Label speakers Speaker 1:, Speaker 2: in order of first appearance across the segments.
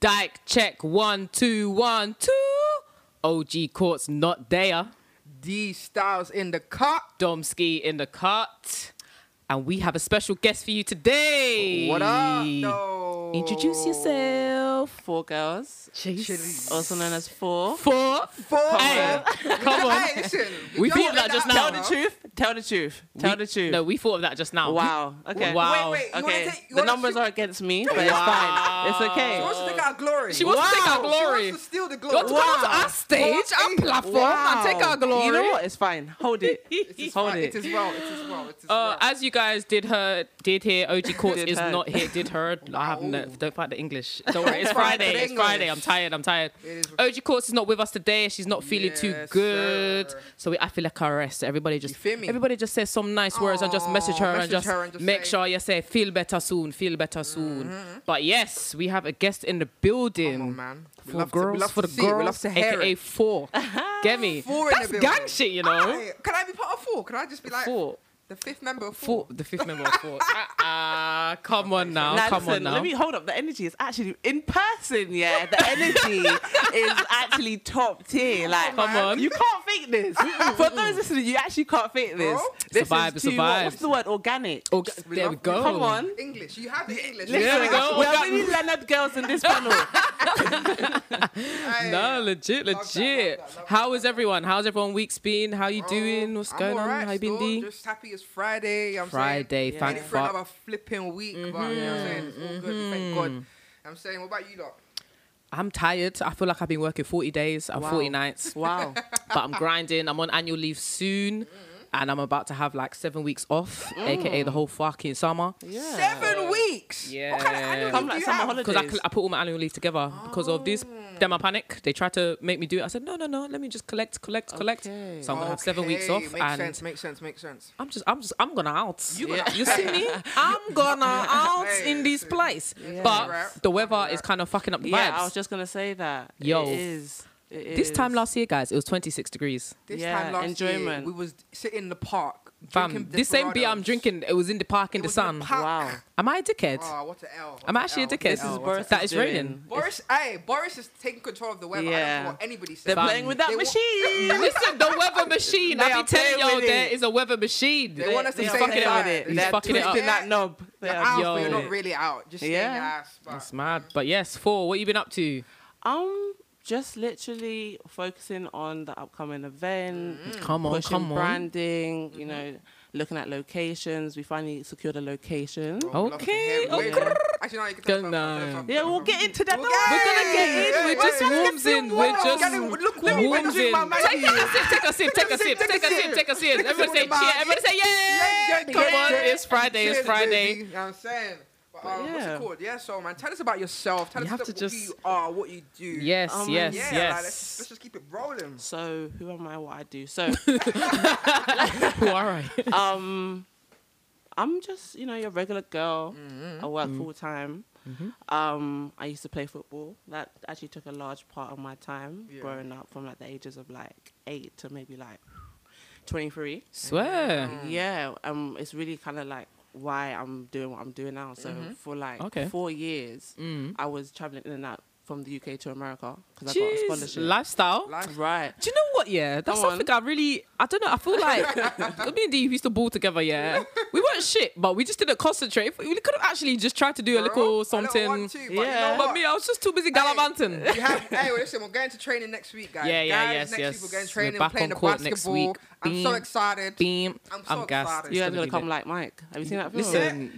Speaker 1: Dyke check one two one two. OG courts not there.
Speaker 2: D Styles in the cot.
Speaker 1: Domski in the cart, and we have a special guest for you today.
Speaker 2: What up? though?
Speaker 1: Introduce yourself.
Speaker 3: Four girls,
Speaker 2: Jeez.
Speaker 3: also known as four.
Speaker 1: Four.
Speaker 2: Four.
Speaker 1: Hey, come on.
Speaker 2: Hey, listen.
Speaker 1: We
Speaker 2: Y'all
Speaker 1: thought
Speaker 2: let
Speaker 1: that just
Speaker 3: Tell
Speaker 1: now.
Speaker 3: the truth. Tell the truth. Tell
Speaker 1: We-
Speaker 3: the truth.
Speaker 1: No, we thought of that just now.
Speaker 3: Wow. Okay.
Speaker 1: Wow.
Speaker 2: Wait, wait. You
Speaker 3: Okay.
Speaker 2: wanna take, you
Speaker 3: The
Speaker 2: wanna
Speaker 3: numbers
Speaker 2: she,
Speaker 3: are against me, but it's
Speaker 1: Wow.
Speaker 3: fine. It's okay.
Speaker 2: She wants to take our glory.
Speaker 1: She wants to take our
Speaker 2: Wow. She
Speaker 1: glory.
Speaker 2: wants to steal the
Speaker 1: You
Speaker 2: glory.
Speaker 1: want to come to our stage, our platform, and take our glory.
Speaker 3: You know what? It's fine. Hold it.
Speaker 2: It's
Speaker 3: Hold
Speaker 2: right,
Speaker 3: it.
Speaker 2: It is well. It is well. It is
Speaker 1: Uh,
Speaker 2: well.
Speaker 1: as you guys did her, did hear, OG Courts
Speaker 3: Did
Speaker 1: is
Speaker 3: her.
Speaker 1: not here. Did her? I have no, don't fight the English. Don't worry, it's
Speaker 2: Oh. Don't fight the
Speaker 1: Friday. It's
Speaker 2: English.
Speaker 1: Friday. I'm tired. I'm tired.
Speaker 2: It is-
Speaker 1: OG Courts is not with us today. She's not feeling too
Speaker 2: Yes,
Speaker 1: good.
Speaker 2: sir.
Speaker 1: So we, I feel like our rest. Everybody just,
Speaker 2: You feel me?
Speaker 1: everybody just says some nice words and just
Speaker 2: Aw,
Speaker 1: message her and
Speaker 2: message
Speaker 1: just,
Speaker 2: her and just
Speaker 1: make
Speaker 2: say- Mm-hmm.
Speaker 1: sure you say feel better soon, feel better soon. But yes, we have a guest in the building.
Speaker 2: Come on, man. We
Speaker 1: For
Speaker 2: love to- we
Speaker 1: girls,
Speaker 2: love
Speaker 1: for
Speaker 2: to
Speaker 1: the
Speaker 2: see it.
Speaker 1: girls,
Speaker 2: We love to hear
Speaker 1: aka
Speaker 2: it.
Speaker 1: four. Get me?
Speaker 2: Four in
Speaker 1: That's
Speaker 2: the
Speaker 1: gang
Speaker 2: building.
Speaker 1: shit, you know.
Speaker 2: Aye. Can I be part of four? Can I just be like
Speaker 1: Four.
Speaker 2: the fifth member of
Speaker 1: Four,
Speaker 2: four?
Speaker 1: the fifth member of four. Ah, uh, come on now,
Speaker 3: Now,
Speaker 1: come
Speaker 3: listen,
Speaker 1: on now.
Speaker 3: Let me hold up. The energy is actually in person. Yeah, the energy is actually top
Speaker 2: Oh,
Speaker 3: tier. Like,
Speaker 1: Come on.
Speaker 3: you can't fake this. For those listening, you actually can't fake this.
Speaker 2: Bro.
Speaker 1: It's a
Speaker 3: This
Speaker 1: vibe,
Speaker 3: is
Speaker 1: it's a
Speaker 3: too- what-
Speaker 1: vibe.
Speaker 3: What's the word? Organic.
Speaker 1: Oh, g-
Speaker 2: We
Speaker 1: there
Speaker 2: love
Speaker 1: we
Speaker 2: you.
Speaker 1: go.
Speaker 3: Come on.
Speaker 2: English. You have the English.
Speaker 1: There we go.
Speaker 3: We are
Speaker 1: Organic.
Speaker 3: really Leonard girls in this panel.
Speaker 2: Aye.
Speaker 1: No, legit,
Speaker 2: Love that, love
Speaker 1: legit.
Speaker 2: that, love
Speaker 1: How
Speaker 2: that.
Speaker 1: is everyone? How's everyone week's been? How you
Speaker 2: Bro,
Speaker 1: doing? What's
Speaker 2: I'm
Speaker 1: going on?
Speaker 2: alright
Speaker 1: How you been,
Speaker 2: still.
Speaker 1: D?
Speaker 2: Just happy it's Friday. you know what I'm saying?
Speaker 1: Friday,
Speaker 3: Yeah.
Speaker 1: thank Mm-hmm.
Speaker 2: Ready for
Speaker 1: fuck.
Speaker 2: another flipping week, but you know what I'm saying? It's all good. Thank
Speaker 1: Mm-hmm.
Speaker 2: God. You know what I'm saying, what about you lot?
Speaker 1: I'm tired. I feel like I've been working 40 days and
Speaker 3: Wow.
Speaker 1: 40 nights,
Speaker 3: wow.
Speaker 1: but I'm grinding. I'm on annual leave soon,
Speaker 2: Mm-hmm.
Speaker 1: and I'm about to have like seven weeks off,
Speaker 2: Mm.
Speaker 1: aka the whole fucking summer.
Speaker 3: Yeah.
Speaker 2: Seven weeks. What kind of
Speaker 1: Yeah.
Speaker 2: annual
Speaker 3: Come
Speaker 2: leave
Speaker 3: like
Speaker 2: do you
Speaker 3: summer
Speaker 2: have?
Speaker 3: holiday.
Speaker 1: because I,
Speaker 3: days.
Speaker 1: cl- I put all my annual leave together because of this.
Speaker 2: Oh.
Speaker 1: Then I panic. They tried to make me do it. I said no, no, no. Let me just collect, collect, collect.
Speaker 3: Okay.
Speaker 1: So I'm gonna have seven weeks
Speaker 2: Okay,
Speaker 1: off,
Speaker 2: Makes
Speaker 1: and
Speaker 2: sense. Makes sense. Makes sense.
Speaker 1: I'm just, I'm just, I'm gonna out. You,
Speaker 2: gonna-
Speaker 1: you see me? I'm gonna out
Speaker 2: Hey,
Speaker 1: in this
Speaker 2: listen.
Speaker 1: place.
Speaker 2: Yeah.
Speaker 1: But
Speaker 2: Right.
Speaker 1: the weather is kind of fucking up the
Speaker 3: Yeah,
Speaker 1: vibes.
Speaker 3: I was just gonna say that.
Speaker 1: Yo.
Speaker 3: it is. It
Speaker 1: this time
Speaker 3: is.
Speaker 1: last year, guys, it was 26 degrees.
Speaker 2: This
Speaker 3: Yeah,
Speaker 2: time last year,
Speaker 3: enjoyment.
Speaker 2: we was sitting in the park.
Speaker 1: Fam,
Speaker 2: drinking
Speaker 1: this same beer I'm
Speaker 2: desperados.
Speaker 1: drinking, it was in the park in
Speaker 2: It
Speaker 1: the
Speaker 2: was in
Speaker 1: sun.
Speaker 2: park.
Speaker 3: Wow.
Speaker 1: Am I a dickhead?
Speaker 2: Oh, what an L. What
Speaker 1: I'm
Speaker 2: an
Speaker 1: actually a
Speaker 2: L, what
Speaker 1: dickhead.
Speaker 2: an
Speaker 3: This
Speaker 1: Oh,
Speaker 3: is
Speaker 2: L, what an
Speaker 3: Boris.
Speaker 1: That is
Speaker 3: doing.
Speaker 1: raining.
Speaker 2: Boris, hey, Boris is taking control of the weather. I don't
Speaker 3: Yeah.
Speaker 2: know what anybody says.
Speaker 3: They're
Speaker 1: Fam.
Speaker 3: playing with that
Speaker 2: They want-
Speaker 3: machine.
Speaker 1: Listen, the weather machine.
Speaker 3: They
Speaker 1: I
Speaker 3: are
Speaker 1: be telling
Speaker 3: playing
Speaker 1: y'all
Speaker 3: with
Speaker 1: there
Speaker 3: it.
Speaker 1: is a weather machine.
Speaker 2: They want us to
Speaker 3: They
Speaker 2: say
Speaker 3: are fucking
Speaker 2: that.
Speaker 3: with it.
Speaker 2: They're
Speaker 3: They're
Speaker 1: fucking it up.
Speaker 3: twisting that knob. They
Speaker 2: You're
Speaker 3: are
Speaker 2: out,
Speaker 1: Yo.
Speaker 2: but you're
Speaker 3: doing
Speaker 2: not
Speaker 3: it.
Speaker 2: really out. Just
Speaker 3: Yeah.
Speaker 2: yeah. ass. But
Speaker 1: That's mad. But yes, four. What you been up to?
Speaker 3: Um, just literally focusing on the upcoming event.
Speaker 1: Come on,
Speaker 3: pushing
Speaker 1: come on.
Speaker 3: branding. You know, looking at locations. We finally secured a location.
Speaker 2: Oh, love to
Speaker 1: Okay,
Speaker 2: hear it.
Speaker 1: okay.
Speaker 2: Wait, Actually, no, you can tell us
Speaker 1: Don't
Speaker 2: about- tell us
Speaker 1: know.
Speaker 2: about-
Speaker 3: Yeah, we'll get into that.
Speaker 2: We'll get-
Speaker 3: now.
Speaker 1: We're gonna get
Speaker 2: Hey,
Speaker 1: in.
Speaker 2: hey,
Speaker 1: We're just
Speaker 2: hey, hey.
Speaker 1: warms in. We're
Speaker 2: Look,
Speaker 1: just
Speaker 2: look, look, let me- let me
Speaker 1: warms
Speaker 2: drink
Speaker 1: in.
Speaker 2: my Maggi.
Speaker 1: Take a sip, take a sip, take a sip, take a sip, take a sip.
Speaker 2: Take a
Speaker 1: Everybody say
Speaker 2: sip with the
Speaker 1: cheer.
Speaker 2: Maggi.
Speaker 1: Everybody say
Speaker 2: Yeah,
Speaker 1: yeah.
Speaker 2: yeah,
Speaker 1: Come
Speaker 2: yeah,
Speaker 1: on,
Speaker 2: yeah.
Speaker 1: it's Friday.
Speaker 2: Cheers,
Speaker 1: It's Friday.
Speaker 2: JB, You know what I'm saying? But, um, What's
Speaker 3: yeah.
Speaker 2: it called? Yeah, so man, tell us about yourself. Tell
Speaker 1: You
Speaker 2: us
Speaker 1: have
Speaker 2: about
Speaker 1: to
Speaker 2: who
Speaker 1: just-
Speaker 2: you are, what you do.
Speaker 1: Yes,
Speaker 3: Um,
Speaker 1: yes,
Speaker 2: yeah, Like, let's, just, let's
Speaker 1: yes.
Speaker 2: just keep it rolling.
Speaker 3: So, who am I? What I do? So,
Speaker 1: Who are I?
Speaker 3: um, I'm just you know your regular girl. I work
Speaker 1: Mm-hmm.
Speaker 3: full time. Um, I used to play football. That actually took a large part of my time
Speaker 2: Yeah.
Speaker 3: growing up, from like the ages of like eight to maybe like twenty three.
Speaker 1: Swear.
Speaker 3: Yeah, um, it's really kind of like why I'm doing what I'm doing now. So for like
Speaker 1: Okay.
Speaker 3: four years,
Speaker 1: Mm.
Speaker 3: I was traveling in and out from the UK to America because I got a
Speaker 1: Jeez,
Speaker 3: sponsorship.
Speaker 1: lifestyle.
Speaker 2: Life-
Speaker 3: right.
Speaker 1: Do you know what? Yeah, that's
Speaker 3: Come on.
Speaker 1: something I really. I don't know. I feel like me and D used to ball together. Yeah, we weren't shit, but we just didn't concentrate. If We we could have actually just tried to do a
Speaker 2: Bro,
Speaker 1: little
Speaker 2: I don't
Speaker 1: something.
Speaker 2: want to, but you
Speaker 3: Yeah.
Speaker 2: know
Speaker 1: But
Speaker 2: what?
Speaker 1: me, I was just too busy
Speaker 2: Hey,
Speaker 1: gallivanting.
Speaker 2: you have, hey, well, listen, we're going to training next week, guys.
Speaker 1: Yeah, yeah,
Speaker 2: guys,
Speaker 1: yes,
Speaker 2: next
Speaker 1: yes.
Speaker 2: Week we're going to
Speaker 1: We're
Speaker 2: training,
Speaker 1: back
Speaker 2: playing
Speaker 1: on
Speaker 2: the
Speaker 1: court next
Speaker 2: basketball.
Speaker 1: week.
Speaker 2: I'm so
Speaker 1: Beam,
Speaker 2: excited.
Speaker 1: Beam.
Speaker 2: I'm
Speaker 1: I'm
Speaker 2: so
Speaker 1: gassed.
Speaker 2: excited.
Speaker 1: It's
Speaker 3: You guys
Speaker 1: gonna
Speaker 3: gonna
Speaker 1: be
Speaker 3: come
Speaker 1: lit.
Speaker 3: like Mike. Have you seen that film?
Speaker 1: Listen,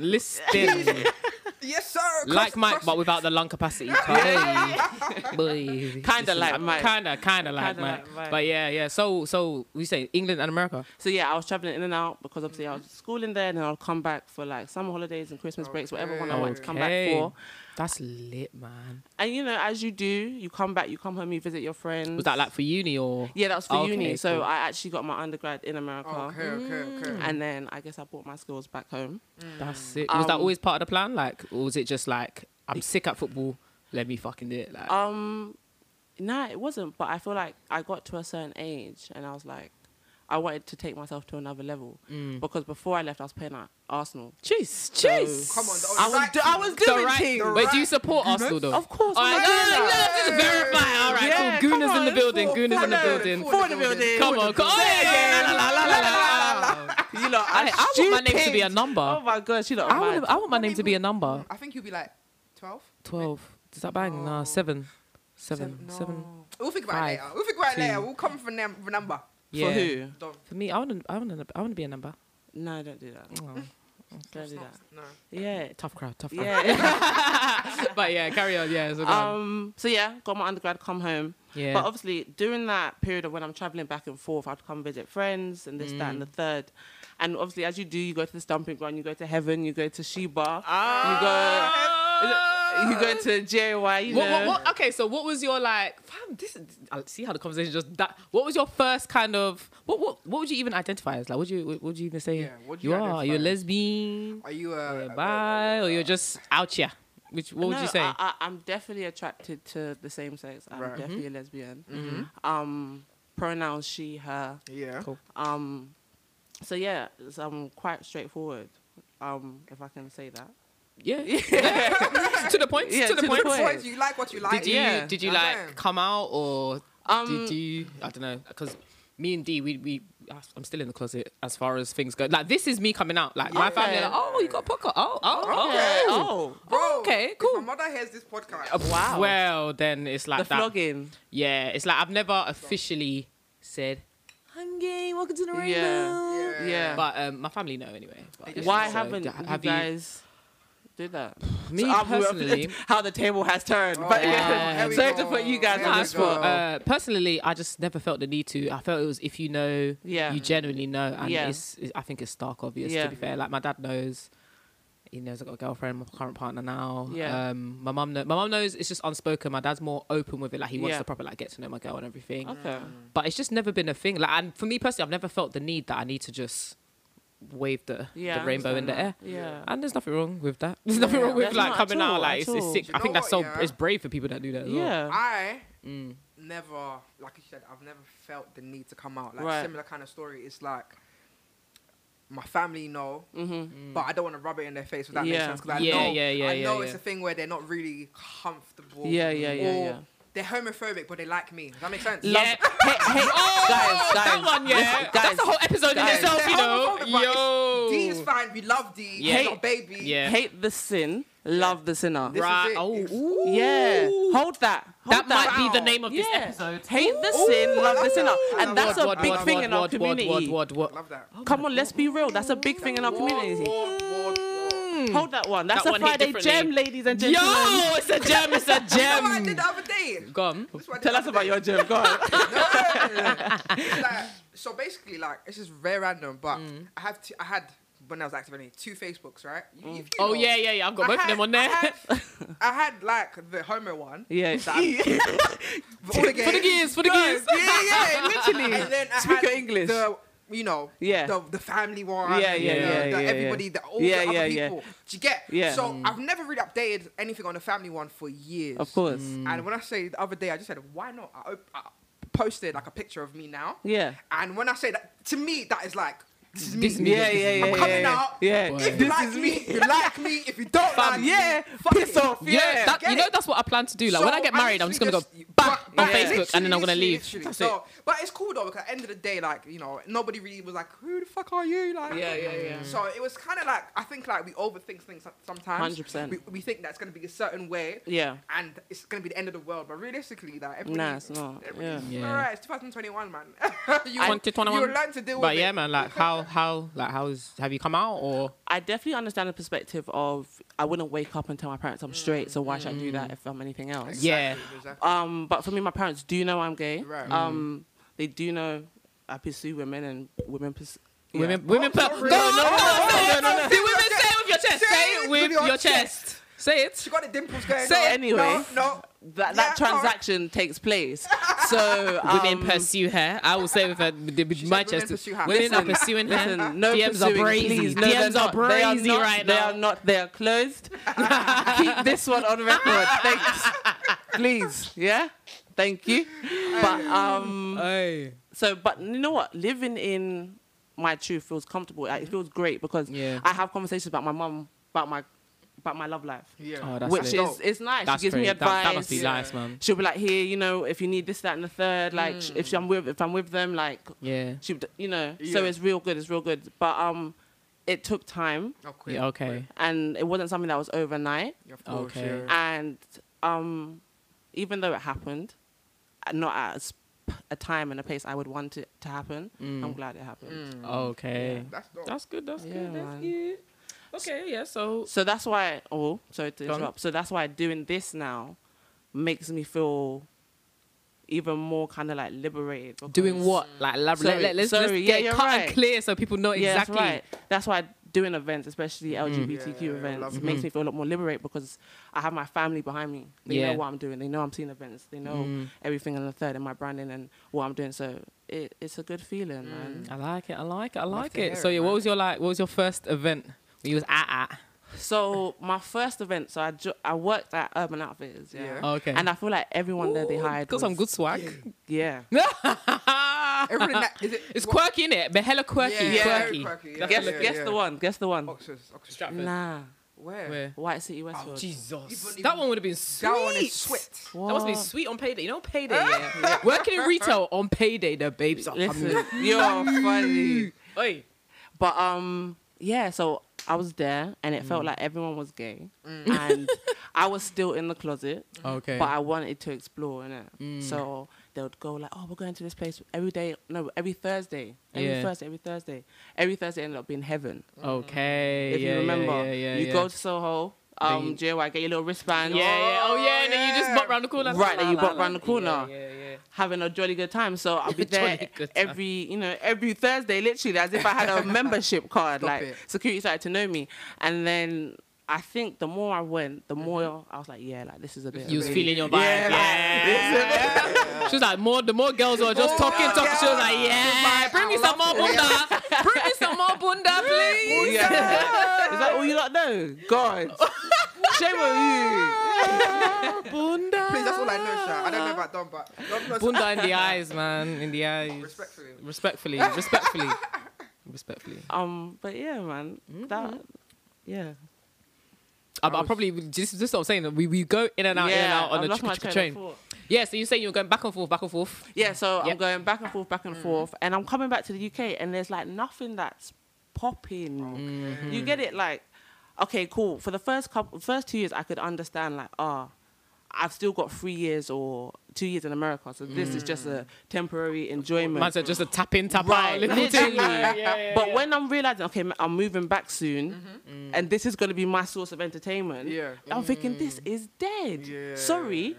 Speaker 1: listen.
Speaker 2: Yes, sir.
Speaker 1: like
Speaker 2: Cross-
Speaker 1: Mike,
Speaker 2: cross-
Speaker 1: but without the lung capacity.
Speaker 3: Kinda like Mike.
Speaker 1: Kinda, kinda like
Speaker 3: Kinda
Speaker 1: Mike.
Speaker 3: like Mike.
Speaker 1: But yeah, yeah. So, so we say England and America.
Speaker 3: So yeah, I was traveling in and out because obviously I was schooling there, and then I'll come back for like summer holidays and Christmas breaks, whatever one I wanted to come back
Speaker 1: Okay.
Speaker 3: for.
Speaker 1: That's lit, man.
Speaker 3: And you know, as you do, you come back, you come home, you visit your friends.
Speaker 1: Was that like for uni or?
Speaker 3: Yeah, that was for
Speaker 1: Okay,
Speaker 3: uni. So
Speaker 1: cool. Mm.
Speaker 3: I actually got my undergrad in America,
Speaker 2: Okay, okay, okay.
Speaker 3: and then I guess I brought my skills back home.
Speaker 1: That's it. Was that
Speaker 3: Um,
Speaker 1: always part of the plan? Like, or was it just like, I'm sick at football, let me fucking do it? Like,
Speaker 3: Um, no, it wasn't. But I feel like I got to a certain age, and I was like, I wanted to take myself to another level
Speaker 1: Mm.
Speaker 3: because before I left, I was playing at Arsenal.
Speaker 1: Jeez, jeez.
Speaker 2: Come on, the
Speaker 3: I was,
Speaker 2: right
Speaker 3: do- I was
Speaker 2: team.
Speaker 1: The
Speaker 3: doing
Speaker 1: right-
Speaker 3: teams.
Speaker 1: Wait, do you support
Speaker 2: Gooners?
Speaker 1: Arsenal though?
Speaker 3: Of course,
Speaker 1: All right,
Speaker 3: I'm
Speaker 1: no,
Speaker 3: doing
Speaker 1: no,
Speaker 3: that.
Speaker 1: no, just verify. All right,
Speaker 3: Yeah,
Speaker 1: cool. Goon
Speaker 3: come
Speaker 1: is in the
Speaker 3: on,
Speaker 1: building.
Speaker 3: full
Speaker 1: Goon is in the
Speaker 3: follow,
Speaker 1: building.
Speaker 3: full the building.
Speaker 1: Come on, come on. Yeah, yeah, la, la, la, la, la, la.
Speaker 3: You know,
Speaker 1: I, I want my name to be a
Speaker 3: Oh
Speaker 1: number.
Speaker 3: my gosh, you know,
Speaker 1: I want, I want my name to be a number.
Speaker 2: I think you'll be like 12?
Speaker 1: 12. Does that bang? Nah,
Speaker 2: No.
Speaker 1: seven. Oh. Seven. Seven.
Speaker 2: No. We'll think about it
Speaker 1: Five,
Speaker 2: later. We'll think about it later.
Speaker 1: two.
Speaker 2: We'll come from them for number.
Speaker 1: Yeah.
Speaker 3: for who?
Speaker 2: Don't.
Speaker 1: For me, I want to I want to I want to be a number.
Speaker 3: No, don't do that.
Speaker 1: Oh,
Speaker 3: Don't do
Speaker 2: No,
Speaker 3: that.
Speaker 2: no.
Speaker 3: Yeah,
Speaker 1: tough crowd, tough crowd.
Speaker 3: yeah.
Speaker 1: but yeah, carry on. Yeah, so go on.
Speaker 3: um. So yeah, got my undergrad, come home.
Speaker 1: yeah.
Speaker 3: But obviously, during that period of when I'm traveling back and forth, I'd come visit friends and this, that,
Speaker 1: Mm.
Speaker 3: and the third. And obviously, as you do, you go to the stomping ground, you go to heaven, you go to Sheba,
Speaker 1: Ah.
Speaker 3: uh, you go to JY. You
Speaker 1: What, what,
Speaker 3: know.
Speaker 1: what, okay, so what was your like? Fam, this is, I see how the conversation just that. What was your first kind of what what what would you even identify as? Like, would you what would you even say?
Speaker 2: Yeah, what do
Speaker 1: you,
Speaker 2: you
Speaker 1: are are you a
Speaker 2: identify as?
Speaker 1: lesbian?
Speaker 2: Are you
Speaker 1: Are
Speaker 2: uh,
Speaker 1: you bi? Or you're just out here? Which what would
Speaker 3: No,
Speaker 1: you say?
Speaker 3: I, I, I'm definitely attracted to the same sex. I'm
Speaker 2: Right.
Speaker 3: definitely
Speaker 1: Mm-hmm.
Speaker 3: a lesbian. Um, pronouns she, her.
Speaker 2: Yeah.
Speaker 1: Cool.
Speaker 3: Um, so yeah, so I'm quite straightforward. Um, if I can say that.
Speaker 1: yeah, to the point.
Speaker 3: Yeah,
Speaker 1: to the
Speaker 3: to the
Speaker 1: point.
Speaker 3: point.
Speaker 2: Boys, you like what you like.
Speaker 1: Did you
Speaker 3: Yeah.
Speaker 1: did you
Speaker 2: Okay.
Speaker 1: like come out or
Speaker 3: Um,
Speaker 1: did you? I don't know because. Me and D, we, we I'm still in the closet as far as things go. Like this is me coming out. Like my
Speaker 3: Yeah.
Speaker 1: family, are like, oh, you got a podcast. Oh, oh,
Speaker 3: Okay.
Speaker 1: oh,
Speaker 3: Oh.
Speaker 2: Bro,
Speaker 1: okay,
Speaker 2: if
Speaker 1: cool.
Speaker 2: my mother hears this podcast.
Speaker 3: Wow.
Speaker 1: Well, then it's like
Speaker 3: The
Speaker 1: that.
Speaker 3: flogging.
Speaker 1: Yeah, it's like I've never officially said, "I'm gay. Welcome to the rainbow."
Speaker 3: Yeah.
Speaker 2: Yeah.
Speaker 3: Yeah.
Speaker 1: But um, my family know anyway.
Speaker 2: They just
Speaker 3: Why
Speaker 2: So,
Speaker 3: haven't
Speaker 1: uh, d-
Speaker 3: you guys did that?
Speaker 1: Me
Speaker 3: So I'm-
Speaker 1: personally,
Speaker 3: how the table has turned.
Speaker 2: Oh,
Speaker 3: but
Speaker 1: yeah.
Speaker 3: yeah,
Speaker 1: Here we
Speaker 3: sorry to
Speaker 2: go.
Speaker 3: put you guys
Speaker 2: Here
Speaker 3: on
Speaker 2: we
Speaker 3: the
Speaker 1: as for,
Speaker 2: go.
Speaker 3: spot.
Speaker 1: uh, personally, I just never felt the need to. I felt it was if you know,
Speaker 3: Yeah.
Speaker 1: you genuinely know, and
Speaker 3: Yeah.
Speaker 1: it's, it- I think it's stark obvious.
Speaker 3: Yeah.
Speaker 1: To be fair, like my dad knows. He knows I got a girlfriend, my current partner now.
Speaker 3: Yeah.
Speaker 1: Um, my mum, know, my mum knows it's just unspoken. My dad's more open with it. Like he wants
Speaker 3: Yeah.
Speaker 1: to
Speaker 3: Oh.
Speaker 1: proper like get to know my girl and everything.
Speaker 3: Okay.
Speaker 1: but it's just never been a thing. Like, and for me personally, I've never felt the need that I need to just wave the,
Speaker 3: Yeah.
Speaker 1: the rainbow in the air.
Speaker 3: Yeah.
Speaker 1: And there's nothing wrong with that. There's nothing wrong with
Speaker 3: There's
Speaker 1: like
Speaker 3: not
Speaker 1: coming
Speaker 3: at all,
Speaker 1: out like
Speaker 3: at
Speaker 1: it's, it's
Speaker 3: all.
Speaker 1: sick.
Speaker 2: Do you
Speaker 1: I think
Speaker 2: know
Speaker 1: that's so
Speaker 2: what, yeah?
Speaker 1: it's brave for people that do that. As Well.
Speaker 3: Yeah.
Speaker 2: I
Speaker 1: Mm.
Speaker 2: never, like you said, I've never felt the need to come out. Like
Speaker 3: Right.
Speaker 2: similar kind of story. It's like my family know,
Speaker 3: Mm-hmm.
Speaker 2: but I don't want to rub it in their face. If that makes
Speaker 3: Yeah.
Speaker 2: sense, because I
Speaker 1: Mm. Yeah,
Speaker 2: know,
Speaker 1: yeah, yeah,
Speaker 2: I
Speaker 1: yeah,
Speaker 2: know
Speaker 1: yeah.
Speaker 2: it's a thing where they're not really comfortable.
Speaker 3: Yeah, yeah, yeah,
Speaker 2: or
Speaker 3: yeah.
Speaker 2: They're homophobic, but they like me. Does that make sense?
Speaker 1: Love-
Speaker 3: Hey, hey, guys, guys,
Speaker 1: that one, Oh, yeah.
Speaker 3: listen, guys,
Speaker 1: that's a whole episode
Speaker 3: guys.
Speaker 1: in itself,
Speaker 2: They're
Speaker 1: you know.
Speaker 2: homophobic, but
Speaker 1: Yo.
Speaker 2: it's- D is fine. We love D.
Speaker 1: Oh. Yeah.
Speaker 2: He's our baby.
Speaker 1: Yeah.
Speaker 3: hate the sin, love the sinner.
Speaker 2: This is
Speaker 1: Right.
Speaker 2: it.
Speaker 1: Oh,
Speaker 2: It's-
Speaker 1: ooh.
Speaker 3: Yeah, hold that. Hold
Speaker 1: That might be the name of this
Speaker 3: Yeah.
Speaker 1: episode.
Speaker 3: Hate the
Speaker 2: Ooh,
Speaker 3: sin,
Speaker 2: I
Speaker 3: love
Speaker 2: love
Speaker 3: the sinner,
Speaker 2: that.
Speaker 3: and that's a
Speaker 1: Word,
Speaker 3: big
Speaker 1: word,
Speaker 3: thing
Speaker 1: word,
Speaker 3: in our
Speaker 1: word, word,
Speaker 3: community.
Speaker 1: Word, word, word.
Speaker 2: Love that.
Speaker 3: Come on, let's be real. That's a big thing in our
Speaker 2: Ward,
Speaker 3: community.
Speaker 2: Ward, Ward, Ward.
Speaker 3: Hold that one. That's
Speaker 1: That
Speaker 3: a
Speaker 1: one hit
Speaker 3: Friday
Speaker 1: differently.
Speaker 3: gem, ladies and
Speaker 1: Mm. Yo,
Speaker 3: gentlemen.
Speaker 1: it's a gem. It's a
Speaker 2: You know what I
Speaker 1: gem.
Speaker 2: did the other day?
Speaker 1: Gone.
Speaker 2: This is what I did
Speaker 3: Tell
Speaker 2: the
Speaker 3: us
Speaker 2: other
Speaker 3: about
Speaker 2: day.
Speaker 3: your gem. Go on.
Speaker 2: like, so basically, like it's just very random. But
Speaker 1: Mm.
Speaker 2: I have t- I had when I was active only two Facebooks, right? You- if you
Speaker 1: Oh
Speaker 2: know,
Speaker 1: yeah, yeah, yeah. I've got
Speaker 2: I
Speaker 1: both of
Speaker 2: had-
Speaker 1: them on there.
Speaker 2: I had, I had, like the homo one.
Speaker 3: Yeah.
Speaker 2: that I- for
Speaker 1: For
Speaker 2: all the
Speaker 1: the
Speaker 2: gays.
Speaker 1: gears, for the
Speaker 3: Guys,
Speaker 1: gears.
Speaker 2: Yeah, yeah,
Speaker 3: literally.
Speaker 2: And then I
Speaker 3: Speak
Speaker 2: had
Speaker 3: your English.
Speaker 2: The, you know,
Speaker 3: Yeah.
Speaker 2: the, the family one.
Speaker 3: Yeah,
Speaker 2: you
Speaker 3: yeah,
Speaker 2: know,
Speaker 3: yeah,
Speaker 2: the
Speaker 3: yeah, yeah.
Speaker 2: Everybody, the all
Speaker 3: Yeah,
Speaker 2: the other
Speaker 3: yeah, yeah.
Speaker 2: people. Do you get?
Speaker 3: Yeah. Mm.
Speaker 2: So I've never really updated anything on the family one for years. Mm.
Speaker 3: Of course.
Speaker 2: And when I say the other day, I just said, why not? I, op- I posted like a picture of me now.
Speaker 3: Yeah.
Speaker 2: And when I say that, to me, that is like, this is me.
Speaker 1: This is me.
Speaker 3: Yeah, yeah, yeah.
Speaker 2: I'm
Speaker 3: yeah,
Speaker 2: coming
Speaker 3: yeah.
Speaker 2: out.
Speaker 3: Yeah.
Speaker 1: Boy.
Speaker 2: If you
Speaker 3: This
Speaker 2: like
Speaker 3: is
Speaker 2: me,
Speaker 3: me.
Speaker 2: you like me. If you don't like me,
Speaker 3: Yeah.
Speaker 2: fuck
Speaker 3: Piss
Speaker 2: it.
Speaker 3: off.
Speaker 1: Yeah,
Speaker 3: Yeah.
Speaker 1: that, you
Speaker 2: get
Speaker 1: know
Speaker 2: it?
Speaker 1: that's what I plan to do. Like when I
Speaker 2: So
Speaker 1: get married, I'm just gonna
Speaker 2: literally
Speaker 1: go
Speaker 2: just-
Speaker 1: back on
Speaker 3: yeah.
Speaker 1: Facebook and then I'm gonna
Speaker 2: literally,
Speaker 1: leave.
Speaker 2: literally.
Speaker 1: That's
Speaker 2: so, but it's cool though because at the end of the day, like you know, nobody really was like, "Who the fuck are you?" Like,
Speaker 3: Yeah, yeah, yeah.
Speaker 2: So it was kind of like I think like we overthink things som- sometimes.
Speaker 3: 100%.
Speaker 2: We, we think that's gonna be a certain way.
Speaker 3: Yeah.
Speaker 2: And it's gonna be the end of the world, but realistically, that everybody,
Speaker 3: Nah, it's not. Yeah.
Speaker 1: Yeah.
Speaker 2: All right, it's 2021, man. you,
Speaker 1: 2021.
Speaker 2: You learn to deal
Speaker 1: it.
Speaker 2: with
Speaker 1: But yeah,
Speaker 2: it.
Speaker 1: man, like how how like how is have you come out or
Speaker 3: I definitely understand the perspective of I wouldn't wake up and tell my parents I'm straight, so why should I do that if I'm anything else?
Speaker 1: Yeah.
Speaker 2: Exactly, exactly.
Speaker 3: Um, but for me, my parents do know I'm gay.
Speaker 2: Right. Mm.
Speaker 3: Um, they do know I pursue women and women pursue.
Speaker 1: women women
Speaker 2: Oh,
Speaker 1: put
Speaker 2: sorry.
Speaker 1: no no no no no
Speaker 2: Oh,
Speaker 1: no
Speaker 2: no,
Speaker 1: no. See women say it with your chest. Say it with your chest. Say it.
Speaker 2: She got the dimples going.
Speaker 3: Say
Speaker 2: on.
Speaker 3: anyway.
Speaker 2: No, no.
Speaker 3: That, that
Speaker 2: Yeah, all right.
Speaker 3: transaction takes place. So
Speaker 1: Women
Speaker 3: um,
Speaker 1: pursue her. I will say with her, the,
Speaker 2: said
Speaker 1: my
Speaker 2: women
Speaker 1: chest.
Speaker 2: pursue her.
Speaker 1: Women are
Speaker 3: Listen,
Speaker 1: pursuing her.
Speaker 3: Listen, no
Speaker 1: DMs are
Speaker 3: pursuing,
Speaker 1: brazy.
Speaker 3: please. No,
Speaker 1: DMs
Speaker 3: they're
Speaker 1: are
Speaker 3: not. They are
Speaker 1: brazy
Speaker 3: not.
Speaker 1: right
Speaker 3: They
Speaker 1: now.
Speaker 3: are not. They are closed. Keep this one on record. Thanks. Please. Yeah. Thank you. But um,
Speaker 1: Hey.
Speaker 3: So, but you know what? Living in my truth feels comfortable. Like, It feels great because
Speaker 1: Yeah.
Speaker 3: I have conversations about my mum, about my, about my love life,
Speaker 2: Yeah.
Speaker 1: Oh, that's
Speaker 3: which
Speaker 1: lit.
Speaker 3: is it's nice.
Speaker 1: That's
Speaker 3: she gives me
Speaker 1: great.
Speaker 3: advice.
Speaker 1: That, that must be nice,
Speaker 2: Yeah.
Speaker 1: man.
Speaker 3: She'll be like, here, you know, if you need this, that, and the third, like, sh if I'm with, if I'm with them, like,
Speaker 1: Yeah.
Speaker 3: she, would- you know, so
Speaker 2: Hmm. Yeah.
Speaker 3: it's real good. It's real good. But um, it took time,
Speaker 2: Oh, quick,
Speaker 1: Yeah. Okay.
Speaker 3: and it wasn't something that was overnight.
Speaker 2: quick. Of course,
Speaker 1: Okay.
Speaker 2: yeah.
Speaker 3: And um, even though it happened, uh, not at a, sp- a time and a place I would want it to happen,
Speaker 1: Hmm.
Speaker 3: I'm glad it
Speaker 2: Hmm.
Speaker 3: happened.
Speaker 1: Okay.
Speaker 2: Mm. That's dope.
Speaker 1: That's good. That's
Speaker 3: Yeah,
Speaker 1: good. That's
Speaker 3: man.
Speaker 1: good. Okay. Yeah. So.
Speaker 3: So that's why. Oh, sorry to
Speaker 1: Go on.
Speaker 3: interrupt. So that's why doing this now makes me feel even more kind of like liberated.
Speaker 1: Doing
Speaker 3: because-
Speaker 1: what? Like, elaborate.
Speaker 3: Sorry,
Speaker 1: let, us
Speaker 3: sorry, yeah,
Speaker 1: get it
Speaker 3: you're
Speaker 1: cut and
Speaker 3: right.
Speaker 1: clear so people know
Speaker 3: Yeah,
Speaker 1: exactly. Mm.
Speaker 3: That's, right. that's why doing events, especially LGBTQ
Speaker 2: Yeah,
Speaker 3: events,
Speaker 2: love
Speaker 3: makes me feel a lot more liberate because I have my family behind me. They
Speaker 1: Yeah. Mm.
Speaker 3: know what I'm doing. They know I'm seeing events. They know everything on the third and my branding and what I'm doing. So it, it's a good feeling,
Speaker 2: Mm.
Speaker 3: man.
Speaker 1: I like it. I like it. I like
Speaker 2: to
Speaker 1: it.
Speaker 2: hear
Speaker 1: So
Speaker 2: it,
Speaker 1: yeah, what
Speaker 2: man.
Speaker 1: was your like? What was your first event? When you was at at.
Speaker 3: So my first event, so I jo- I worked at Urban Outfitters, yeah.
Speaker 2: Yeah.
Speaker 1: Oh, Okay.
Speaker 3: And I feel like everyone there they
Speaker 1: Ooh,
Speaker 3: hired
Speaker 1: Got some
Speaker 3: was-
Speaker 1: good swag.
Speaker 3: Yeah.
Speaker 2: Everything that is it?
Speaker 1: It's
Speaker 2: what-
Speaker 1: quirky, innit? But hella quirky. quirky.
Speaker 2: Yeah, very quirky, yeah.
Speaker 1: That's
Speaker 3: guess
Speaker 1: what it
Speaker 3: guess
Speaker 2: yeah.
Speaker 3: the one. Guess the one.
Speaker 2: Oxus, Oxus.
Speaker 1: Strap.
Speaker 3: Nah.
Speaker 2: Where?
Speaker 1: is. Where?
Speaker 3: White City Westwood.
Speaker 1: Oh, Jesus.
Speaker 2: even-
Speaker 1: That one would have been sweet.
Speaker 2: That one is sweat.
Speaker 1: That must be
Speaker 3: What?
Speaker 1: sweet on payday. You know, payday. Yeah. Working in retail on payday, the babes are coming.
Speaker 3: Listen, you're funny.
Speaker 1: Oi.
Speaker 3: But um, yeah. So I was there, and it
Speaker 1: Mm.
Speaker 3: felt like everyone was gay, and I was still in the closet,
Speaker 1: Okay. Mm.
Speaker 3: but I wanted to explore, innit? So they would go like, "Oh, we're going to this place every day. No, every Thursday. Every
Speaker 1: Yeah.
Speaker 3: Thursday. Every Thursday. Every Thursday ended up being heaven.
Speaker 1: Okay.
Speaker 3: If
Speaker 1: yeah, yeah,
Speaker 3: you remember,
Speaker 1: yeah, yeah,
Speaker 3: you
Speaker 1: yeah.
Speaker 3: go to Soho." Um, JY, get your little wristband.
Speaker 1: Yeah, yeah. Oh, yeah. And then you just
Speaker 2: yeah.
Speaker 1: bop round the corner.
Speaker 3: Right, then you
Speaker 1: La,
Speaker 3: bop
Speaker 1: la, la.
Speaker 3: round the corner.
Speaker 1: Yeah, yeah, yeah.
Speaker 3: having a jolly good time. So I'll be there
Speaker 1: Jolly good time.
Speaker 3: every, you know, every Thursday, literally, as if I had a membership card.
Speaker 2: Stop
Speaker 3: like
Speaker 2: it.
Speaker 3: security started to know me, and then I think the more I went, the more I was like, yeah, like this is a bit.
Speaker 1: Mm-hmm. You was
Speaker 2: Yeah.
Speaker 1: feeling your vibe.
Speaker 3: Yeah,
Speaker 1: Yeah.
Speaker 3: like,
Speaker 1: She was like, more the more girls were just
Speaker 2: Oh,
Speaker 1: talking, talking. She was like,
Speaker 2: yeah.
Speaker 1: yeah, bring me
Speaker 2: I
Speaker 1: some more
Speaker 2: love it.
Speaker 1: bunda. bring me some more bunda,
Speaker 2: Oh,
Speaker 1: please.
Speaker 3: Yeah. is that all you lot know? God, shame on you.
Speaker 1: Bunda.
Speaker 2: Please, that's all I know, Sha. I don't know about Dom, but Dom knows
Speaker 1: Bunda in the eyes, man. In the eyes.
Speaker 2: Respectfully.
Speaker 1: Respectfully. Respectfully. Respectfully.
Speaker 3: Um, but yeah, man,
Speaker 1: Mm-hmm.
Speaker 3: that. Yeah,
Speaker 1: I, I probably this, this is what I'm saying. We, we go in and out, in and
Speaker 3: yeah.
Speaker 1: out on
Speaker 3: I've
Speaker 1: the
Speaker 3: lost my
Speaker 1: chicka chicka
Speaker 3: train of
Speaker 1: train.
Speaker 3: thought.
Speaker 1: Yeah, so you're saying you're going back and forth, back and forth.
Speaker 3: Yeah, so
Speaker 1: Yep.
Speaker 3: I'm going back and forth,
Speaker 2: Mm.
Speaker 3: back and forth, and I'm coming back to the UK, and there's like nothing that's popping. You get it? Like, okay, cool. For the first couple, first two years, I could understand like, ah, I've still got three years or two years in America, so this is just
Speaker 2: Mm.
Speaker 3: a temporary enjoyment.
Speaker 1: Man said just a tap in, tap out,
Speaker 3: Right,
Speaker 1: little thing.
Speaker 3: literally.
Speaker 1: Yeah, yeah, yeah.
Speaker 3: But when I'm realizing, okay, I'm moving back soon, and this is going to be my source of entertainment,
Speaker 2: Mm-hmm. Yeah. Mm.
Speaker 3: I'm thinking this is dead.
Speaker 2: Yeah.
Speaker 3: Sorry,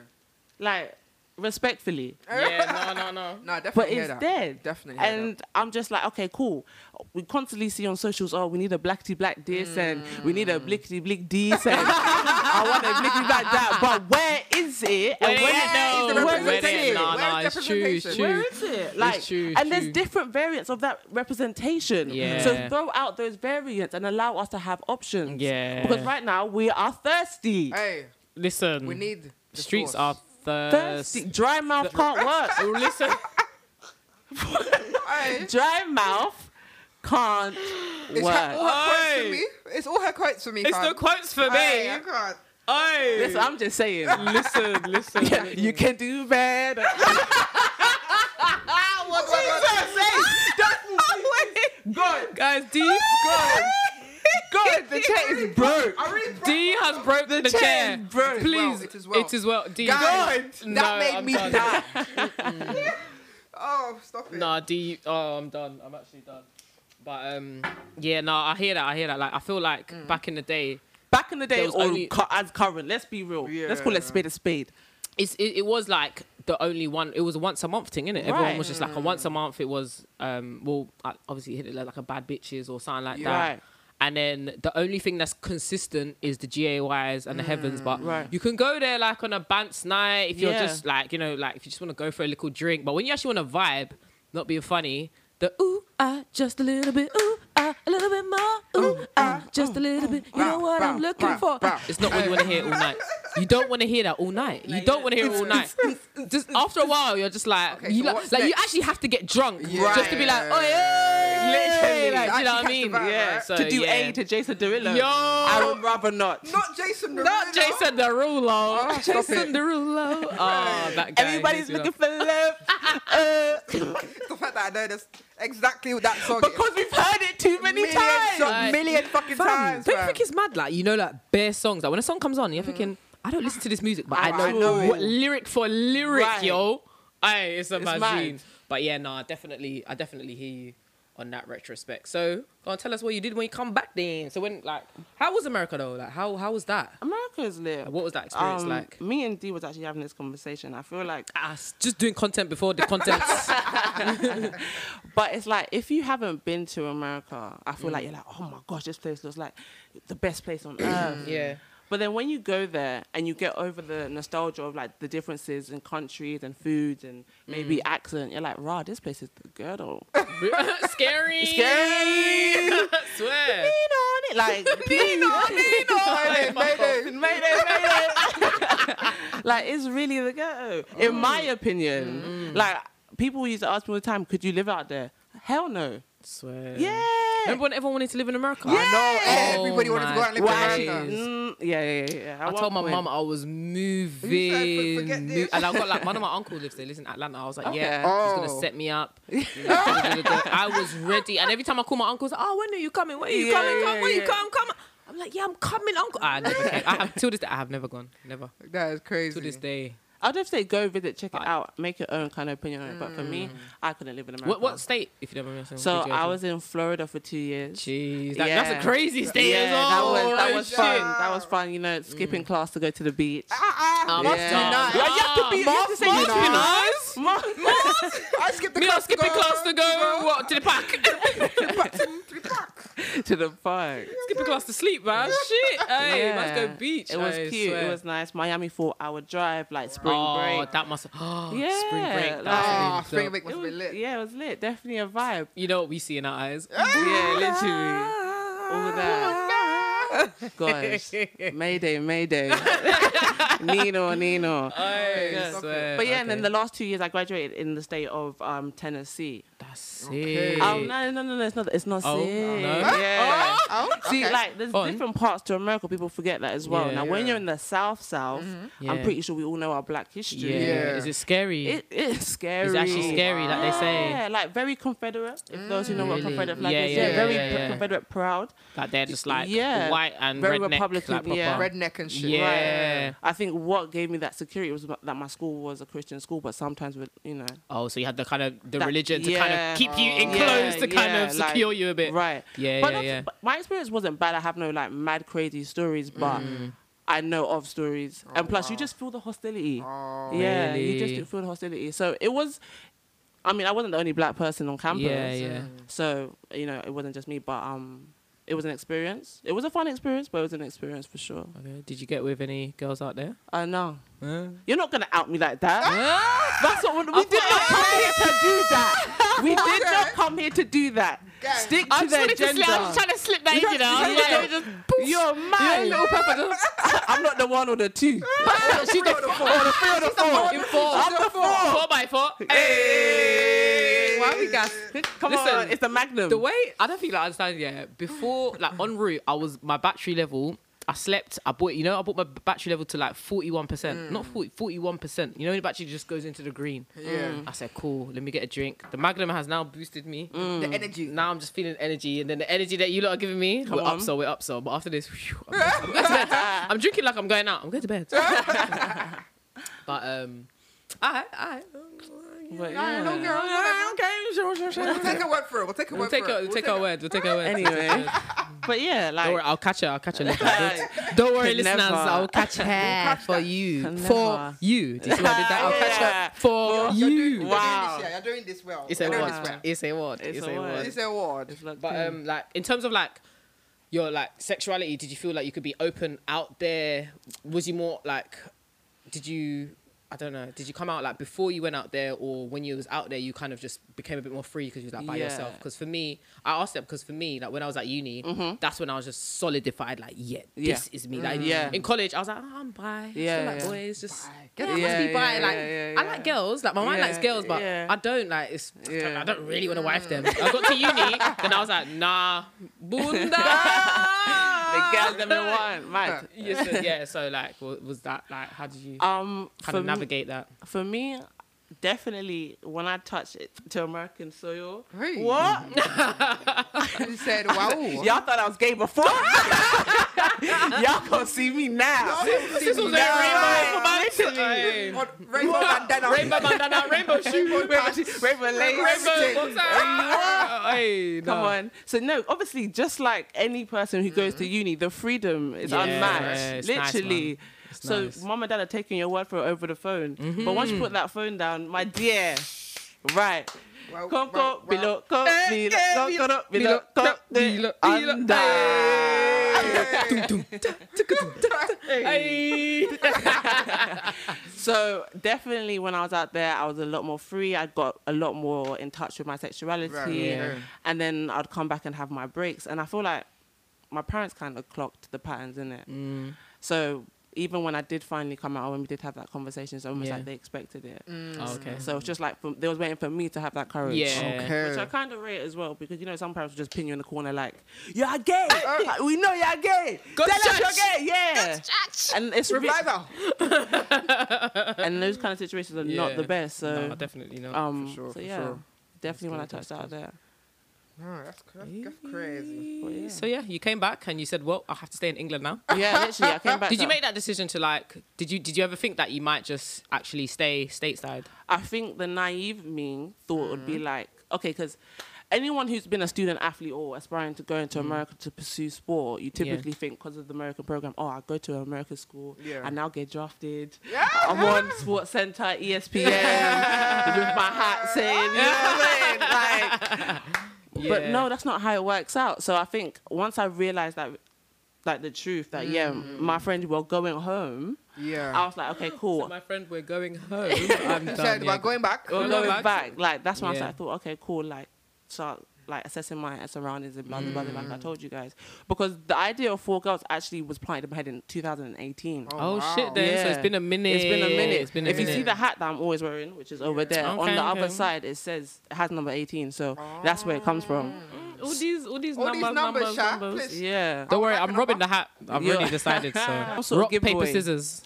Speaker 3: like respectfully,
Speaker 1: yeah, no, no, no.
Speaker 2: No, I definitely
Speaker 3: but
Speaker 2: hear
Speaker 3: it's
Speaker 2: that.
Speaker 3: dead.
Speaker 2: Definitely. hear
Speaker 3: And I'm just like, okay, cool. We constantly see on socials, oh, we need a blackty black this and we need a blickety blick this and I want a blickety black that. But where is it?
Speaker 1: Where
Speaker 3: And when
Speaker 1: is
Speaker 2: it though?
Speaker 3: it- where
Speaker 2: Where
Speaker 3: is
Speaker 2: it?
Speaker 3: it?
Speaker 1: No,
Speaker 2: Where
Speaker 1: no,
Speaker 2: is
Speaker 1: it's true, it's
Speaker 2: representation?
Speaker 1: true.
Speaker 3: Where is it? Like,
Speaker 1: true,
Speaker 3: and there's
Speaker 1: true.
Speaker 3: different variants of that representation.
Speaker 1: Yeah.
Speaker 3: So throw out those variants and allow us to have options.
Speaker 1: Yeah.
Speaker 3: Because right now we are thirsty.
Speaker 2: that. Hey,
Speaker 1: Listen,
Speaker 2: we need the
Speaker 1: Mm. streets
Speaker 2: source.
Speaker 1: are thirsty.
Speaker 3: Thirsty. Dry mouth can't work.
Speaker 1: Listen,
Speaker 2: Hey,
Speaker 3: Dry mouth can't
Speaker 2: it's
Speaker 3: work.
Speaker 2: her, all her quotes
Speaker 1: Oi.
Speaker 2: for me. It's all her quotes for me.
Speaker 1: it's
Speaker 2: fam.
Speaker 1: no quotes for
Speaker 2: Hey, I
Speaker 1: me.
Speaker 2: can't.
Speaker 1: Oi.
Speaker 3: Listen, I'm just saying.
Speaker 1: listen, listen.
Speaker 3: Yeah, you can do better.
Speaker 2: What was that?
Speaker 3: Oh, God,
Speaker 1: Guys, D,
Speaker 3: God, the chair is broke.
Speaker 2: I really pro-
Speaker 1: D has broke the,
Speaker 3: chair
Speaker 1: chair.
Speaker 3: is broke.
Speaker 1: Please,
Speaker 2: It is well, it is well.
Speaker 1: D,
Speaker 2: God, that
Speaker 1: No,
Speaker 2: made
Speaker 1: I'm
Speaker 2: me
Speaker 1: done. Mm.
Speaker 2: die. oh, stop it.
Speaker 1: Nah, D. Oh, I'm done. I'm actually done. But um, yeah, no, I hear that. I hear that. Like, I feel like back in the day,
Speaker 3: Back in the day,
Speaker 1: There was
Speaker 3: or
Speaker 1: only-
Speaker 3: cu- as current, let's be real. Let's call
Speaker 2: Yeah.
Speaker 3: it spade a spade.
Speaker 1: it's it, it was like the only one. It was a once a month thing, innit? Everyone
Speaker 3: Right.
Speaker 1: was just like a once a month. It was um, well, I- obviously hit it like, like a bad bitches or something like
Speaker 2: Yeah.
Speaker 1: that.
Speaker 3: Right.
Speaker 1: And then the only thing that's consistent is the GAYs and the heavens, but
Speaker 3: Mm, Right.
Speaker 1: you can go there like on a bounce night if you're
Speaker 3: Yeah.
Speaker 1: just like you know like if you just want to go for a little drink. But when you actually want to vibe, not being funny, the ooh ah just a little bit ooh ah a little
Speaker 3: Oh,
Speaker 1: bit more ooh ah just a little bit. You know
Speaker 2: Bow,
Speaker 1: what I'm
Speaker 2: bow,
Speaker 1: looking
Speaker 2: bow,
Speaker 1: for.
Speaker 2: bow.
Speaker 1: It's not what you want to hear all night. You don't want to hear that all night. You
Speaker 4: Like,
Speaker 1: don't
Speaker 4: yeah.
Speaker 1: want to hear it all night. Just after a while, you're just like,
Speaker 2: Okay,
Speaker 1: you
Speaker 2: so
Speaker 1: like-
Speaker 2: what's
Speaker 1: like you
Speaker 2: next?
Speaker 1: actually have to get drunk just to be like,
Speaker 2: Yeah.
Speaker 1: oh yeah, like,
Speaker 3: Literally.
Speaker 1: do you
Speaker 2: Actually
Speaker 1: know
Speaker 2: catch
Speaker 1: what I
Speaker 2: the
Speaker 1: mean?
Speaker 2: vibe,
Speaker 1: Yeah.
Speaker 2: right?
Speaker 1: So,
Speaker 3: to do
Speaker 1: yeah.
Speaker 3: A to Jason Derulo.
Speaker 1: Yo.
Speaker 3: I would rather not.
Speaker 2: Not Jason.
Speaker 1: Not
Speaker 2: Derulo.
Speaker 1: Jason Derulo.
Speaker 2: Oh, stop
Speaker 1: Jason Derulo. Oh, that guy.
Speaker 3: Everybody's
Speaker 1: He's, you know,
Speaker 3: looking for love uh,
Speaker 2: The fact that I know this exactly what that song.
Speaker 3: because we've heard it too many
Speaker 2: Million
Speaker 3: times.
Speaker 2: so-
Speaker 1: Like,
Speaker 2: million fucking
Speaker 1: Fam,
Speaker 2: times.
Speaker 1: Don't you
Speaker 2: fam.
Speaker 1: think it's mad? Like you know, like bare songs. Like when a song comes on, you're
Speaker 3: Mm.
Speaker 1: thinking, I don't listen to this music,
Speaker 3: Oh,
Speaker 1: but I,
Speaker 2: I
Speaker 1: know,
Speaker 2: know
Speaker 1: what
Speaker 2: it.
Speaker 1: lyric for lyric,
Speaker 3: Right.
Speaker 1: yo. Aye, it's a
Speaker 3: It's
Speaker 1: magazine.
Speaker 3: mad.
Speaker 1: But yeah, nah, definitely, I definitely hear you on that retrospect. So go on, tell us what you did when you come back then. So when like, how was America though? Like how how was that?
Speaker 3: America's lit.
Speaker 1: Like, what was that experience
Speaker 3: Um,
Speaker 1: like?
Speaker 3: Me and D was actually having this conversation. I feel like,
Speaker 1: Ah, s- just doing content before the content.
Speaker 3: but it's like if you haven't been to America, I feel like
Speaker 1: Mm.
Speaker 3: you're like, oh my gosh, this place looks like the best place on earth.
Speaker 1: yeah.
Speaker 3: But then when you go there and you get over the nostalgia of like the differences in countries and foods and
Speaker 1: Mm.
Speaker 3: maybe accent, you're like, rah, this place is the girdle. Lean
Speaker 1: Scary.
Speaker 3: Scary.
Speaker 1: Swear.
Speaker 3: on it, like lean on, lean
Speaker 2: Mayday, mayday.
Speaker 3: Made it, made it. like it's really the ghetto,
Speaker 1: Oh.
Speaker 3: in my opinion.
Speaker 1: Mm.
Speaker 3: Like people used to ask me all the time, could you live out there? Hell no.
Speaker 1: Swear.
Speaker 3: Yeah.
Speaker 1: Remember when everyone wanted to live in America?
Speaker 2: I know
Speaker 1: Yeah.
Speaker 2: everybody wanted to
Speaker 1: Oh
Speaker 2: go out and live
Speaker 1: my
Speaker 3: Well,
Speaker 2: in
Speaker 3: actually,
Speaker 2: America.
Speaker 1: days.
Speaker 3: mm, yeah, yeah, yeah, yeah. At
Speaker 1: I
Speaker 3: one
Speaker 1: told my
Speaker 3: point-
Speaker 1: mum I was moving,
Speaker 2: You said, "For- forget this."
Speaker 1: and I got like one of my uncle lives. They lives in Atlanta. I was like, yeah,
Speaker 2: Okay.
Speaker 1: she's
Speaker 2: Oh.
Speaker 1: gonna set me up. I was ready, and every time I call my uncle, he's like, oh, when are you coming? When are you
Speaker 3: Yeah,
Speaker 1: coming?
Speaker 3: yeah,
Speaker 1: Come, when you
Speaker 3: yeah.
Speaker 1: come? Come. I'm like, yeah, I'm coming, uncle. I never came. I have till this day. I have never gone. Never
Speaker 2: That is
Speaker 1: to
Speaker 2: crazy.
Speaker 1: this day.
Speaker 3: I'd just say go visit, check it
Speaker 1: Right.
Speaker 3: out, make your own kind of opinion on it. But for me, I couldn't live in America.
Speaker 1: Mm. What what state? If you never mind me asking,
Speaker 3: So
Speaker 1: did you
Speaker 3: I
Speaker 1: actually-
Speaker 3: was in Florida for two years.
Speaker 1: Jeez, that,
Speaker 3: Yeah.
Speaker 1: that's a crazy state
Speaker 3: yeah,
Speaker 1: as well.
Speaker 3: that was, that was
Speaker 1: Oh, shit. Mm.
Speaker 3: fun. That was fun. You know, skipping class to go to the beach.
Speaker 2: Ah, ah,
Speaker 1: Um,
Speaker 2: must
Speaker 3: yeah.
Speaker 2: be nice.
Speaker 1: Yeah.
Speaker 3: Like, you have to be. You have to say
Speaker 2: Must
Speaker 3: you
Speaker 2: be
Speaker 3: know.
Speaker 1: nice.
Speaker 2: I skipped the
Speaker 1: Me
Speaker 2: class
Speaker 1: not skipping
Speaker 2: to go,
Speaker 1: class to go what, to the park.
Speaker 2: Back to to the park.
Speaker 3: to the park.
Speaker 1: skipping class to sleep, man. Shit, hey,
Speaker 3: Yeah.
Speaker 1: must go beach.
Speaker 3: It was
Speaker 1: I
Speaker 3: cute.
Speaker 1: swear.
Speaker 3: It was nice. Miami four hour drive, like spring
Speaker 1: oh,
Speaker 3: break.
Speaker 1: that must. Oh,
Speaker 3: Yeah,
Speaker 1: spring break. That
Speaker 2: Ah,
Speaker 1: was really
Speaker 2: spring
Speaker 1: dope.
Speaker 2: break must
Speaker 3: It
Speaker 2: have
Speaker 3: was-
Speaker 2: been lit.
Speaker 3: Yeah, it was lit. Definitely a vibe.
Speaker 1: You know what we see in our eyes.
Speaker 3: yeah, literally. All that.
Speaker 2: Oh
Speaker 3: Gosh. Mayday, Mayday. Nino, Nino.
Speaker 1: I
Speaker 2: Yeah.
Speaker 1: swear.
Speaker 3: But yeah, and then
Speaker 1: Oh, okay.
Speaker 3: the last two years I graduated in the state of um, Tennessee.
Speaker 1: That's
Speaker 2: Okay.
Speaker 1: it.
Speaker 3: Oh no, no, no, no, it's not. It's not
Speaker 1: Oh,
Speaker 3: sick.
Speaker 1: no?
Speaker 3: Yeah.
Speaker 2: Oh,
Speaker 3: See,
Speaker 2: okay.
Speaker 3: like there's
Speaker 1: Fun.
Speaker 3: different parts to America. People forget that as well.
Speaker 1: Yeah.
Speaker 3: now, when
Speaker 2: Yeah.
Speaker 3: you're in the South, South, I'm
Speaker 2: Mm-hmm.
Speaker 1: Yeah.
Speaker 3: pretty sure we all know our Black
Speaker 1: yeah.
Speaker 3: history.
Speaker 2: Yeah.
Speaker 1: Is it scary?
Speaker 3: It is scary.
Speaker 1: It's actually scary, like they say.
Speaker 3: Yeah, like very Confederate. If those who know
Speaker 1: Really?
Speaker 3: what Confederate flag
Speaker 1: Yeah,
Speaker 3: is,
Speaker 1: yeah,
Speaker 3: yeah,
Speaker 1: yeah,
Speaker 3: very
Speaker 1: yeah,
Speaker 3: pr-
Speaker 1: yeah.
Speaker 3: Confederate proud.
Speaker 1: Like they're just like
Speaker 3: Yeah.
Speaker 1: white and
Speaker 3: Very
Speaker 1: redneck,
Speaker 3: Republican,
Speaker 1: like, proper.
Speaker 3: yeah.
Speaker 2: Redneck and shit.
Speaker 1: Yeah.
Speaker 3: Right. I think what gave me that security was that my school was a Christian school, but sometimes with you know.
Speaker 1: Oh, so you had the kind of the
Speaker 3: That-
Speaker 1: religion to kind
Speaker 3: yeah.
Speaker 1: of keep you
Speaker 2: Oh.
Speaker 1: enclosed to
Speaker 3: Yeah,
Speaker 1: kind of
Speaker 3: yeah, like-
Speaker 1: secure you a bit.
Speaker 3: Right.
Speaker 1: Yeah,
Speaker 3: But
Speaker 1: yeah,
Speaker 3: that's-
Speaker 1: yeah.
Speaker 3: but my experience wasn't bad. I have no like mad crazy stories, but
Speaker 1: Mm.
Speaker 3: I know of stories. and plus, you just feel the hostility.
Speaker 2: Oh.
Speaker 3: yeah, you
Speaker 1: Really?
Speaker 3: just feel the hostility. So it was. I mean, I wasn't the only black person on campus.
Speaker 1: Yeah, yeah.
Speaker 3: So you know, it wasn't just me, but um, it was an experience. It was a fun experience, but it was an experience for sure.
Speaker 1: Okay. Did you get with any girls out there?
Speaker 3: I know.
Speaker 1: Huh?
Speaker 3: You're not gonna out me like that. That's what we, we did not come here to do that. We did not come here to do that.
Speaker 2: Guys,
Speaker 3: Stick to their gender.
Speaker 1: to slip that
Speaker 3: You know, like, You're mine. I'm not the one or the two.
Speaker 1: She's the four.
Speaker 3: Or the three or the four.
Speaker 1: In four.
Speaker 3: I'm the four.
Speaker 1: Four by four.
Speaker 3: Hey. Why we gas? Come
Speaker 1: Listen,
Speaker 3: on, it's the magnum.
Speaker 1: The way I don't think like, I understand. Yeah, before like en route, I was my battery level. I slept. I bought you know I bought my b- battery level to like forty one percent, not 41 percent. You know when the battery just goes into the green.
Speaker 2: Yeah.
Speaker 1: I said cool. Let me get a drink. The Magnum has now boosted me.
Speaker 2: The energy.
Speaker 1: Now I'm just feeling energy, and then the energy that you lot are giving me, we're
Speaker 3: on.
Speaker 1: up so we're up so. But after this, phew, I'm, going- I'm going to bed. I'm drinking like I'm going out. I'm going to bed. but um, I I.
Speaker 3: But
Speaker 2: I
Speaker 3: yeah.
Speaker 2: don't care. We'll take a word for it. We'll take a word
Speaker 1: We'll take
Speaker 2: for
Speaker 1: her.
Speaker 2: it.
Speaker 1: We'll take her word. We'll take her word.
Speaker 3: Anyway. But yeah, like
Speaker 1: Don't worry, I'll catch her. I'll catch her later. Don't, don't worry,
Speaker 3: Could
Speaker 1: listeners.
Speaker 3: never.
Speaker 1: I'll catch her for you.
Speaker 3: Could
Speaker 1: For
Speaker 3: never.
Speaker 1: you. Do you see what I did that? I'll catch
Speaker 3: Yeah.
Speaker 1: her for
Speaker 2: You're doing,
Speaker 1: you.
Speaker 2: you're doing
Speaker 3: Wow.
Speaker 2: this, yeah. You're doing this well.
Speaker 1: It's a
Speaker 2: You're doing
Speaker 1: word.
Speaker 2: this well.
Speaker 1: It's a word.
Speaker 3: It's
Speaker 1: It's
Speaker 3: a
Speaker 1: a
Speaker 3: word.
Speaker 1: word.
Speaker 2: It's a word.
Speaker 3: it's like-
Speaker 1: But um, like in terms of like your like sexuality, did you feel like you could be open out there? Was you more like, did you I don't know. Did you come out like before you went out there, or when you was out there, you kind of just became a bit more free because you was like by
Speaker 3: Yeah.
Speaker 1: yourself? Because for me, I asked that because for me, like when I was at uni, that's when I was just solidified. Like, yeah,
Speaker 3: Mm-hmm. Yeah.
Speaker 1: this is me. Like,
Speaker 3: Yeah.
Speaker 1: in college, I was like, oh, I'm bi.
Speaker 3: Yeah,
Speaker 1: Yeah, like
Speaker 3: yeah.
Speaker 1: boys, just
Speaker 2: Bi.
Speaker 1: yeah, I
Speaker 3: Yeah,
Speaker 1: must be bi.
Speaker 3: yeah,
Speaker 1: like,
Speaker 3: yeah,
Speaker 1: I
Speaker 3: yeah.
Speaker 1: like girls. Like, my mind
Speaker 3: Yeah.
Speaker 1: likes girls, but
Speaker 3: Yeah.
Speaker 1: I don't like. It's
Speaker 3: Yeah.
Speaker 1: I don't really want to wife them. I got to uni, then I was like, nah,
Speaker 3: the
Speaker 1: bunda.
Speaker 2: Ah.
Speaker 3: girls that we want, mad.
Speaker 1: yeah, so, yeah, so like, wa- was that like? How did you
Speaker 3: Um,
Speaker 1: kind
Speaker 3: for
Speaker 1: of
Speaker 3: me-
Speaker 1: navigate that?
Speaker 3: For me, definitely when I touch it to American soil.
Speaker 2: Hey.
Speaker 3: What?
Speaker 2: You said, wow.
Speaker 3: Y'all thought I was gay before? Y'all gonna see me now.
Speaker 1: This was a
Speaker 3: Yeah.
Speaker 1: rainbow
Speaker 2: On
Speaker 1: bandana.
Speaker 2: Rainbow bandana.
Speaker 1: Rainbow bandana, rainbow shoe,
Speaker 2: Rainbow
Speaker 3: Rainbow,
Speaker 2: patch.
Speaker 3: rainbow lace.
Speaker 1: rainbow
Speaker 2: Lipstick.
Speaker 1: boxer. Hey,
Speaker 3: Come
Speaker 1: no.
Speaker 3: on. So no, obviously, just like any person who goes to uni, the freedom is
Speaker 1: Mm-hmm. Yeah,
Speaker 3: unmatched.
Speaker 1: it's nice,
Speaker 3: Literally.
Speaker 1: man. It's
Speaker 3: so
Speaker 1: nice. Mm-hmm.
Speaker 3: mom and dad are taking your word for it over the phone. But once you put that phone down, my dear, right.
Speaker 2: Wow, wow,
Speaker 3: Coco,
Speaker 2: wow.
Speaker 3: below, co,
Speaker 1: Eh,
Speaker 3: below,
Speaker 1: eh,
Speaker 3: co,
Speaker 1: below,
Speaker 3: co, below, co,
Speaker 1: below,
Speaker 3: below,
Speaker 1: below,
Speaker 3: under.
Speaker 2: Hey.
Speaker 1: Hey.
Speaker 3: So definitely, when I was out there, I was a lot more free. I got a lot more in touch with my sexuality,
Speaker 2: Right,
Speaker 1: yeah.
Speaker 3: and then I'd come back and have my breaks. And I feel like my parents kind of clocked the patterns in it.
Speaker 1: Mm.
Speaker 3: So even when I did finally come out, when we did have that conversation, it's almost
Speaker 1: Yeah.
Speaker 3: like they expected it.
Speaker 1: Oh, okay.
Speaker 3: So it's just like for, they was waiting for me to have that courage.
Speaker 1: Yeah.
Speaker 3: Which I
Speaker 2: Okay.
Speaker 3: kind of rate as well because you know some parents will just pin you in the corner like you're gay. Like, we know you're gay.
Speaker 1: Go
Speaker 3: Tell us
Speaker 1: church.
Speaker 3: you're gay. Yeah. And it's re-
Speaker 2: Revival.
Speaker 3: and those kind of situations are not
Speaker 1: Yeah.
Speaker 3: the best. So
Speaker 1: No, definitely not.
Speaker 3: um,
Speaker 2: sure,
Speaker 3: so
Speaker 2: for
Speaker 3: yeah,
Speaker 2: sure.
Speaker 3: definitely when I
Speaker 1: That's
Speaker 3: touched
Speaker 1: good,
Speaker 3: out there.
Speaker 2: No, that's, that's, that's crazy.
Speaker 3: Well, yeah.
Speaker 1: So yeah, you came back and you said, "Well, I have to stay in England now."
Speaker 3: yeah, literally, I came back.
Speaker 1: Did you
Speaker 3: to-
Speaker 1: make that decision to like? Did you did you ever think that you might just actually stay stateside?
Speaker 3: I think the naive me thought it would be like, okay, because anyone who's been a student athlete or aspiring to go into America to pursue sport, you typically think because of the American program, oh, I go to an American school,
Speaker 2: Yeah.
Speaker 3: I now get drafted,
Speaker 2: Yeah.
Speaker 3: I'm on Sports Center, E ESPN, with my hat saying, you know what I'm saying? Like, But
Speaker 1: Yeah.
Speaker 3: no, that's not how it works out. So I think once I realized that, like the truth, that yeah, my friends were going home,
Speaker 2: Yeah.
Speaker 3: I was like, okay, cool.
Speaker 1: My friend, we're going home. I'm
Speaker 2: You said
Speaker 1: done.
Speaker 2: about going back.
Speaker 3: Well,
Speaker 1: Going
Speaker 3: going
Speaker 1: back.
Speaker 3: back, like that's when I
Speaker 1: Yeah.
Speaker 3: started- I thought, okay, cool, like start like assessing my surroundings and blah blah blah, like I told you guys, because the idea of four girls actually was planted in my head in 2018.
Speaker 1: Oh,
Speaker 2: wow.
Speaker 1: shit! Then so it's
Speaker 3: Yeah.
Speaker 1: been a minute.
Speaker 3: It's been a minute.
Speaker 1: It's been a
Speaker 3: if
Speaker 1: minute.
Speaker 3: you see the hat that I'm always wearing, which is over there, on
Speaker 1: Okay,
Speaker 3: the other
Speaker 1: okay.
Speaker 3: side it says it has number 18, so that's where it comes from.
Speaker 1: all these all these
Speaker 2: All
Speaker 1: numbers,
Speaker 2: these numbers,
Speaker 1: numbers,
Speaker 2: Sha,
Speaker 1: numbers.
Speaker 2: please.
Speaker 3: Yeah.
Speaker 1: Don't worry,
Speaker 2: Back
Speaker 1: I'm
Speaker 2: and
Speaker 1: robbing
Speaker 2: over.
Speaker 1: the hat. I've
Speaker 3: Yeah.
Speaker 1: already decided. So,
Speaker 3: Also,
Speaker 1: rock, paper,
Speaker 3: giveaway.
Speaker 1: scissors.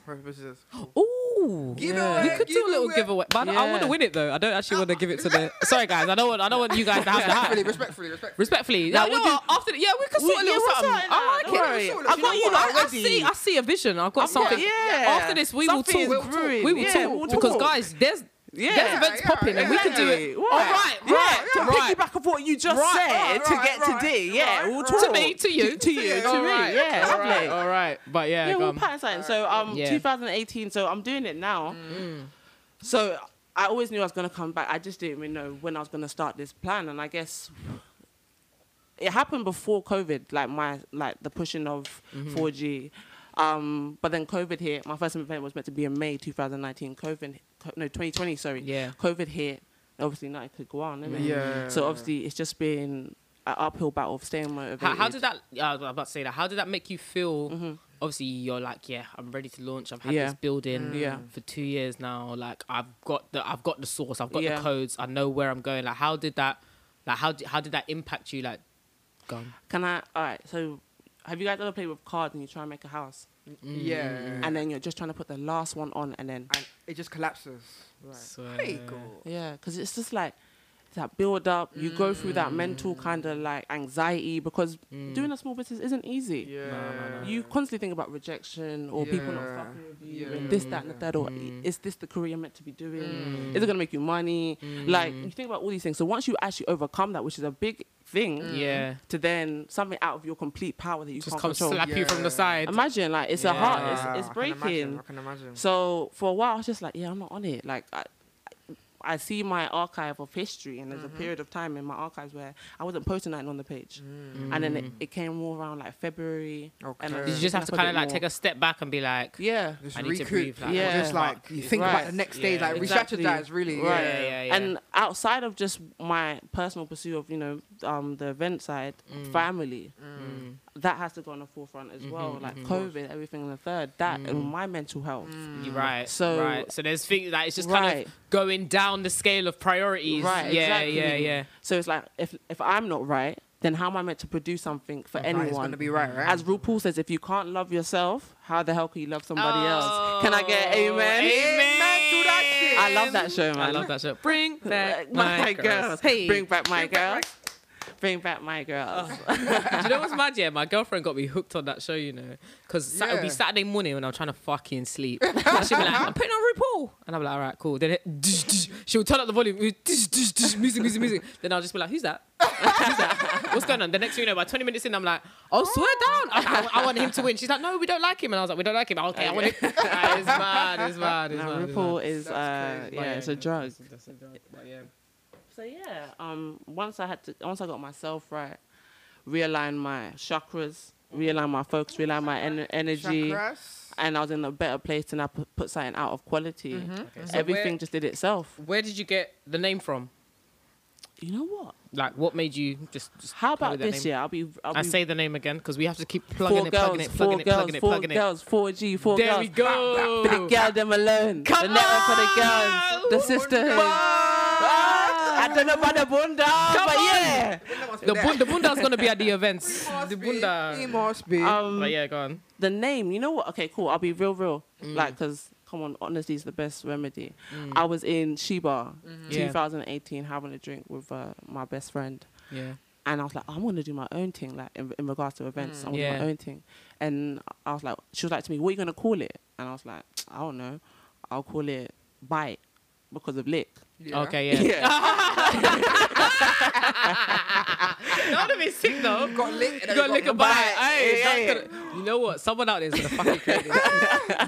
Speaker 2: Oh,
Speaker 1: Ooh,
Speaker 2: Giveaway,
Speaker 1: you could do a little
Speaker 2: giveaway.
Speaker 1: giveaway, but I- I want
Speaker 3: Yeah.
Speaker 1: to win it though. I don't actually want to give it to the. Sorry, guys, I don't want. I don't want you guys to have the
Speaker 2: Respectfully,
Speaker 1: hat.
Speaker 2: respectfully, respectfully.
Speaker 1: Respectfully,
Speaker 3: Now,
Speaker 1: no,
Speaker 3: we'll
Speaker 1: no, After the, yeah, we could
Speaker 3: We-
Speaker 1: sort a little
Speaker 3: yeah, we'll
Speaker 1: something.
Speaker 3: sort it out.
Speaker 1: I like
Speaker 3: Don't
Speaker 1: it.
Speaker 3: worry.
Speaker 2: We'll sort it.
Speaker 3: I've
Speaker 2: You
Speaker 3: got
Speaker 2: know
Speaker 3: you
Speaker 2: what?
Speaker 3: lot
Speaker 1: I, I see.
Speaker 3: already.
Speaker 1: I see a vision. I've got something.
Speaker 3: yeah.
Speaker 1: After this, we
Speaker 3: Something
Speaker 1: will
Speaker 3: is
Speaker 1: talk.
Speaker 3: brewing.
Speaker 1: We will
Speaker 3: Yeah,
Speaker 1: talk
Speaker 3: we'll
Speaker 1: because,
Speaker 3: talk.
Speaker 1: guys, there's
Speaker 3: Yeah.
Speaker 1: there's events
Speaker 2: Yeah,
Speaker 1: popping, and we can do it.
Speaker 3: Exactly.
Speaker 1: All right,
Speaker 3: Yeah.
Speaker 1: right,
Speaker 3: To
Speaker 1: right.
Speaker 3: piggyback off what you just
Speaker 1: Right.
Speaker 3: said
Speaker 2: Right,
Speaker 3: to get
Speaker 2: right,
Speaker 3: to today, yeah,
Speaker 2: right,
Speaker 3: we'll
Speaker 2: right.
Speaker 3: talk
Speaker 1: To me, to you,
Speaker 3: to you,
Speaker 2: you.
Speaker 3: to
Speaker 1: All
Speaker 3: me,
Speaker 1: right,
Speaker 3: yeah,
Speaker 1: all
Speaker 3: lovely.
Speaker 1: right, all right. But yeah,
Speaker 3: yeah,
Speaker 1: go
Speaker 3: we'll
Speaker 1: on.
Speaker 3: pattern something. So um,
Speaker 1: Yeah.
Speaker 3: 2018. So I'm doing it now. So I always knew I was gonna come back. I just didn't really know when I was gonna start this plan. And I guess it happened before COVID. Like my like the pushing of 4G. Um, but then COVID hit. My first event was meant to be in May 2019. COVID, co- no 2020. Sorry.
Speaker 1: Yeah.
Speaker 3: COVID hit. Obviously, nothing could go on. innit?
Speaker 2: Yeah.
Speaker 3: So obviously, it's just been an uphill battle of staying motivated.
Speaker 1: How, how did that? Yeah, I was about to say that. How did that make you feel? Obviously, you're like, yeah, I'm ready to launch. I've had
Speaker 3: Yeah.
Speaker 1: this building
Speaker 3: Mm. Yeah.
Speaker 1: for two years now. Like, I've got the, I've got the source. I've got
Speaker 3: Yeah.
Speaker 1: the codes. I know where I'm going. Like, how did that? Like, how did how did that impact you? Like, gone.
Speaker 3: Can I? All right. So, have you guys ever played with cards and you try and make a house,
Speaker 2: Mm.
Speaker 1: Mm.
Speaker 2: Yeah.
Speaker 3: and then you're just trying to put the last one on, and then
Speaker 2: And it just collapses. Right.
Speaker 1: Swear.
Speaker 2: There you go.
Speaker 3: yeah, because it's just like that build up. You go through that mental
Speaker 1: Mm.
Speaker 3: kind of like anxiety because doing a small business isn't easy.
Speaker 2: Yeah.
Speaker 3: You constantly think about rejection or people not
Speaker 2: Yeah.
Speaker 3: fucking with you,
Speaker 2: Yeah.
Speaker 3: and this, that, and the third. Or
Speaker 1: Mm.
Speaker 3: is this the career you're meant to be doing? Is it gonna make you money?
Speaker 1: Mm.
Speaker 3: Like you think about all these things. So once you actually overcome that, which is a big thing,
Speaker 1: Yeah.
Speaker 3: to then something out of your complete power that you
Speaker 1: Just
Speaker 3: can't
Speaker 1: come
Speaker 3: control.
Speaker 1: slap you from the
Speaker 2: Yeah.
Speaker 1: side.
Speaker 3: Imagine, like, it's a
Speaker 1: Yeah.
Speaker 3: heart, it's,
Speaker 2: I
Speaker 3: it's
Speaker 2: can imagine,
Speaker 3: breaking.
Speaker 2: I can imagine.
Speaker 3: So for a while, I was just like, yeah, I'm not on it. Like, I, I see my archive of history, and there's
Speaker 1: Mm-hmm.
Speaker 3: a period of time in my archives where I wasn't posting that on the page,
Speaker 1: Mm.
Speaker 3: and then it, it came more around like February. mm. and
Speaker 2: Okay.
Speaker 1: You just have to kind of like take a step back and be like,
Speaker 3: yeah.
Speaker 2: Just
Speaker 1: I need to
Speaker 2: recoup.
Speaker 1: breathe, like,
Speaker 2: yeah.
Speaker 3: Yeah.
Speaker 2: Just like you think about
Speaker 3: Right.
Speaker 2: the next day,
Speaker 1: Yeah.
Speaker 2: like
Speaker 3: Exactly.
Speaker 2: re-strategize really.
Speaker 3: Right.
Speaker 2: Yeah.
Speaker 1: Yeah, yeah, yeah.
Speaker 3: And outside of just my personal pursuit of, you know, um, the event side,
Speaker 1: Mm.
Speaker 3: family,
Speaker 2: Mm.
Speaker 3: that has to go on the forefront as well.
Speaker 1: Mm-hmm,
Speaker 3: Like COVID, everything in the third, that and
Speaker 1: Mm.
Speaker 3: my mental health.
Speaker 1: You're right. So
Speaker 3: So-
Speaker 1: right. So there's things that it's Mm. just kind
Speaker 3: Right.
Speaker 1: of going down the scale of priorities.
Speaker 3: Right,
Speaker 1: Yeah,
Speaker 3: exactly.
Speaker 1: yeah, yeah.
Speaker 3: So it's like, if, if I'm not right, then how am I meant to produce something for
Speaker 2: Right, it's
Speaker 3: anyone?
Speaker 2: gonna be right, right?
Speaker 3: As RuPaul says, if you can't love yourself, how the hell can you love somebody else? Can I get
Speaker 1: Oh,
Speaker 3: amen?
Speaker 1: Amen to that shit.
Speaker 3: I love that show, man.
Speaker 1: I love that show. Bring back
Speaker 3: my,
Speaker 1: my,
Speaker 3: girls.
Speaker 1: girls. Hey,
Speaker 3: Bring back my girls. Bring back my girls.
Speaker 1: Oh, do you know what's mad? Yeah, my girlfriend got me hooked on that show. You know, because it'll be
Speaker 2: Yeah.
Speaker 1: Saturday morning when I'm trying to fucking sleep. She'll be like, "I'm putting on RuPaul," and I'm like, "All right, cool." Then it, she'll turn up the volume, music, music, music. Then I'll just be like, "Who's that? Who's that? What's going on?" The next thing you know, by 20 minutes in, I'm like, "Oh, swear down! I, I, I want him to win." She's like, "No, we don't like him," and I was like, "We don't like him." Okay, I want him. it's mad. It's mad. It's
Speaker 3: Now,
Speaker 1: mad. It's mad.
Speaker 3: RuPaul is, uh,
Speaker 1: But
Speaker 3: yeah, it's a drug.
Speaker 1: That's a drug. But yeah.
Speaker 3: So yeah, um, once I had to, once I got myself right, realign my chakras, realign my focus, realign my en- energy,
Speaker 2: Chakras.
Speaker 3: and I was in a better place, and I pu- put something out of quality.
Speaker 1: Okay, so
Speaker 3: Everything
Speaker 1: where-
Speaker 3: just did itself.
Speaker 1: Where did you get the name from?
Speaker 3: You know what?
Speaker 1: Like, what made you just? just
Speaker 3: How
Speaker 1: play
Speaker 3: about
Speaker 1: with that
Speaker 3: this
Speaker 1: name?
Speaker 3: year? I'll be. I'll
Speaker 1: I
Speaker 3: be
Speaker 1: say the name again because we have to keep plugging
Speaker 3: four
Speaker 1: it,
Speaker 3: girls,
Speaker 1: plugging it,
Speaker 3: four
Speaker 1: plugging it,
Speaker 3: girls,
Speaker 1: plugging it,
Speaker 3: four
Speaker 1: plugging it.
Speaker 3: girls, four G, four
Speaker 1: There
Speaker 3: girls.
Speaker 1: we go.
Speaker 3: For the girl them alone.
Speaker 1: Come
Speaker 3: the network for the
Speaker 1: on.
Speaker 3: girls. The sisterhood. Ah, I don't know about the bunda, but
Speaker 1: on.
Speaker 3: yeah.
Speaker 1: The, bun- the bunda's gonna be at the events. the Oh,
Speaker 2: He
Speaker 1: bunda.
Speaker 2: must be.
Speaker 3: Um,
Speaker 1: But yeah, Mm. go on.
Speaker 3: the name, you know what? Okay, cool. I'll be real, real. Like 'cause Like, cause come on, honesty is the best remedy. I was in Sheba,
Speaker 1: Mm. Mm-hmm. Yeah.
Speaker 3: 2018, having a drink with uh, my best friend,
Speaker 1: Yeah.
Speaker 3: and I was like, "Oh, I'm gonna do my own thing, like in, in regards to events, I'm gonna do
Speaker 1: Mm, Yeah.
Speaker 3: my own thing. And I was like, she was like to me, what are you gonna call it? And I was like, I don't know. I'll call it bite because of lick.
Speaker 2: Yeah.
Speaker 1: Okay, yeah. that would have been sick though.
Speaker 2: You got lick.
Speaker 1: You gotta lick a bite.
Speaker 3: bite.
Speaker 1: Hey,
Speaker 3: Yeah,
Speaker 1: that's gonna- You know what? Someone out there's gonna fucking create this.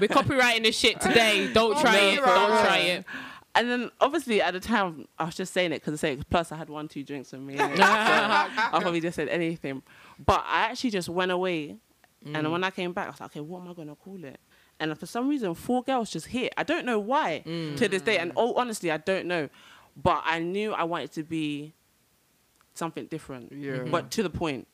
Speaker 1: We're copywriting this shit today. Don't try it.
Speaker 2: Copyright.
Speaker 1: Don't try it.
Speaker 3: And then obviously at the time I was just saying it because I say plus I had one two drinks with me. so I probably just said anything, but I actually just went away, and
Speaker 1: Mm.
Speaker 3: when I came back I was like, okay, what am I gonna call it? And for some reason, four girls just hit. I don't know why
Speaker 1: Mm.
Speaker 3: to this day, and oh, honestly, I don't know, but I knew I wanted to be something different,
Speaker 2: Yeah. Mhm.
Speaker 3: but to the point.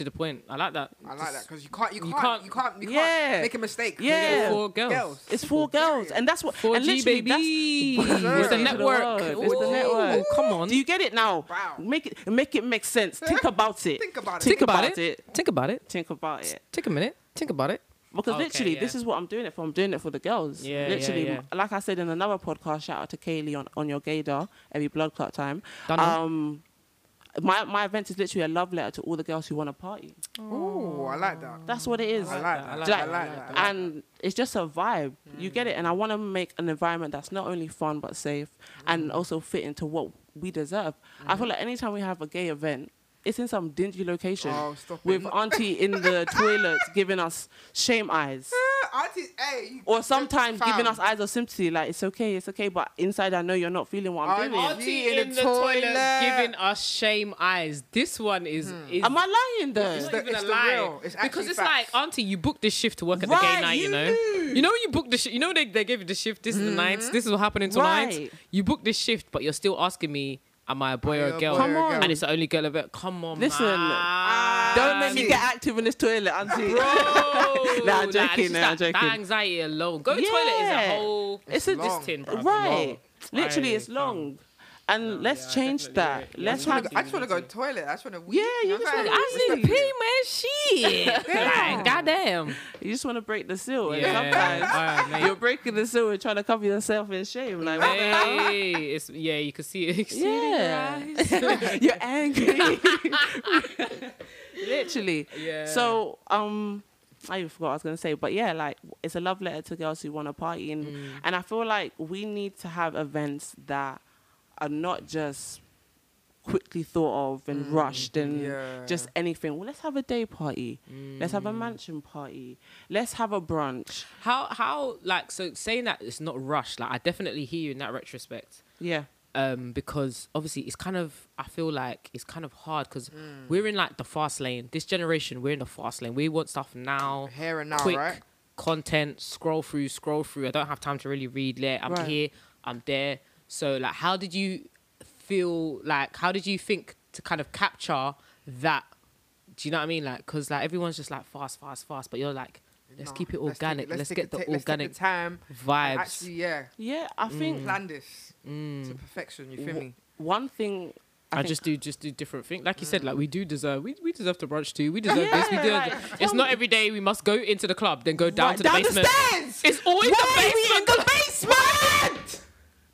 Speaker 1: To the point. I like that.
Speaker 2: I like that because you can't, you
Speaker 1: You
Speaker 2: can't,
Speaker 1: can't-
Speaker 2: you can't, you can't
Speaker 3: Yeah.
Speaker 2: make a mistake.
Speaker 3: Yeah.
Speaker 1: Four girls.
Speaker 2: Girls.
Speaker 3: It's four girls, and that's what.
Speaker 1: Four
Speaker 3: and
Speaker 1: G
Speaker 3: literally that's-
Speaker 1: baby.
Speaker 2: Sir.
Speaker 1: It's the
Speaker 2: Into the
Speaker 1: network.
Speaker 3: world. It's the
Speaker 1: Ooh,
Speaker 3: network.
Speaker 1: Come on.
Speaker 3: Do you get it now?
Speaker 2: Wow.
Speaker 3: Make it make it make sense. Think about it.
Speaker 2: Think about it.
Speaker 1: think
Speaker 3: Think
Speaker 1: about,
Speaker 3: about
Speaker 1: it.
Speaker 3: it.
Speaker 1: Think about it.
Speaker 3: Think about it.
Speaker 1: Take a minute. Think about it.
Speaker 3: Because
Speaker 1: Okay,
Speaker 3: literally, this
Speaker 1: yeah.
Speaker 3: is what I'm doing it for. I'm doing it for the girls.
Speaker 1: Yeah, yeah,
Speaker 3: literally,
Speaker 1: yeah.
Speaker 3: like I said in another podcast, shout out to Kaylee on, on your gaydar every blood clot time.
Speaker 1: Done.
Speaker 3: Um, my my event is literally a love letter to all the girls who want to party.
Speaker 2: Ooh, I like that.
Speaker 3: That's what it is.
Speaker 2: I like
Speaker 1: that,
Speaker 2: that.
Speaker 1: I
Speaker 2: I
Speaker 1: like
Speaker 2: like
Speaker 1: that,
Speaker 2: that.
Speaker 1: I like that.
Speaker 3: and it's just a vibe. You get it. And I
Speaker 1: Mm.
Speaker 3: want to make an environment that's not only fun but safe
Speaker 1: Mm.
Speaker 3: and also fit into what we deserve. I feel like anytime we have a gay event, it's in some dingy location
Speaker 2: Oh, stop
Speaker 3: with
Speaker 2: it.
Speaker 3: auntie in the toilets giving us shame eyes.
Speaker 2: Yeah, auntie, Uh, hey, you-
Speaker 3: Or sometimes
Speaker 2: fam.
Speaker 3: giving us eyes of sympathy, like it's okay, it's okay, but inside I know you're not feeling what I'm
Speaker 2: I-
Speaker 3: doing.
Speaker 2: Auntie in the toilet.
Speaker 1: giving us shame eyes. This one is. is
Speaker 3: Am I lying though?
Speaker 1: It's
Speaker 2: the-
Speaker 1: not even
Speaker 2: it's
Speaker 1: a
Speaker 2: the
Speaker 1: lie.
Speaker 2: real. It's actually
Speaker 1: because it's
Speaker 2: facts.
Speaker 1: like, Auntie, you booked this shift to work at the gay
Speaker 3: Right,
Speaker 1: night, you,
Speaker 3: you
Speaker 1: know? You know, you booked the shift. You know, they, they gave you the shift. This is the ninth. This is what happened tonight.
Speaker 3: Right.
Speaker 1: You booked this shift, but you're still asking me, am I a boy or
Speaker 2: you
Speaker 1: a
Speaker 2: a
Speaker 1: girl?
Speaker 2: boy or a Come on. girl?
Speaker 1: And it's the only girl event. Come on,
Speaker 3: Listen, Ah.
Speaker 1: man.
Speaker 3: Don't make me
Speaker 2: Auntie.
Speaker 3: get active in this toilet, auntie.
Speaker 1: Bro,
Speaker 3: Nah,
Speaker 1: like,
Speaker 3: I'm
Speaker 1: just
Speaker 3: joking, nah,
Speaker 1: that,
Speaker 3: I'm joking.
Speaker 1: That anxiety alone. Go to the toilet is a
Speaker 3: Yeah.
Speaker 1: whole.
Speaker 3: It's a
Speaker 2: It's long.
Speaker 1: thing, bro.
Speaker 3: Right. Literally,
Speaker 1: I
Speaker 3: it's long. And let's
Speaker 1: yeah,
Speaker 3: change
Speaker 1: definitely,
Speaker 3: that.
Speaker 1: yeah, yeah.
Speaker 2: I
Speaker 3: Let's
Speaker 2: just wanna
Speaker 3: have.
Speaker 2: go- I just want to go to the toilet. I just want to.
Speaker 3: Yeah, you just wanna-
Speaker 1: I need to pee, man. Shit. like, goddamn.
Speaker 3: You just want to break the seal. And sometimes
Speaker 1: Yeah. All right, mate.
Speaker 3: you're breaking the seal and trying to cover yourself in shame. Like, what the hell?
Speaker 1: Hey, it's yeah, you can see it. You can see
Speaker 3: yeah.
Speaker 1: it in your eyes.
Speaker 3: you're angry. Literally.
Speaker 1: Yeah.
Speaker 3: So, um, I even forgot what I was gonna say, but yeah, like it's a love letter to girls who want to party, and and I feel like we need to have events that are not just quickly thought of and rushed and
Speaker 2: Yeah.
Speaker 3: just anything. Well, let's have a day party. Let's have a mansion party. Let's have a brunch.
Speaker 1: How how like so saying that it's not rushed. Like I definitely hear you in that retrospect.
Speaker 3: Yeah.
Speaker 1: um, because obviously it's kind of I feel like it's kind of hard because we're in like the fast lane. This generation, we're in the fast lane. We want stuff now,
Speaker 2: Here and now,
Speaker 1: quick
Speaker 2: right?
Speaker 1: content. Scroll through, scroll through. I don't have time to really read. There, I'm
Speaker 3: Right.
Speaker 1: here, I'm there. So like, how did you feel? Like, how did you think to kind of capture that? Do you know what I mean? Like, because like everyone's just like fast, fast, fast, but you're like, let's
Speaker 2: Nah,
Speaker 1: keep it
Speaker 2: let's take-
Speaker 1: organic. Let's,
Speaker 2: take
Speaker 1: get
Speaker 2: ta-
Speaker 1: the
Speaker 2: let's take
Speaker 1: organic
Speaker 2: time. and
Speaker 1: vibes.
Speaker 2: Actually, yeah.
Speaker 3: Yeah, I think
Speaker 2: Plan this to perfection. You feel
Speaker 3: W-
Speaker 2: me?
Speaker 3: one thing
Speaker 1: I,
Speaker 3: think-
Speaker 1: just do just do different things. Like you said, like we do deserve we, we deserve to brunch too. We deserve this. We
Speaker 3: Yeah,
Speaker 1: do.
Speaker 3: like,
Speaker 1: it's
Speaker 3: tell
Speaker 1: not
Speaker 3: me-
Speaker 1: every day we must go into the club, then go down
Speaker 3: Right,
Speaker 1: to the
Speaker 3: down the
Speaker 1: basement.
Speaker 2: stairs!
Speaker 1: It's always
Speaker 3: Why are we
Speaker 1: the
Speaker 3: in
Speaker 1: basement.
Speaker 2: basement!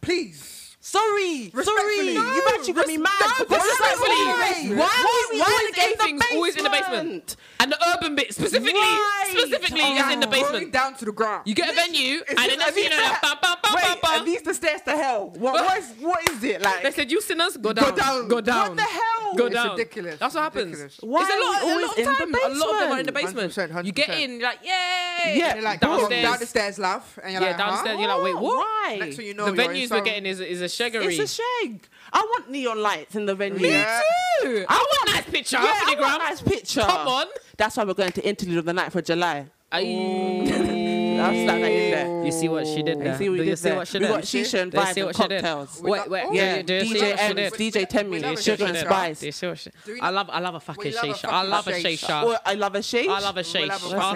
Speaker 2: Please.
Speaker 3: Sorry, sorry,
Speaker 2: Respectfully.
Speaker 3: you've actually got me
Speaker 1: Res-
Speaker 3: mad.
Speaker 1: no,
Speaker 3: because it's like,
Speaker 1: respectfully.
Speaker 3: Why,
Speaker 1: Why,
Speaker 3: we
Speaker 1: why
Speaker 3: always
Speaker 1: the gay
Speaker 3: in the
Speaker 1: things always in the basement?
Speaker 3: basement?
Speaker 1: And the urban bit specifically,
Speaker 3: Right.
Speaker 1: specifically
Speaker 3: Oh,
Speaker 1: is in the
Speaker 2: Rolling
Speaker 1: basement.
Speaker 2: down to the ground.
Speaker 1: You get a venue, and then
Speaker 3: just
Speaker 1: next thing you know, like,
Speaker 3: like-
Speaker 1: bam, bam, bam, bam,
Speaker 3: Wait, are
Speaker 1: bam.
Speaker 3: these the stairs to hell? What,
Speaker 1: Well-
Speaker 3: what, is, what is it like?
Speaker 1: They said, "You sinners, go down,
Speaker 2: down.
Speaker 1: go down,
Speaker 3: What the hell?
Speaker 1: go
Speaker 2: It's
Speaker 1: down."
Speaker 2: ridiculous.
Speaker 1: That's what happens.
Speaker 2: Ridiculous.
Speaker 3: Why
Speaker 1: it's
Speaker 3: are we
Speaker 1: a lot, a
Speaker 3: always
Speaker 1: lot of
Speaker 3: in
Speaker 1: time.
Speaker 3: the
Speaker 1: A lot of them are in the basement.
Speaker 2: 100%, 100%.
Speaker 1: You get in, you're like, yay!
Speaker 3: Yeah,
Speaker 1: And
Speaker 2: You're
Speaker 1: you're
Speaker 2: like,
Speaker 3: Down
Speaker 2: downstairs.
Speaker 1: downstairs.
Speaker 2: down the stairs, love. And you're
Speaker 1: yeah,
Speaker 2: like,
Speaker 1: downstairs. You're like, wait,
Speaker 3: Oh,
Speaker 1: what?
Speaker 2: Huh?
Speaker 3: Why?
Speaker 2: Next thing you know,
Speaker 1: the
Speaker 2: you're in
Speaker 1: venues
Speaker 2: some-
Speaker 1: we're getting is is a shaggery.
Speaker 3: it's a shag. I want neon lights in the venue.
Speaker 2: Me
Speaker 3: Yeah,
Speaker 1: Ew. I want nice picture.
Speaker 3: I want
Speaker 1: Instagram.
Speaker 3: a nice picture.
Speaker 1: Come on.
Speaker 3: That's why we're going to interlude of the night for July.
Speaker 1: Ayy.
Speaker 3: I'll slap that in there.
Speaker 1: You see what she did
Speaker 3: You
Speaker 1: there?
Speaker 3: see what
Speaker 1: Do
Speaker 3: you
Speaker 1: you
Speaker 3: did
Speaker 1: see
Speaker 3: there?
Speaker 1: what she
Speaker 3: We
Speaker 1: did?
Speaker 3: got shisha and
Speaker 1: Do you
Speaker 3: vibes
Speaker 1: see
Speaker 3: and
Speaker 1: what she did?
Speaker 3: cocktails.
Speaker 1: Wait, wait,
Speaker 2: Oh,
Speaker 1: yeah,
Speaker 3: Yeah,
Speaker 1: do you see
Speaker 3: DJ
Speaker 1: what she
Speaker 3: M's,
Speaker 1: did?
Speaker 3: DJ Temmie,
Speaker 2: We love a
Speaker 3: Sugar and
Speaker 2: shisha.
Speaker 1: Do
Speaker 3: Spice.
Speaker 1: you see what she
Speaker 2: Do we-
Speaker 1: I love, I love a fucking
Speaker 2: We love a
Speaker 1: shisha. I love a
Speaker 2: fucking
Speaker 1: shisha.
Speaker 3: Or I love a shake.
Speaker 1: I love a
Speaker 2: We'll have a fucking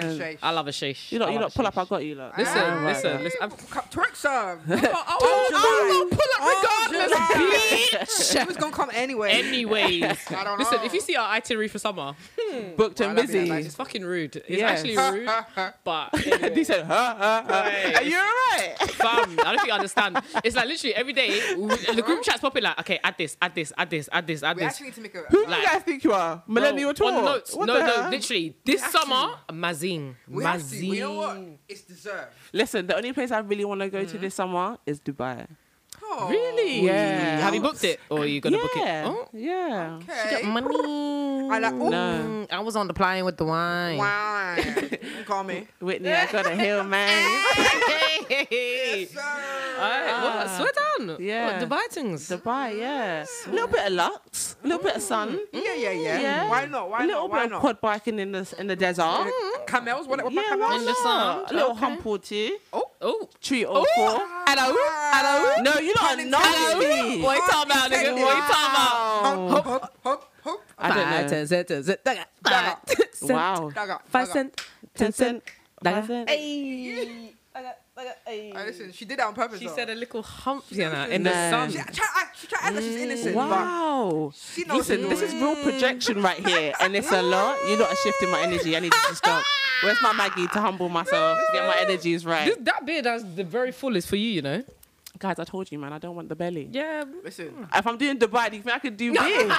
Speaker 1: shisha.
Speaker 2: shake.
Speaker 1: I love a shish.
Speaker 3: You know, you know, pull up. I got you. Look.
Speaker 1: Listen,
Speaker 2: Ah,
Speaker 1: listen,
Speaker 2: right.
Speaker 1: listen. I'm-
Speaker 2: Twerk some. Oh, oh,
Speaker 3: Oh, pull up
Speaker 2: regardless,
Speaker 1: bitch.
Speaker 2: It was gonna come anyway.
Speaker 1: Anyways,
Speaker 2: I don't
Speaker 1: listen.
Speaker 2: know.
Speaker 1: If you see our itinerary for summer,
Speaker 3: Booked
Speaker 2: Oh,
Speaker 3: and
Speaker 2: Hmm. Well, that'd be
Speaker 3: busy.
Speaker 2: nice.
Speaker 1: it's fucking rude. It's
Speaker 3: Yes.
Speaker 1: actually rude, but anyway.
Speaker 3: They said, huh, huh, huh.
Speaker 1: Right.
Speaker 3: Are you alright?
Speaker 1: Fam, I don't think you understand. It's like literally every day we- the group chat's popping like, okay, add this, add this, add this, add this, add
Speaker 2: We
Speaker 1: this.
Speaker 2: actually need to make a.
Speaker 3: Who do
Speaker 1: Like-
Speaker 3: you guys think you are? Millennial
Speaker 1: Bro,
Speaker 3: tour?
Speaker 1: On notes.
Speaker 3: What
Speaker 1: no,
Speaker 3: the
Speaker 1: no,
Speaker 3: hell?
Speaker 1: literally this summer, Mazing,
Speaker 2: We have to.
Speaker 1: Mazing.
Speaker 2: You know what? It's deserved.
Speaker 3: Listen, the only place I really want to go
Speaker 1: Mm.
Speaker 3: to this summer is Dubai.
Speaker 2: Oh,
Speaker 1: Really?
Speaker 3: Yeah.
Speaker 1: Have you booked it, or are you gonna
Speaker 3: yeah.
Speaker 1: book it? Oh,
Speaker 3: Yeah.
Speaker 2: Okay.
Speaker 1: money.
Speaker 2: I like. Oh,
Speaker 3: No.
Speaker 1: I was on the plane with the wine.
Speaker 2: wow. Call me.
Speaker 3: Whitney, I got a hill, man.
Speaker 1: Hey. Ah. All right, well, swear down.
Speaker 3: Yeah.
Speaker 1: What, Dubai things.
Speaker 3: Dubai, yeah. Mm. A little bit of Lux, a little bit of sun.
Speaker 2: Yeah, yeah, yeah.
Speaker 3: Yeah.
Speaker 2: Why not? Why
Speaker 3: a little
Speaker 2: not? Why
Speaker 3: bit of
Speaker 2: not?
Speaker 3: quad biking in the, in the desert.
Speaker 2: Camels? What, what
Speaker 3: Yeah,
Speaker 2: about
Speaker 3: why
Speaker 1: In the
Speaker 2: camels?
Speaker 3: not?
Speaker 1: sand,
Speaker 3: A little
Speaker 1: okay.
Speaker 3: hump or two.
Speaker 1: oh.
Speaker 3: Treat all four.
Speaker 1: Hello. Hello.
Speaker 3: No, you lot are
Speaker 2: Pun
Speaker 3: not
Speaker 2: intended.
Speaker 3: me.
Speaker 1: What you talking about, nigga? What you talking about?
Speaker 2: Hop, hop, hop, hop.
Speaker 3: I don't know.
Speaker 2: Dagger,
Speaker 3: Wow.
Speaker 2: dagger,
Speaker 4: Five
Speaker 2: dagger.
Speaker 4: cent, ten
Speaker 3: Ten
Speaker 4: cent.
Speaker 3: cent.
Speaker 4: Daga.
Speaker 2: Hey. Ah, Listen, she did that on purpose.
Speaker 1: She
Speaker 2: though.
Speaker 1: said a little hump, you know, in the
Speaker 3: Nah.
Speaker 1: sun.
Speaker 2: She tried act- she tried to act like she's innocent. Wow.
Speaker 3: Wow.
Speaker 2: She knows
Speaker 3: Mm, Listen,
Speaker 2: she's
Speaker 3: this is
Speaker 2: doing
Speaker 3: real projection right here, and it's a lot. You're not shifting my energy. I need you to stop. Where's my Maggie to humble myself, get my energies right?
Speaker 1: This- that beard has the very fullest for you, you know.
Speaker 3: Guys, I told you, man, I don't want the belly.
Speaker 1: Yeah.
Speaker 2: Listen,
Speaker 3: If I'm doing Dubai, do you think I could do big?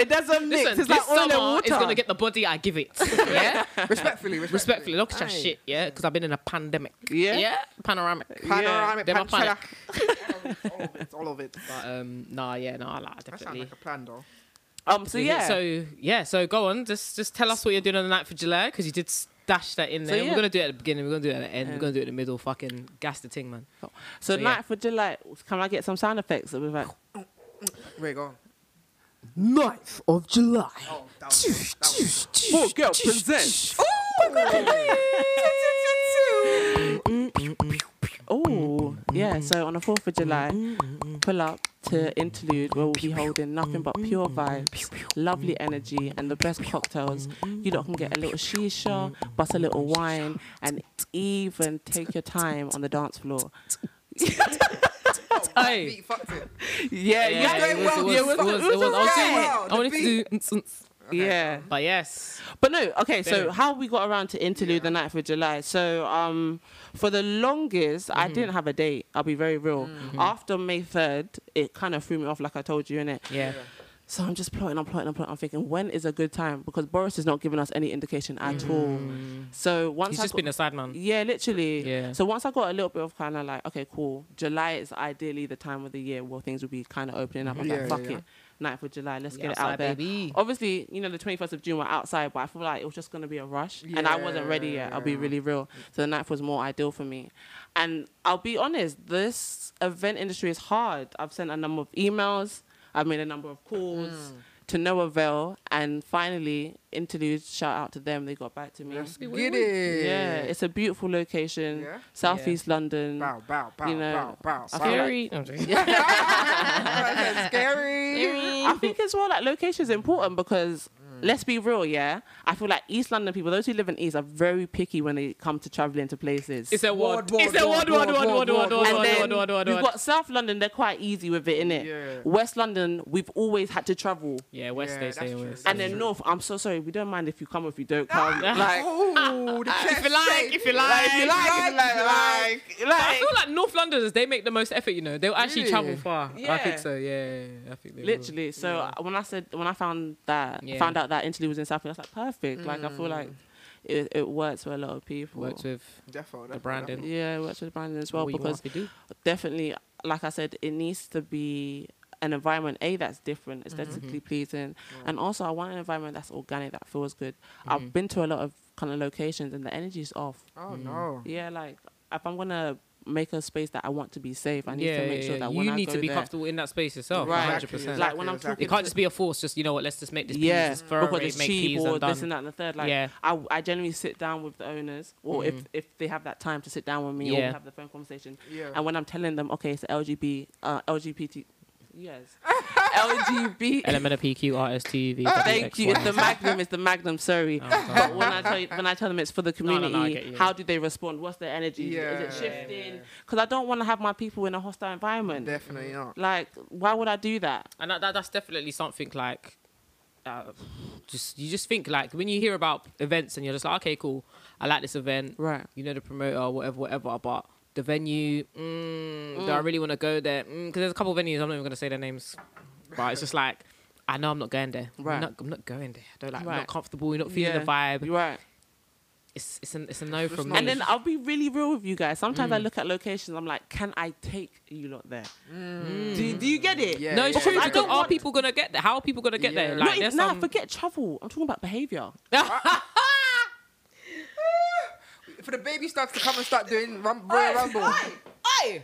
Speaker 3: it doesn't mix.
Speaker 1: Listen,
Speaker 3: it's
Speaker 1: this
Speaker 3: like oil and
Speaker 1: summer
Speaker 3: water.
Speaker 1: is gonna get the body I give it. Yeah.
Speaker 2: respectfully,
Speaker 1: Respectfully, look at that
Speaker 3: Aye.
Speaker 1: shit. Yeah, because I've been in a pandemic.
Speaker 3: Yeah.
Speaker 1: Yeah. Panoramic.
Speaker 2: Panoramic,
Speaker 1: Yeah. They're my
Speaker 2: panoramic. all of it, all of it.
Speaker 1: But um, nah, yeah, nah, like,
Speaker 2: That sounds
Speaker 1: definitely.
Speaker 2: like a plan, though.
Speaker 3: um. So yeah. So,
Speaker 1: So yeah. So go on. Just just tell us what you're doing on the night for July because you did dash that in there.
Speaker 3: yeah.
Speaker 1: We're gonna do it at the beginning. We're gonna do it at the end.
Speaker 3: Yeah.
Speaker 1: We're gonna do it in the middle. Fucking gas the thing, man. so yeah.
Speaker 3: night for July. Can I get some sound effects? It'll be like,
Speaker 2: Wait, go on.
Speaker 1: Ninth of July.
Speaker 2: Oh, that was, that was
Speaker 3: four oh, girl presents. Oh, yeah. So on the 4th of July, pull up to Interlude where we'll be holding nothing but pure vibes, lovely energy, and the best cocktails. You lot can get a little shisha, bust a little wine, and even take your time on the dance floor.
Speaker 2: that
Speaker 1: Hey.
Speaker 2: beat fucked it.
Speaker 3: Yeah,
Speaker 1: Yeah,
Speaker 2: you're
Speaker 1: it
Speaker 2: doing
Speaker 1: was-
Speaker 2: well.
Speaker 1: it was-
Speaker 2: You're
Speaker 1: it was- it
Speaker 2: doing
Speaker 1: was- I was doing
Speaker 2: well.
Speaker 1: I wanted
Speaker 2: The
Speaker 1: to do. mm, mm.
Speaker 3: Yeah.
Speaker 1: But yes.
Speaker 3: But no, okay, so
Speaker 1: Better.
Speaker 3: how we got around to interlude the night for July. So um for the longest I
Speaker 1: Mm-hmm.
Speaker 3: didn't have a date, I'll be very real. After May 3rd, it kind of threw me off like I told you in it.
Speaker 1: Yeah.
Speaker 3: So I'm just plotting, I'm plotting, I'm plotting. I'm thinking, when is a good time? Because Boris is not giving us any indication at all. So once
Speaker 1: Mm. He's
Speaker 3: I
Speaker 1: just
Speaker 3: got-
Speaker 1: been a side man.
Speaker 3: yeah, literally.
Speaker 1: Yeah.
Speaker 3: So once I got a little bit of kind of like, okay, cool. July is ideally the time of the year where things will be kind of opening up. I'm
Speaker 2: Yeah,
Speaker 3: like, fuck
Speaker 2: yeah, yeah.
Speaker 3: it, night for July. Let's
Speaker 1: We
Speaker 3: get it
Speaker 1: outside,
Speaker 3: out there.
Speaker 1: baby.
Speaker 3: Obviously, you know, the 21st of June we're outside, but I feel like it was just gonna be a rush, and I wasn't ready yet. I'll be
Speaker 2: Yeah.
Speaker 3: really real. So the ninth was more ideal for me, and I'll be honest, this event industry is hard. I've sent a number of emails. I've made a number of calls.
Speaker 2: Mm.
Speaker 3: To no avail, and finally, interlude. Shout out to them; they got back to me.
Speaker 2: Let's
Speaker 1: Wee,
Speaker 2: get
Speaker 1: wee, wee.
Speaker 2: it.
Speaker 3: Yeah, it's a beautiful location,
Speaker 2: Yeah?
Speaker 3: southeast London.
Speaker 2: bow, bow, bow,
Speaker 3: you know,
Speaker 2: bow, bow,
Speaker 3: I
Speaker 2: bow.
Speaker 3: feel
Speaker 1: Scary. No, I'm joking.
Speaker 2: That's scary.
Speaker 3: I think as well, like location is important because
Speaker 2: Mm.
Speaker 3: let's be real, yeah. I feel like East London people, those who live in East, are very picky when they come to traveling to places.
Speaker 1: It's a word.
Speaker 2: Word, word,
Speaker 1: It's a word, word,
Speaker 2: word, word,
Speaker 1: word, word, word, word,
Speaker 2: word, word,
Speaker 3: and then
Speaker 1: word, word, word,
Speaker 3: you've
Speaker 1: word.
Speaker 3: got South London; they're quite easy with it, innit?
Speaker 2: Yeah.
Speaker 3: West London, we've always had to travel,
Speaker 1: Yeah, West
Speaker 2: Yeah,
Speaker 1: they
Speaker 2: that's
Speaker 1: say
Speaker 2: true,
Speaker 1: West.
Speaker 2: that's
Speaker 3: and then
Speaker 2: true.
Speaker 3: North. I'm so sorry, we don't mind if you come or if you don't come. like,
Speaker 2: oh, the chest
Speaker 1: If you like,
Speaker 2: shake.
Speaker 1: if you like,
Speaker 3: if you like, if you like, if you like,
Speaker 1: I
Speaker 3: like,
Speaker 1: feel like North Londoners they make the most effort. You know, they'll actually
Speaker 2: Really?
Speaker 1: travel far. I
Speaker 3: Yeah.
Speaker 1: think so. Yeah, I think they will.
Speaker 3: Literally. So uh, when I said when I found that
Speaker 1: Yeah.
Speaker 3: found out that Interlude was in Southie, I was like, perfect. Like I feel
Speaker 2: Mm.
Speaker 3: like it, it works for a lot of people.
Speaker 1: works with
Speaker 2: Defo,
Speaker 1: the
Speaker 2: defo,
Speaker 1: branding
Speaker 3: yeah, it works with branding as well
Speaker 1: What you
Speaker 3: because
Speaker 1: want us to do.
Speaker 3: definitely, like I said, it needs to be an environment a that's different,
Speaker 1: Mm-hmm.
Speaker 3: aesthetically pleasing, and also I want an environment that's organic that feels good.
Speaker 1: Mm-hmm.
Speaker 3: I've been to a lot of kind of locations and the energy's off.
Speaker 2: defo. Oh
Speaker 1: Mm.
Speaker 2: no.
Speaker 3: Yeah, like if I'm gonna make a space that I want to be safe, I need to make sure that when
Speaker 1: you
Speaker 3: I
Speaker 1: need
Speaker 3: go
Speaker 1: to be
Speaker 3: there,
Speaker 1: comfortable in that space yourself.
Speaker 3: Right.
Speaker 1: Right, 100%.
Speaker 3: Like when I'm
Speaker 1: it
Speaker 3: talking
Speaker 1: can't just be a force. Just you know what? Let's just make this.
Speaker 3: yeah,
Speaker 1: piece, just throw
Speaker 3: because
Speaker 1: it,
Speaker 3: it's
Speaker 1: make
Speaker 3: cheap
Speaker 1: peas
Speaker 3: or
Speaker 1: and done.
Speaker 3: this and that and the third. Like,
Speaker 1: Yeah. Mm-hmm.
Speaker 3: I, I generally sit down with the owners, or if, if they have that time to sit down with me, or
Speaker 1: Yeah.
Speaker 3: we have the phone conversation.
Speaker 2: Yeah.
Speaker 3: And when I'm telling them, okay, it's LGB, uh, LGBT, yes, LGB.
Speaker 1: Element of PQ, RSTV.
Speaker 3: Thank you. It's the Magnum. It's the Magnum. Sorry, but when I tell you, when I tell them it's for the
Speaker 1: Oh. No, no,
Speaker 3: community,
Speaker 1: no, I get you.
Speaker 3: how do they respond? What's their energy?
Speaker 2: Yeah.
Speaker 3: Is it shifting? Because I don't want to have my people in a hostile environment.
Speaker 2: Definitely not.
Speaker 3: Like, why would I do that?
Speaker 1: and that, that, that's definitely something like uh, just you just think like when you hear about events and you're just like okay cool i like this event
Speaker 3: Right.
Speaker 1: you know the promoter whatever whatever but the venue mm, do i really want to go there because there's a couple of venues i'm not even going to say their names but it's just like i know i'm not going there
Speaker 3: Right.
Speaker 1: i'm not, I'm not going there I don't like I'm
Speaker 3: Right.
Speaker 1: not comfortable you're not feeling the vibe
Speaker 3: You're right.
Speaker 1: it's it's a, it's a no
Speaker 2: It's
Speaker 1: from me
Speaker 2: not-
Speaker 3: And then I'll be really real with you guys. Sometimes I
Speaker 1: Mm.
Speaker 3: look at locations. I'm like, can I take you lot there? Do, do you get it?
Speaker 2: Mm. Yeah,
Speaker 1: no, it's
Speaker 2: yeah,
Speaker 1: true.
Speaker 2: yeah.
Speaker 3: I
Speaker 1: Because
Speaker 3: don't
Speaker 1: are
Speaker 3: want-
Speaker 1: people gonna get there? How are people gonna get
Speaker 2: Yeah.
Speaker 1: there?
Speaker 3: Not
Speaker 1: Like,
Speaker 3: even,
Speaker 1: there's
Speaker 3: nah,
Speaker 1: some.
Speaker 3: forget travel. I'm talking about behavior.
Speaker 2: For the baby starts to come and start doing rum- Royal Rumble.
Speaker 1: Oi,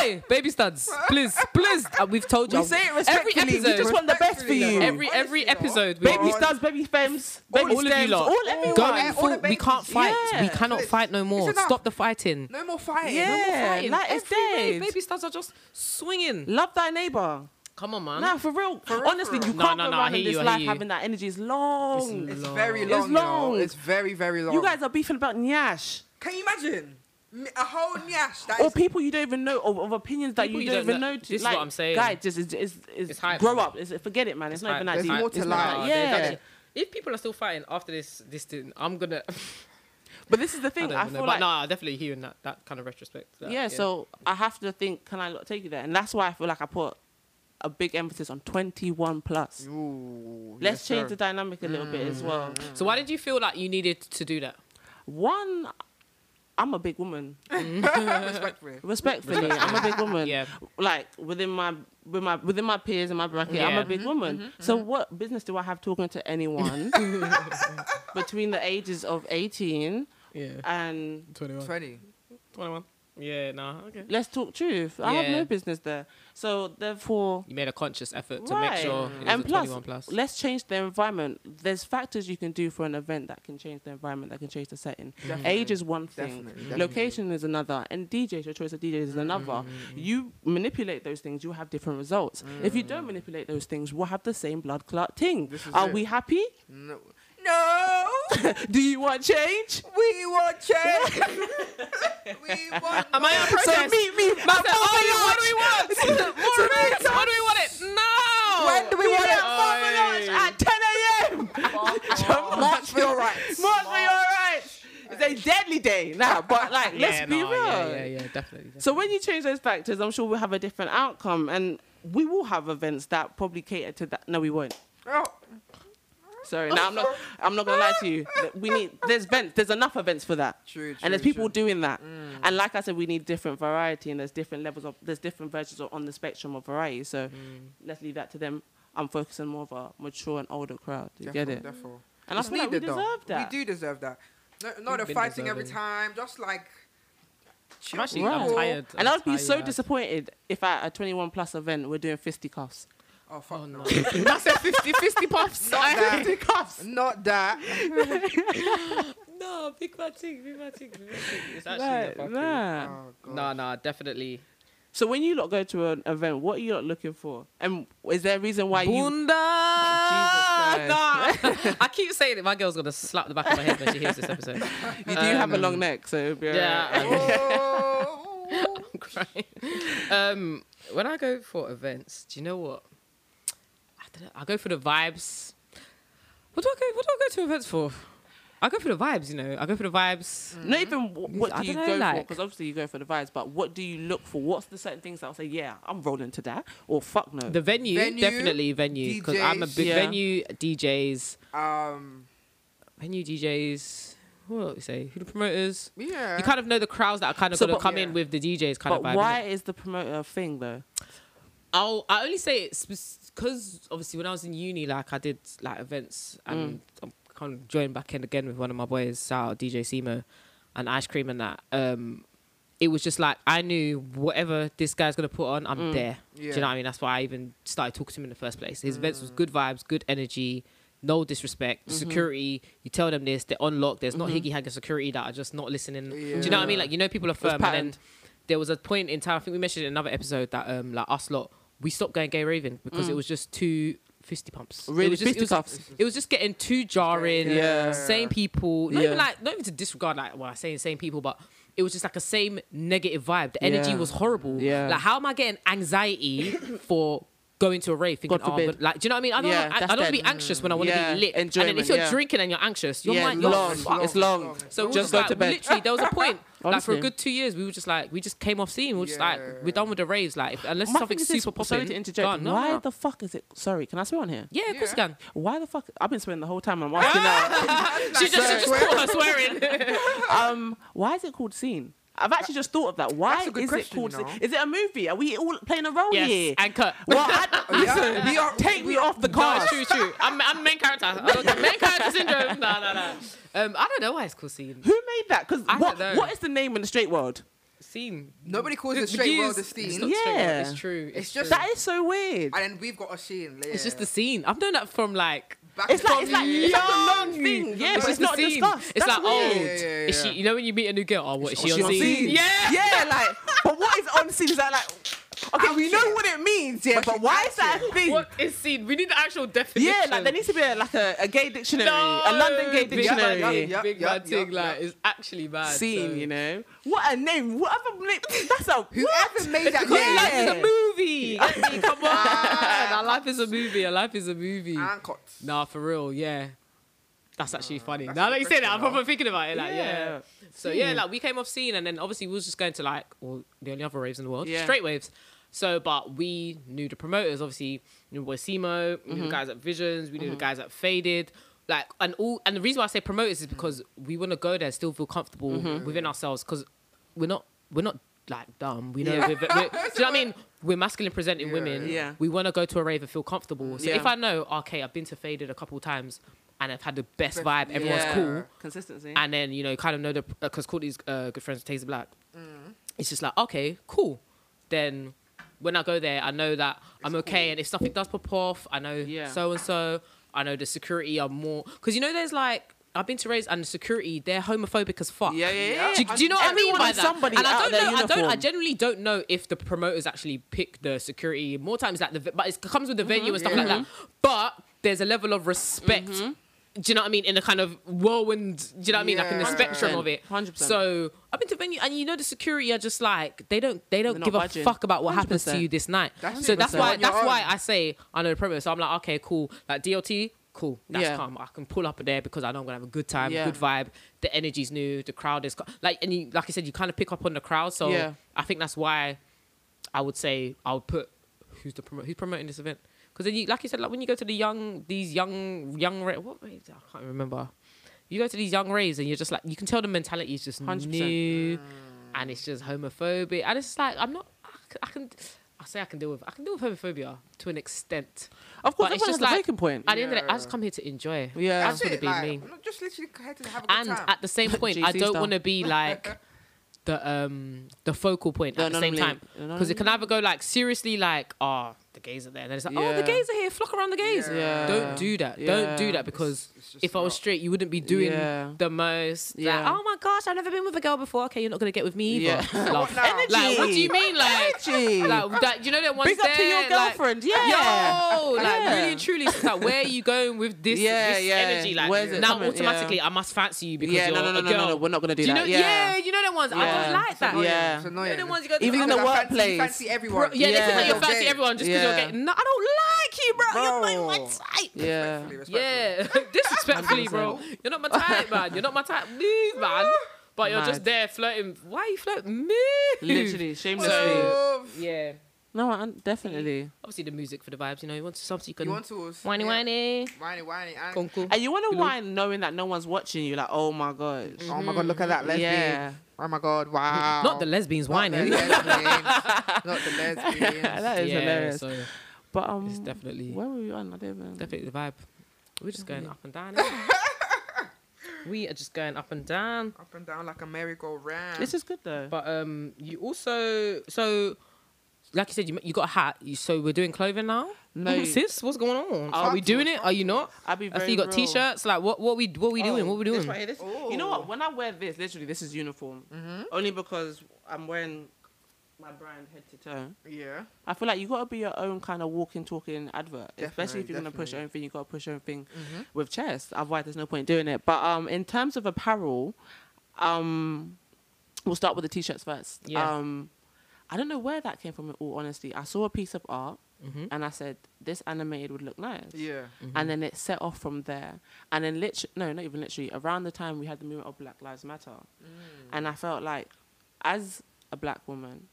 Speaker 1: oi, baby studs, please, please. Uh, we've told you.
Speaker 3: We say it respectfully.
Speaker 1: Every
Speaker 3: We
Speaker 1: episode,
Speaker 3: just want the best for you.
Speaker 1: every every
Speaker 2: Honestly, though.
Speaker 1: episode, we-
Speaker 3: Baby
Speaker 2: on.
Speaker 3: stars, baby femmes,
Speaker 1: all,
Speaker 3: baby
Speaker 1: all of you
Speaker 3: stems,
Speaker 1: lot,
Speaker 3: all everyone.
Speaker 1: Go
Speaker 2: Yeah,
Speaker 1: in
Speaker 2: all
Speaker 1: full.
Speaker 2: the
Speaker 1: we
Speaker 2: babies.
Speaker 1: can't fight.
Speaker 3: Yeah.
Speaker 1: We cannot fight no more.
Speaker 2: enough.
Speaker 1: Stop the fighting.
Speaker 2: No more fighting.
Speaker 3: yeah,
Speaker 1: Fighting.
Speaker 3: like it's
Speaker 1: Every
Speaker 3: dead.
Speaker 1: way, baby studs are just swinging.
Speaker 3: Love thy neighbor.
Speaker 1: Come on, man.
Speaker 3: Nah, for real.
Speaker 2: real,
Speaker 3: Honestly,
Speaker 2: for
Speaker 3: you
Speaker 1: real.
Speaker 3: can't
Speaker 1: No, no,
Speaker 3: go
Speaker 1: no, I
Speaker 3: around
Speaker 1: hear
Speaker 3: in
Speaker 1: you,
Speaker 3: this
Speaker 1: I
Speaker 3: life
Speaker 1: hear you.
Speaker 3: having that energy. It's long.
Speaker 2: It's
Speaker 1: Long.
Speaker 2: very
Speaker 1: It's
Speaker 2: long. you know.
Speaker 3: long.
Speaker 2: It's very very long.
Speaker 3: you guys are beefing about nyash
Speaker 2: Can you imagine M- a whole nyash that
Speaker 3: or
Speaker 2: is
Speaker 3: people you don't even know, or of opinions that
Speaker 1: People
Speaker 3: you
Speaker 1: you
Speaker 3: don't,
Speaker 1: don't
Speaker 3: even
Speaker 1: know.
Speaker 3: know.
Speaker 1: This is
Speaker 3: like,
Speaker 1: what I'm saying.
Speaker 3: Guys, just it's, it's, it's,
Speaker 1: It's hype.
Speaker 3: grow up. It's, forget it, man. It's, not even that
Speaker 2: There's
Speaker 3: deep.
Speaker 2: more to
Speaker 3: It's not
Speaker 2: life.
Speaker 3: that-
Speaker 2: There's
Speaker 3: Yeah.
Speaker 2: actually-
Speaker 1: If people are still fighting after this, this thing, I'm gonna.
Speaker 3: But this is the
Speaker 1: I
Speaker 3: thing.
Speaker 1: don't
Speaker 3: I,
Speaker 1: even know.
Speaker 3: feel
Speaker 1: but
Speaker 3: like.
Speaker 1: nah, definitely hearing that that kind of retrospect. that-
Speaker 3: yeah, so I have to think, can I not take you there? And that's why I feel like I put a big emphasis on 21 plus.
Speaker 1: Mm,
Speaker 2: Ooh,
Speaker 3: Let's
Speaker 2: yes,
Speaker 3: change
Speaker 2: sir.
Speaker 3: the dynamic a little bit as well.
Speaker 1: So why did you feel like you needed to do that?
Speaker 3: One, I'm a big woman.
Speaker 2: respectfully.
Speaker 3: Respectfully, I'm a big woman.
Speaker 1: Yeah.
Speaker 3: Like within my with my within my peers and my bracket, I'm
Speaker 1: Yeah. Mm-hmm.
Speaker 3: a big woman. So what business do I have talking to anyone between the ages of 18
Speaker 1: Yeah.
Speaker 3: and
Speaker 2: Twenty.
Speaker 1: 21. Yeah, no, okay.
Speaker 3: let's talk truth. I have
Speaker 1: Yeah.
Speaker 3: no business there. So therefore,
Speaker 1: You made a conscious effort to
Speaker 3: right.
Speaker 1: make sure it was a
Speaker 3: and plus,
Speaker 1: 21 plus.
Speaker 3: let's change the environment. There's factors you can do for an event that can change the environment, that can change the setting.
Speaker 2: Definitely.
Speaker 3: Age is one thing,
Speaker 2: Definitely, definitely. Mm-hmm,
Speaker 3: location is another, and DJs, your choice of DJs is another. You manipulate those things, you have different results. If you don't manipulate those things, we'll have the same blood clot thing.
Speaker 2: Mm. This is
Speaker 3: Are
Speaker 2: it.
Speaker 3: we happy?
Speaker 2: No. No.
Speaker 3: do you want change?
Speaker 2: we want change. we want.
Speaker 1: Am I a
Speaker 3: So
Speaker 1: protest?
Speaker 3: meet me.
Speaker 1: Man said, oh, yeah, what do we want? More events. What do we want it? No.
Speaker 2: When do we want it?
Speaker 3: March at 10 a.m. Oh.
Speaker 2: March for your rights.
Speaker 3: March for your rights. It's a deadly day now, but like,
Speaker 1: Yeah,
Speaker 3: let's be
Speaker 1: no,
Speaker 3: real.
Speaker 1: Yeah, yeah, yeah, definitely.
Speaker 3: So when you change those factors, I'm sure we'll have a different outcome. And we will have events that probably cater to that. No, we won't.
Speaker 2: Oh,
Speaker 3: Sorry, no, I'm not. I'm not gonna lie to you. Th- We need there's events. There's enough events for that,
Speaker 2: true, true.
Speaker 3: and there's
Speaker 2: true. Mm.
Speaker 3: people doing that. And like I said, we need different variety, and there's different levels of there's different versions of, on the spectrum of variety.
Speaker 2: Mm.
Speaker 3: So let's leave that to them. I'm focusing more of a mature and older crowd. You get
Speaker 2: Defo,
Speaker 3: it?
Speaker 2: defo.
Speaker 3: And
Speaker 2: It's
Speaker 3: I feel like we
Speaker 2: needed,
Speaker 3: deserve
Speaker 2: though.
Speaker 3: that.
Speaker 2: We do deserve that. No,
Speaker 1: We've
Speaker 2: not the
Speaker 1: been
Speaker 2: fighting every
Speaker 1: deserving.
Speaker 2: time. Just like. chill
Speaker 1: I'm actually
Speaker 3: Right.
Speaker 1: I'm
Speaker 2: people.
Speaker 1: tired.
Speaker 3: And
Speaker 1: I'm
Speaker 3: I'd be so
Speaker 1: tired.
Speaker 3: disappointed if at a 21 plus event we're doing fisticuffs.
Speaker 2: Oh fuck
Speaker 1: Oh
Speaker 2: no.
Speaker 1: no.
Speaker 3: Massive 50 50 puffs.
Speaker 2: Not that.
Speaker 3: Fisticuffs.
Speaker 2: Not that. Oh,
Speaker 1: no, big bad thing, big bad thing, big bad thing. It's actually a
Speaker 3: Like,
Speaker 1: fucking- um,
Speaker 3: nah.
Speaker 2: Oh, God.
Speaker 1: Nah, nah, definitely.
Speaker 3: So when you lot go to an event, what are you lot looking for? And is there a reason why you
Speaker 1: Bunda!
Speaker 3: Jesus
Speaker 1: Nah. I keep saying it. My girl's gonna slap the back of my head when she hears this episode.
Speaker 3: you do have a
Speaker 1: Um,
Speaker 3: long neck? So it'll be
Speaker 1: yeah,
Speaker 3: alright.
Speaker 2: Oh.
Speaker 1: I'm crying. Um, when I go for events, do you know what? I don't know. I go for the vibes. What do I go? What do I go to events for? I go for the vibes. You know, I go for the vibes.
Speaker 2: Mm.
Speaker 3: Not even wh- what
Speaker 1: I
Speaker 3: do you
Speaker 1: dunno,
Speaker 3: go for? 'Cause for?
Speaker 1: like-
Speaker 3: Because obviously you go for the vibes, but what do you look for? What's the certain things that I'll say, yeah, I'm rolling to that, or fuck no?
Speaker 1: The venue,
Speaker 2: Venue,
Speaker 1: definitely venue, because I'm a
Speaker 2: DJs.
Speaker 1: big
Speaker 3: Yeah.
Speaker 1: venue DJs,
Speaker 2: Um.
Speaker 1: venue DJs. Who else we say? Who the promoters?
Speaker 2: Yeah.
Speaker 1: You kind of know the crowds that are kind of
Speaker 3: So,
Speaker 1: gonna
Speaker 3: but-
Speaker 1: come
Speaker 2: Yeah.
Speaker 1: in with the DJs kind
Speaker 3: but
Speaker 1: of vibe.
Speaker 3: why
Speaker 1: innit?
Speaker 3: is the promoter a thing though?
Speaker 1: I'll I only say it because obviously when I was in uni, like I did like events and I'm kind of joined back in again with one of my boys, shout out DJ Simo, and Ice Cream and that. Um, it was just like I knew whatever this guy's gonna put on, I'm there. Do
Speaker 2: Yeah.
Speaker 1: you know what I mean? That's why I even started talking to him in the first place. His events was good vibes, good energy, no disrespect. The Security, you tell them this, they're unlocked. There's not higgy haggy security that are just not listening. Do you know what I mean?
Speaker 2: Yeah.
Speaker 1: Like you know, people are
Speaker 3: was
Speaker 1: firm. And then
Speaker 3: patterned.
Speaker 1: there was a point in time. I think we mentioned it in another episode that um, like us lot, we stopped going gay raving because it was just too fisty pumps.
Speaker 3: Mm. Really
Speaker 1: it was just, it was-
Speaker 3: fisticuffs.
Speaker 1: It was just getting too jarring.
Speaker 3: Yeah.
Speaker 1: Same people. Not even
Speaker 3: Yeah.
Speaker 1: like not even to disregard like well, I say the same people, but. It was just like a same negative vibe. The energy
Speaker 3: Yeah.
Speaker 1: was horrible.
Speaker 3: Yeah.
Speaker 1: Like, how am I getting anxiety for going to a rave? Thinking,
Speaker 3: God
Speaker 1: oh, I'm
Speaker 3: forbid.
Speaker 1: gonna- like, do you know what I mean? I don't.
Speaker 3: Yeah,
Speaker 1: wanna- I- I,
Speaker 3: that's
Speaker 1: don't wanna
Speaker 3: dead.
Speaker 1: be anxious when I want to
Speaker 3: Yeah,
Speaker 1: be lit. And then if
Speaker 3: enjoyment,
Speaker 1: you're
Speaker 3: yeah.
Speaker 1: drinking and you're anxious, you're
Speaker 3: yeah,
Speaker 1: like, you're
Speaker 3: long.
Speaker 1: fucked.
Speaker 3: It's long.
Speaker 1: So we just,
Speaker 3: Just go
Speaker 1: just like,
Speaker 3: to bed.
Speaker 1: literally, there was a point, like for
Speaker 3: Honestly.
Speaker 1: a good two years, we were just like, we just came off scene. We were just like,
Speaker 2: Yeah.
Speaker 1: we're done with the raves. Like, if, unless
Speaker 3: My
Speaker 1: something's
Speaker 3: thing is this-
Speaker 1: super popping.
Speaker 3: Sorry to interject.
Speaker 1: done. No,
Speaker 3: why
Speaker 1: no.
Speaker 3: the fuck is it? Sorry, can I swear on here?
Speaker 1: Yeah, of course you
Speaker 2: Yeah.
Speaker 1: can.
Speaker 3: Why the fuck? I've been swearing the whole time. I'm asking now.
Speaker 1: She just, she just caught her swearing.
Speaker 3: Um, why is it called Scene? I've actually just thought of that. Why
Speaker 2: That's a good
Speaker 3: is it
Speaker 2: question,
Speaker 3: called
Speaker 2: you know.
Speaker 3: Scene? Is it a movie? Are we all playing a role here?
Speaker 1: yes, and cut.
Speaker 3: well, I,
Speaker 2: Yeah, we are-
Speaker 3: take me off the
Speaker 1: No,
Speaker 3: card.
Speaker 1: it's true, it's true. I'm, I'm main character. I don't get main character syndrome. No, no, no. Um, I don't know why it's called scene.
Speaker 3: Who made that? Because
Speaker 1: I
Speaker 3: what,
Speaker 1: don't know.
Speaker 3: what is the name in the straight world?
Speaker 1: Scene.
Speaker 2: Nobody calls it
Speaker 1: The- the
Speaker 2: straight world
Speaker 1: gears-
Speaker 2: a scene.
Speaker 1: It's not straight world,
Speaker 3: Yeah.
Speaker 1: it's true. It's,
Speaker 2: It's just-
Speaker 1: true.
Speaker 3: That is so weird.
Speaker 2: And then we've got a scene. Yeah.
Speaker 1: It's just the scene. I've known that from like
Speaker 2: Back
Speaker 3: It's like
Speaker 2: from
Speaker 3: it's like,
Speaker 2: the-
Speaker 3: it's like a known
Speaker 1: young.
Speaker 3: thing. Yeah,
Speaker 1: It's
Speaker 3: but it's
Speaker 1: the
Speaker 3: not
Speaker 1: scene.
Speaker 3: discussed.
Speaker 1: It's
Speaker 3: That's
Speaker 1: like, oh,
Speaker 3: weird.
Speaker 2: Yeah, yeah,
Speaker 1: is
Speaker 2: yeah.
Speaker 1: she? You know when you meet a new girl, oh, what is she,
Speaker 3: Is
Speaker 1: on, scene? Yeah.
Speaker 3: yeah, like, but what is on scene? Is that like, okay,
Speaker 2: Out
Speaker 3: we know
Speaker 2: here.
Speaker 3: what it means, yeah,
Speaker 2: But
Speaker 3: but,
Speaker 2: you
Speaker 3: why
Speaker 2: out
Speaker 3: is that a thing?
Speaker 1: What is scene? We need the actual definition.
Speaker 3: Yeah, like there needs to be a, like a, a gay dictionary,
Speaker 1: No,
Speaker 3: a London gay
Speaker 1: big bad-
Speaker 3: dictionary.
Speaker 2: yeah,
Speaker 1: Big,
Speaker 2: yeah,
Speaker 1: big
Speaker 2: yeah,
Speaker 1: bad
Speaker 2: yeah,
Speaker 1: thing,
Speaker 2: yeah.
Speaker 1: like it's actually bad.
Speaker 3: Scene,
Speaker 1: so-
Speaker 3: you know, what a name, what other name? That's a
Speaker 2: Whoever made that
Speaker 1: Your life
Speaker 2: game.
Speaker 1: is a
Speaker 3: Yeah.
Speaker 1: movie. Get me, come on. Our life is a movie. Our life is a movie.
Speaker 2: And cut.
Speaker 1: Nah, for real, yeah. That's actually funny.
Speaker 2: Ah, that's
Speaker 1: now
Speaker 2: a
Speaker 1: that you
Speaker 2: good
Speaker 1: say that, I'm
Speaker 2: question, though.
Speaker 1: probably thinking about it. Like, yeah.
Speaker 3: Yeah.
Speaker 1: So yeah,
Speaker 3: Scene.
Speaker 1: like we came off scene, and then obviously we was just going to like all the only other raves in the world,
Speaker 3: Yeah.
Speaker 1: straight waves. So, but we knew the promoters. Obviously, knew boy Simo, we
Speaker 3: Mm-hmm.
Speaker 1: knew the guys at Visions, we knew the guys at Faded. Like and all and the reason why I say promoters is because we want to go there and still feel comfortable
Speaker 3: Mm-hmm.
Speaker 1: within ourselves because we're not we're not like dumb. We know we're,
Speaker 3: Yeah.
Speaker 1: we're, do you know what I mean? We're masculine presenting women.
Speaker 3: Yeah.
Speaker 1: We want to go to a rave and feel comfortable. So
Speaker 3: Yeah.
Speaker 1: if I know, okay, I've been to Faded a couple times and I've had the best vibe. Everyone's
Speaker 3: Yeah.
Speaker 1: cool
Speaker 3: Consistency.
Speaker 1: and then you know kind of know the because Courtney's uh, good friends with Taser Black.
Speaker 3: Mm.
Speaker 1: It's just like okay, cool. Then when I go there, I know that I'm okay, and if something does pop off, I know
Speaker 3: Yeah.
Speaker 1: so and so. I know the security are more because you know there's like. I've been to raves and the security, they're homophobic as fuck.
Speaker 3: Yeah, yeah, yeah.
Speaker 1: Do, you- do you know what I mean
Speaker 3: Everyone
Speaker 1: by
Speaker 3: is
Speaker 1: that?
Speaker 3: somebody
Speaker 1: and
Speaker 3: out
Speaker 1: I
Speaker 3: of
Speaker 1: don't
Speaker 3: their
Speaker 1: know. I don't. I
Speaker 3: uniform.
Speaker 1: generally don't know if the promoters actually pick the security more times. Like the, ve- but it comes with the venue and stuff like that.
Speaker 3: Mm-hmm.
Speaker 1: But there's a level of respect do you know what I mean? In a kind of whirlwind, do you know what I mean? Like in the
Speaker 2: Yeah.
Speaker 1: spectrum of it.
Speaker 3: 100%.
Speaker 1: So I've been to venue, and you know the security are just like they don't they don't
Speaker 3: They're not
Speaker 1: give a
Speaker 3: budging.
Speaker 1: fuck about what happens to
Speaker 3: 100%.
Speaker 1: you this night.
Speaker 2: That's
Speaker 1: so
Speaker 2: it.
Speaker 1: that's
Speaker 2: You're
Speaker 1: why
Speaker 2: on your
Speaker 1: that's why
Speaker 2: own.
Speaker 1: I say I know the promo. So I'm like, okay, cool. Like DLT, cool. That's
Speaker 3: Yeah.
Speaker 1: calm. I can pull up there because I know I'm gonna have a good time,
Speaker 3: Yeah.
Speaker 1: good vibe. The energy's new. The crowd is co- like and you, like I said, you kind of pick up on the crowd. So
Speaker 3: Yeah.
Speaker 1: I think that's why I would say I would put who's the promoter? Who's promoting this event? Because then you, like you said, like when you go to the young, these young, young ra- what raves? I can't remember. You go to these young raves and you're just like, you can tell the mentality is just
Speaker 3: 100%.
Speaker 1: new, and it's just homophobic, and it's just like I'm not, I c- I can, I say I can deal with, I can deal with homophobia to an extent.
Speaker 3: Of course,
Speaker 1: But
Speaker 3: it's just like breaking point.
Speaker 1: At the end of the day, I just
Speaker 2: Yeah.
Speaker 1: come here to enjoy.
Speaker 3: Yeah.
Speaker 1: that's
Speaker 2: That's
Speaker 1: what
Speaker 2: it.
Speaker 1: it be
Speaker 2: Like,
Speaker 1: me.
Speaker 2: I'm not just literally here to have a good
Speaker 1: And
Speaker 2: time.
Speaker 1: at the same point, I
Speaker 3: GC
Speaker 1: don't
Speaker 3: style.
Speaker 1: want to be like the um the focal point at the same time because it can either go like seriously like oh the gays are there and then it's like oh the
Speaker 3: Yeah.
Speaker 1: gays are here flock around the gays
Speaker 2: Yeah.
Speaker 1: don't do that don't do
Speaker 3: Yeah.
Speaker 1: that because
Speaker 2: It's just
Speaker 1: if I was
Speaker 2: not-
Speaker 1: straight you wouldn't be doing
Speaker 3: Yeah.
Speaker 1: the most like,
Speaker 3: Yeah.
Speaker 1: oh my gosh I've never been with a girl before okay you're not gonna get with me either
Speaker 3: Yeah.
Speaker 1: Laugh.
Speaker 2: What now?
Speaker 1: like what do you
Speaker 3: Energy.
Speaker 1: mean like
Speaker 3: Energy.
Speaker 1: like that, you know that one's
Speaker 3: Big up to
Speaker 1: there,
Speaker 3: your
Speaker 1: like,
Speaker 3: girlfriend. yeah.
Speaker 1: Yo, like
Speaker 3: Yeah.
Speaker 1: really and truly, it's like where are you going with this,
Speaker 3: Yeah,
Speaker 1: this
Speaker 3: yeah.
Speaker 1: energy? Like
Speaker 3: Where's
Speaker 2: it
Speaker 1: now,
Speaker 3: coming?
Speaker 1: automatically, I must fancy you because
Speaker 3: Yeah,
Speaker 1: you're
Speaker 3: no, no, no,
Speaker 1: a
Speaker 3: no,
Speaker 1: girl.
Speaker 3: no, no. We're not gonna do
Speaker 1: you know,
Speaker 3: that. yeah.
Speaker 1: you know the ones. I
Speaker 3: Yeah.
Speaker 1: don't like that.
Speaker 2: Annoying.
Speaker 3: Yeah.
Speaker 2: It's annoying.
Speaker 1: You know the ones you go to
Speaker 3: Even in
Speaker 2: Because
Speaker 3: the
Speaker 2: I fancy-
Speaker 3: workplace.
Speaker 2: Fancy everyone.
Speaker 1: Bro, yeah,
Speaker 3: Yeah.
Speaker 1: they think like you're
Speaker 3: You're
Speaker 1: fancy everyone just because
Speaker 3: Yeah.
Speaker 1: you're gay. No, I don't like you, bro. You're not
Speaker 2: Bro.
Speaker 1: my type.
Speaker 3: Yeah.
Speaker 1: Yeah, disrespectfully, bro. You're not my type, man. You're not my type. Move, man. But you're just
Speaker 3: Mad.
Speaker 1: there flirting. Why are you flirting? Move.
Speaker 3: Literally, shamelessly.
Speaker 1: Yeah.
Speaker 3: no, I, definitely.
Speaker 1: Obviously, the music for the vibes. You know, you want something you can.
Speaker 2: You want to us?
Speaker 1: whiny,
Speaker 2: Yeah.
Speaker 1: whiny,
Speaker 2: Whiny, whiny. and-
Speaker 1: conku.
Speaker 3: And you want
Speaker 1: You
Speaker 3: to
Speaker 1: know?
Speaker 3: whine knowing that no one's watching you. Like, oh my gosh.
Speaker 1: Mm.
Speaker 2: Oh my god, look at that lesbian.
Speaker 3: Yeah.
Speaker 2: Oh my god, wow.
Speaker 1: Not the lesbians
Speaker 2: Not the
Speaker 1: whining.
Speaker 2: lesbians. Not the lesbians.
Speaker 3: that is
Speaker 1: yeah,
Speaker 3: hilarious.
Speaker 1: So
Speaker 3: But um,
Speaker 1: it's definitely,
Speaker 3: where were you on? I don't even.
Speaker 1: definitely the vibe. We're just going up and down. innit? we are just going up and down.
Speaker 2: Up and down like a merry-go-round.
Speaker 3: This is good though.
Speaker 1: But um, you also so. Like you said, you, you got a hat. You, so we're doing clothing now. Oh,
Speaker 3: No,
Speaker 1: sis, what's going on?
Speaker 3: I'll-
Speaker 1: Are we doing it? Are you not?
Speaker 3: I'll be
Speaker 1: I
Speaker 3: very.
Speaker 1: see you got
Speaker 3: real.
Speaker 1: t-shirts. Like what? What we? What we doing?
Speaker 3: Oh,
Speaker 1: What we
Speaker 3: This right
Speaker 1: doing?
Speaker 3: here, this, you know
Speaker 2: Ooh.
Speaker 3: what? When I wear this, literally, this is uniform.
Speaker 2: Mm-hmm.
Speaker 3: Only because I'm wearing my brand head to toe.
Speaker 2: Yeah.
Speaker 3: I feel like you gotta be your own kind of walking, talking advert. Especially
Speaker 2: Definitely,
Speaker 3: if you're gonna push
Speaker 2: definitely.
Speaker 3: your
Speaker 2: Mm-hmm.
Speaker 3: own thing, you gotta push your own thing with chest. Otherwise, there's no point doing it. But um, in terms of apparel, um, we'll start with the t-shirts first.
Speaker 1: Yeah.
Speaker 3: Um, I don't know where that came from. In all honesty, I saw a piece of art
Speaker 1: Mhm.
Speaker 3: and I said this animated would look nice
Speaker 2: Yeah.
Speaker 3: and then it set off from there. And then literally, no, not even literally, around the time we had the movement of Black Lives Matter,
Speaker 2: Mm.
Speaker 3: and I felt like, as a black woman,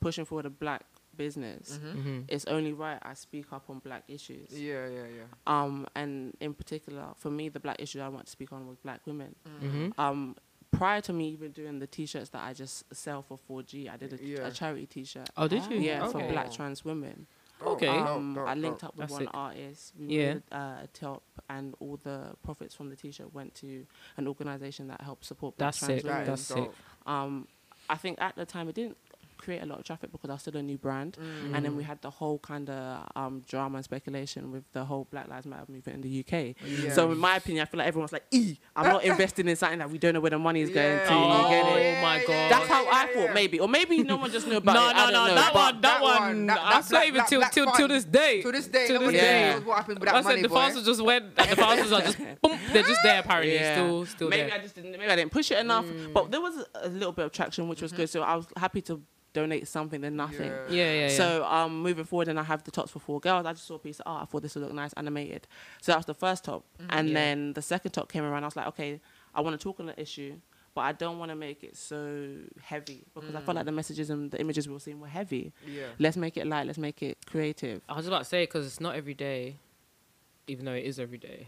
Speaker 3: pushing forward a black business,
Speaker 1: Mhm.
Speaker 3: it's only right I speak up on black issues.
Speaker 2: Mm-hmm. Yeah, yeah, yeah.
Speaker 3: Um, and in particular, for me, the black issue I want to speak on was black women.
Speaker 2: Mm.
Speaker 1: Mhm.
Speaker 3: Um, prior to me even doing the t-shirts that I just sell for 4G, I did a,
Speaker 2: Yeah.
Speaker 3: a charity t-shirt.
Speaker 1: Oh, did you?
Speaker 3: Yeah,
Speaker 1: okay.
Speaker 3: for black trans women.
Speaker 1: Okay. Hey.
Speaker 3: Um, I linked up with
Speaker 1: That's
Speaker 3: one
Speaker 1: it.
Speaker 3: artist. We
Speaker 1: Yeah.
Speaker 3: made uh, a top, and all the profits from the T-shirt went to an organisation that helps support black
Speaker 1: That's
Speaker 3: trans
Speaker 1: it.
Speaker 3: women.
Speaker 1: That is sick.
Speaker 3: Um, I think at the time it didn't create a lot of traffic because I was still a new brand,
Speaker 1: Mm.
Speaker 3: and
Speaker 2: Mm.
Speaker 3: then we had the whole kind of um, drama and speculation with the whole Black Lives Matter movement in the UK.
Speaker 2: Yeah.
Speaker 3: So in my opinion, I feel like everyone's like, "E, I'm not investing in something that we don't know where the money is going to."
Speaker 1: Oh,
Speaker 3: you get it?
Speaker 1: yeah, my God.
Speaker 3: That's how
Speaker 2: Oh,
Speaker 3: I
Speaker 2: yeah,
Speaker 3: thought,
Speaker 2: yeah.
Speaker 3: maybe, or maybe no one just knew about
Speaker 1: No,
Speaker 3: it. I
Speaker 1: no,
Speaker 3: don't
Speaker 1: no,
Speaker 3: know,
Speaker 1: that
Speaker 3: but-
Speaker 1: one, that
Speaker 2: that
Speaker 1: one.
Speaker 2: one, that-
Speaker 1: I
Speaker 2: that
Speaker 1: swear
Speaker 2: black-
Speaker 1: even
Speaker 2: that
Speaker 1: till
Speaker 2: black
Speaker 1: till till
Speaker 2: fund.
Speaker 1: this day.
Speaker 2: To this day,
Speaker 1: To
Speaker 2: nobody
Speaker 1: this
Speaker 3: day.
Speaker 2: knows what happened with that
Speaker 1: I
Speaker 2: money,
Speaker 1: said the
Speaker 2: boy.
Speaker 1: fastest just went. The fastest are just boom. They're just there apparently.
Speaker 3: Yeah.
Speaker 1: Still, still
Speaker 3: maybe
Speaker 1: there. Mm.
Speaker 3: I just didn't maybe I didn't push it enough. But there was a little bit of traction which was good. So I was happy to donate something than nothing.
Speaker 2: Yeah.
Speaker 1: Mm-hmm. yeah, yeah, yeah.
Speaker 3: So um, moving forward, and I have the tops for four girls. I just saw a piece of art. I thought this would look nice animated. So that was the first top, and
Speaker 1: Mm-hmm. Yeah.
Speaker 3: then the second top came around. I was like, okay, I want to talk on the issue, but I don't want to make it so heavy because I felt
Speaker 1: Mm.
Speaker 3: like the messages and the images we were seeing were heavy.
Speaker 2: Yeah.
Speaker 3: Let's make it light. Let's make it creative.
Speaker 1: I was about to say because it's not every day, even though it is every day.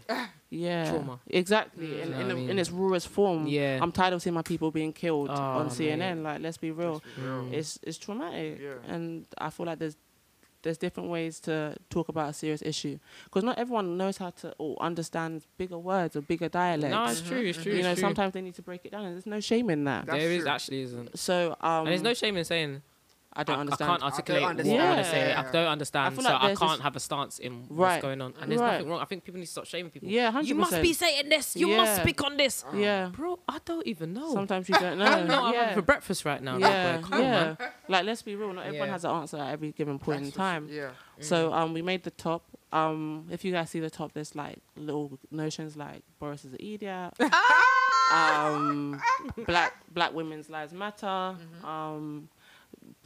Speaker 3: Yeah,
Speaker 1: Trauma. Mm.
Speaker 3: exactly.
Speaker 1: You
Speaker 3: In,
Speaker 1: know
Speaker 3: in,
Speaker 1: what I
Speaker 3: the,
Speaker 1: mean?
Speaker 3: in its rawest form,
Speaker 1: Yeah.
Speaker 3: I'm tired of seeing my people being killed
Speaker 1: Oh,
Speaker 3: on CNN.
Speaker 1: mate.
Speaker 3: Like, let's be real,
Speaker 1: Mm.
Speaker 3: it's it's traumatic,
Speaker 2: Yeah.
Speaker 3: and I feel like there's there's different ways to talk about a serious issue because not everyone knows how to or understands bigger words or bigger dialects.
Speaker 1: No, it's true. It's true.
Speaker 3: you
Speaker 1: it's
Speaker 3: know,
Speaker 1: true.
Speaker 3: sometimes they need to break it down, and there's no shame in that.
Speaker 2: That's
Speaker 1: there is
Speaker 2: true.
Speaker 1: actually isn't.
Speaker 3: So um,
Speaker 1: and there's no shame in saying
Speaker 3: I don't understand.
Speaker 1: I can't articulate what I
Speaker 3: understand.
Speaker 1: want to say. I
Speaker 2: Yeah.
Speaker 1: don't understand,
Speaker 3: I feel
Speaker 1: so
Speaker 3: like
Speaker 1: I
Speaker 3: there's
Speaker 1: can't
Speaker 3: this-
Speaker 1: have a stance in what's
Speaker 3: Right.
Speaker 1: going on. And there's
Speaker 3: Right.
Speaker 1: nothing wrong. I think people need to stop shaming people.
Speaker 3: yeah, hundred
Speaker 1: You must be saying this. You must
Speaker 3: Yeah.
Speaker 1: speak on this,
Speaker 3: Yeah.
Speaker 1: bro. I don't even know.
Speaker 3: Sometimes you don't know.
Speaker 1: I don't know. what Oh. I'm
Speaker 3: yeah.
Speaker 1: having for breakfast right now.
Speaker 3: yeah,
Speaker 1: Yeah, come on,
Speaker 3: yeah.
Speaker 1: man.
Speaker 3: Like, let's be real. Not everyone
Speaker 1: Yeah.
Speaker 3: has an answer at every given point in
Speaker 2: That's for
Speaker 3: time.
Speaker 2: sure. Yeah.
Speaker 3: So um, we made the top. Um, if you guys see the top, there's like little notions like Boris is an idiot.
Speaker 2: Ah!
Speaker 3: um, black black women's lives matter.
Speaker 2: Mm-hmm.
Speaker 3: Um,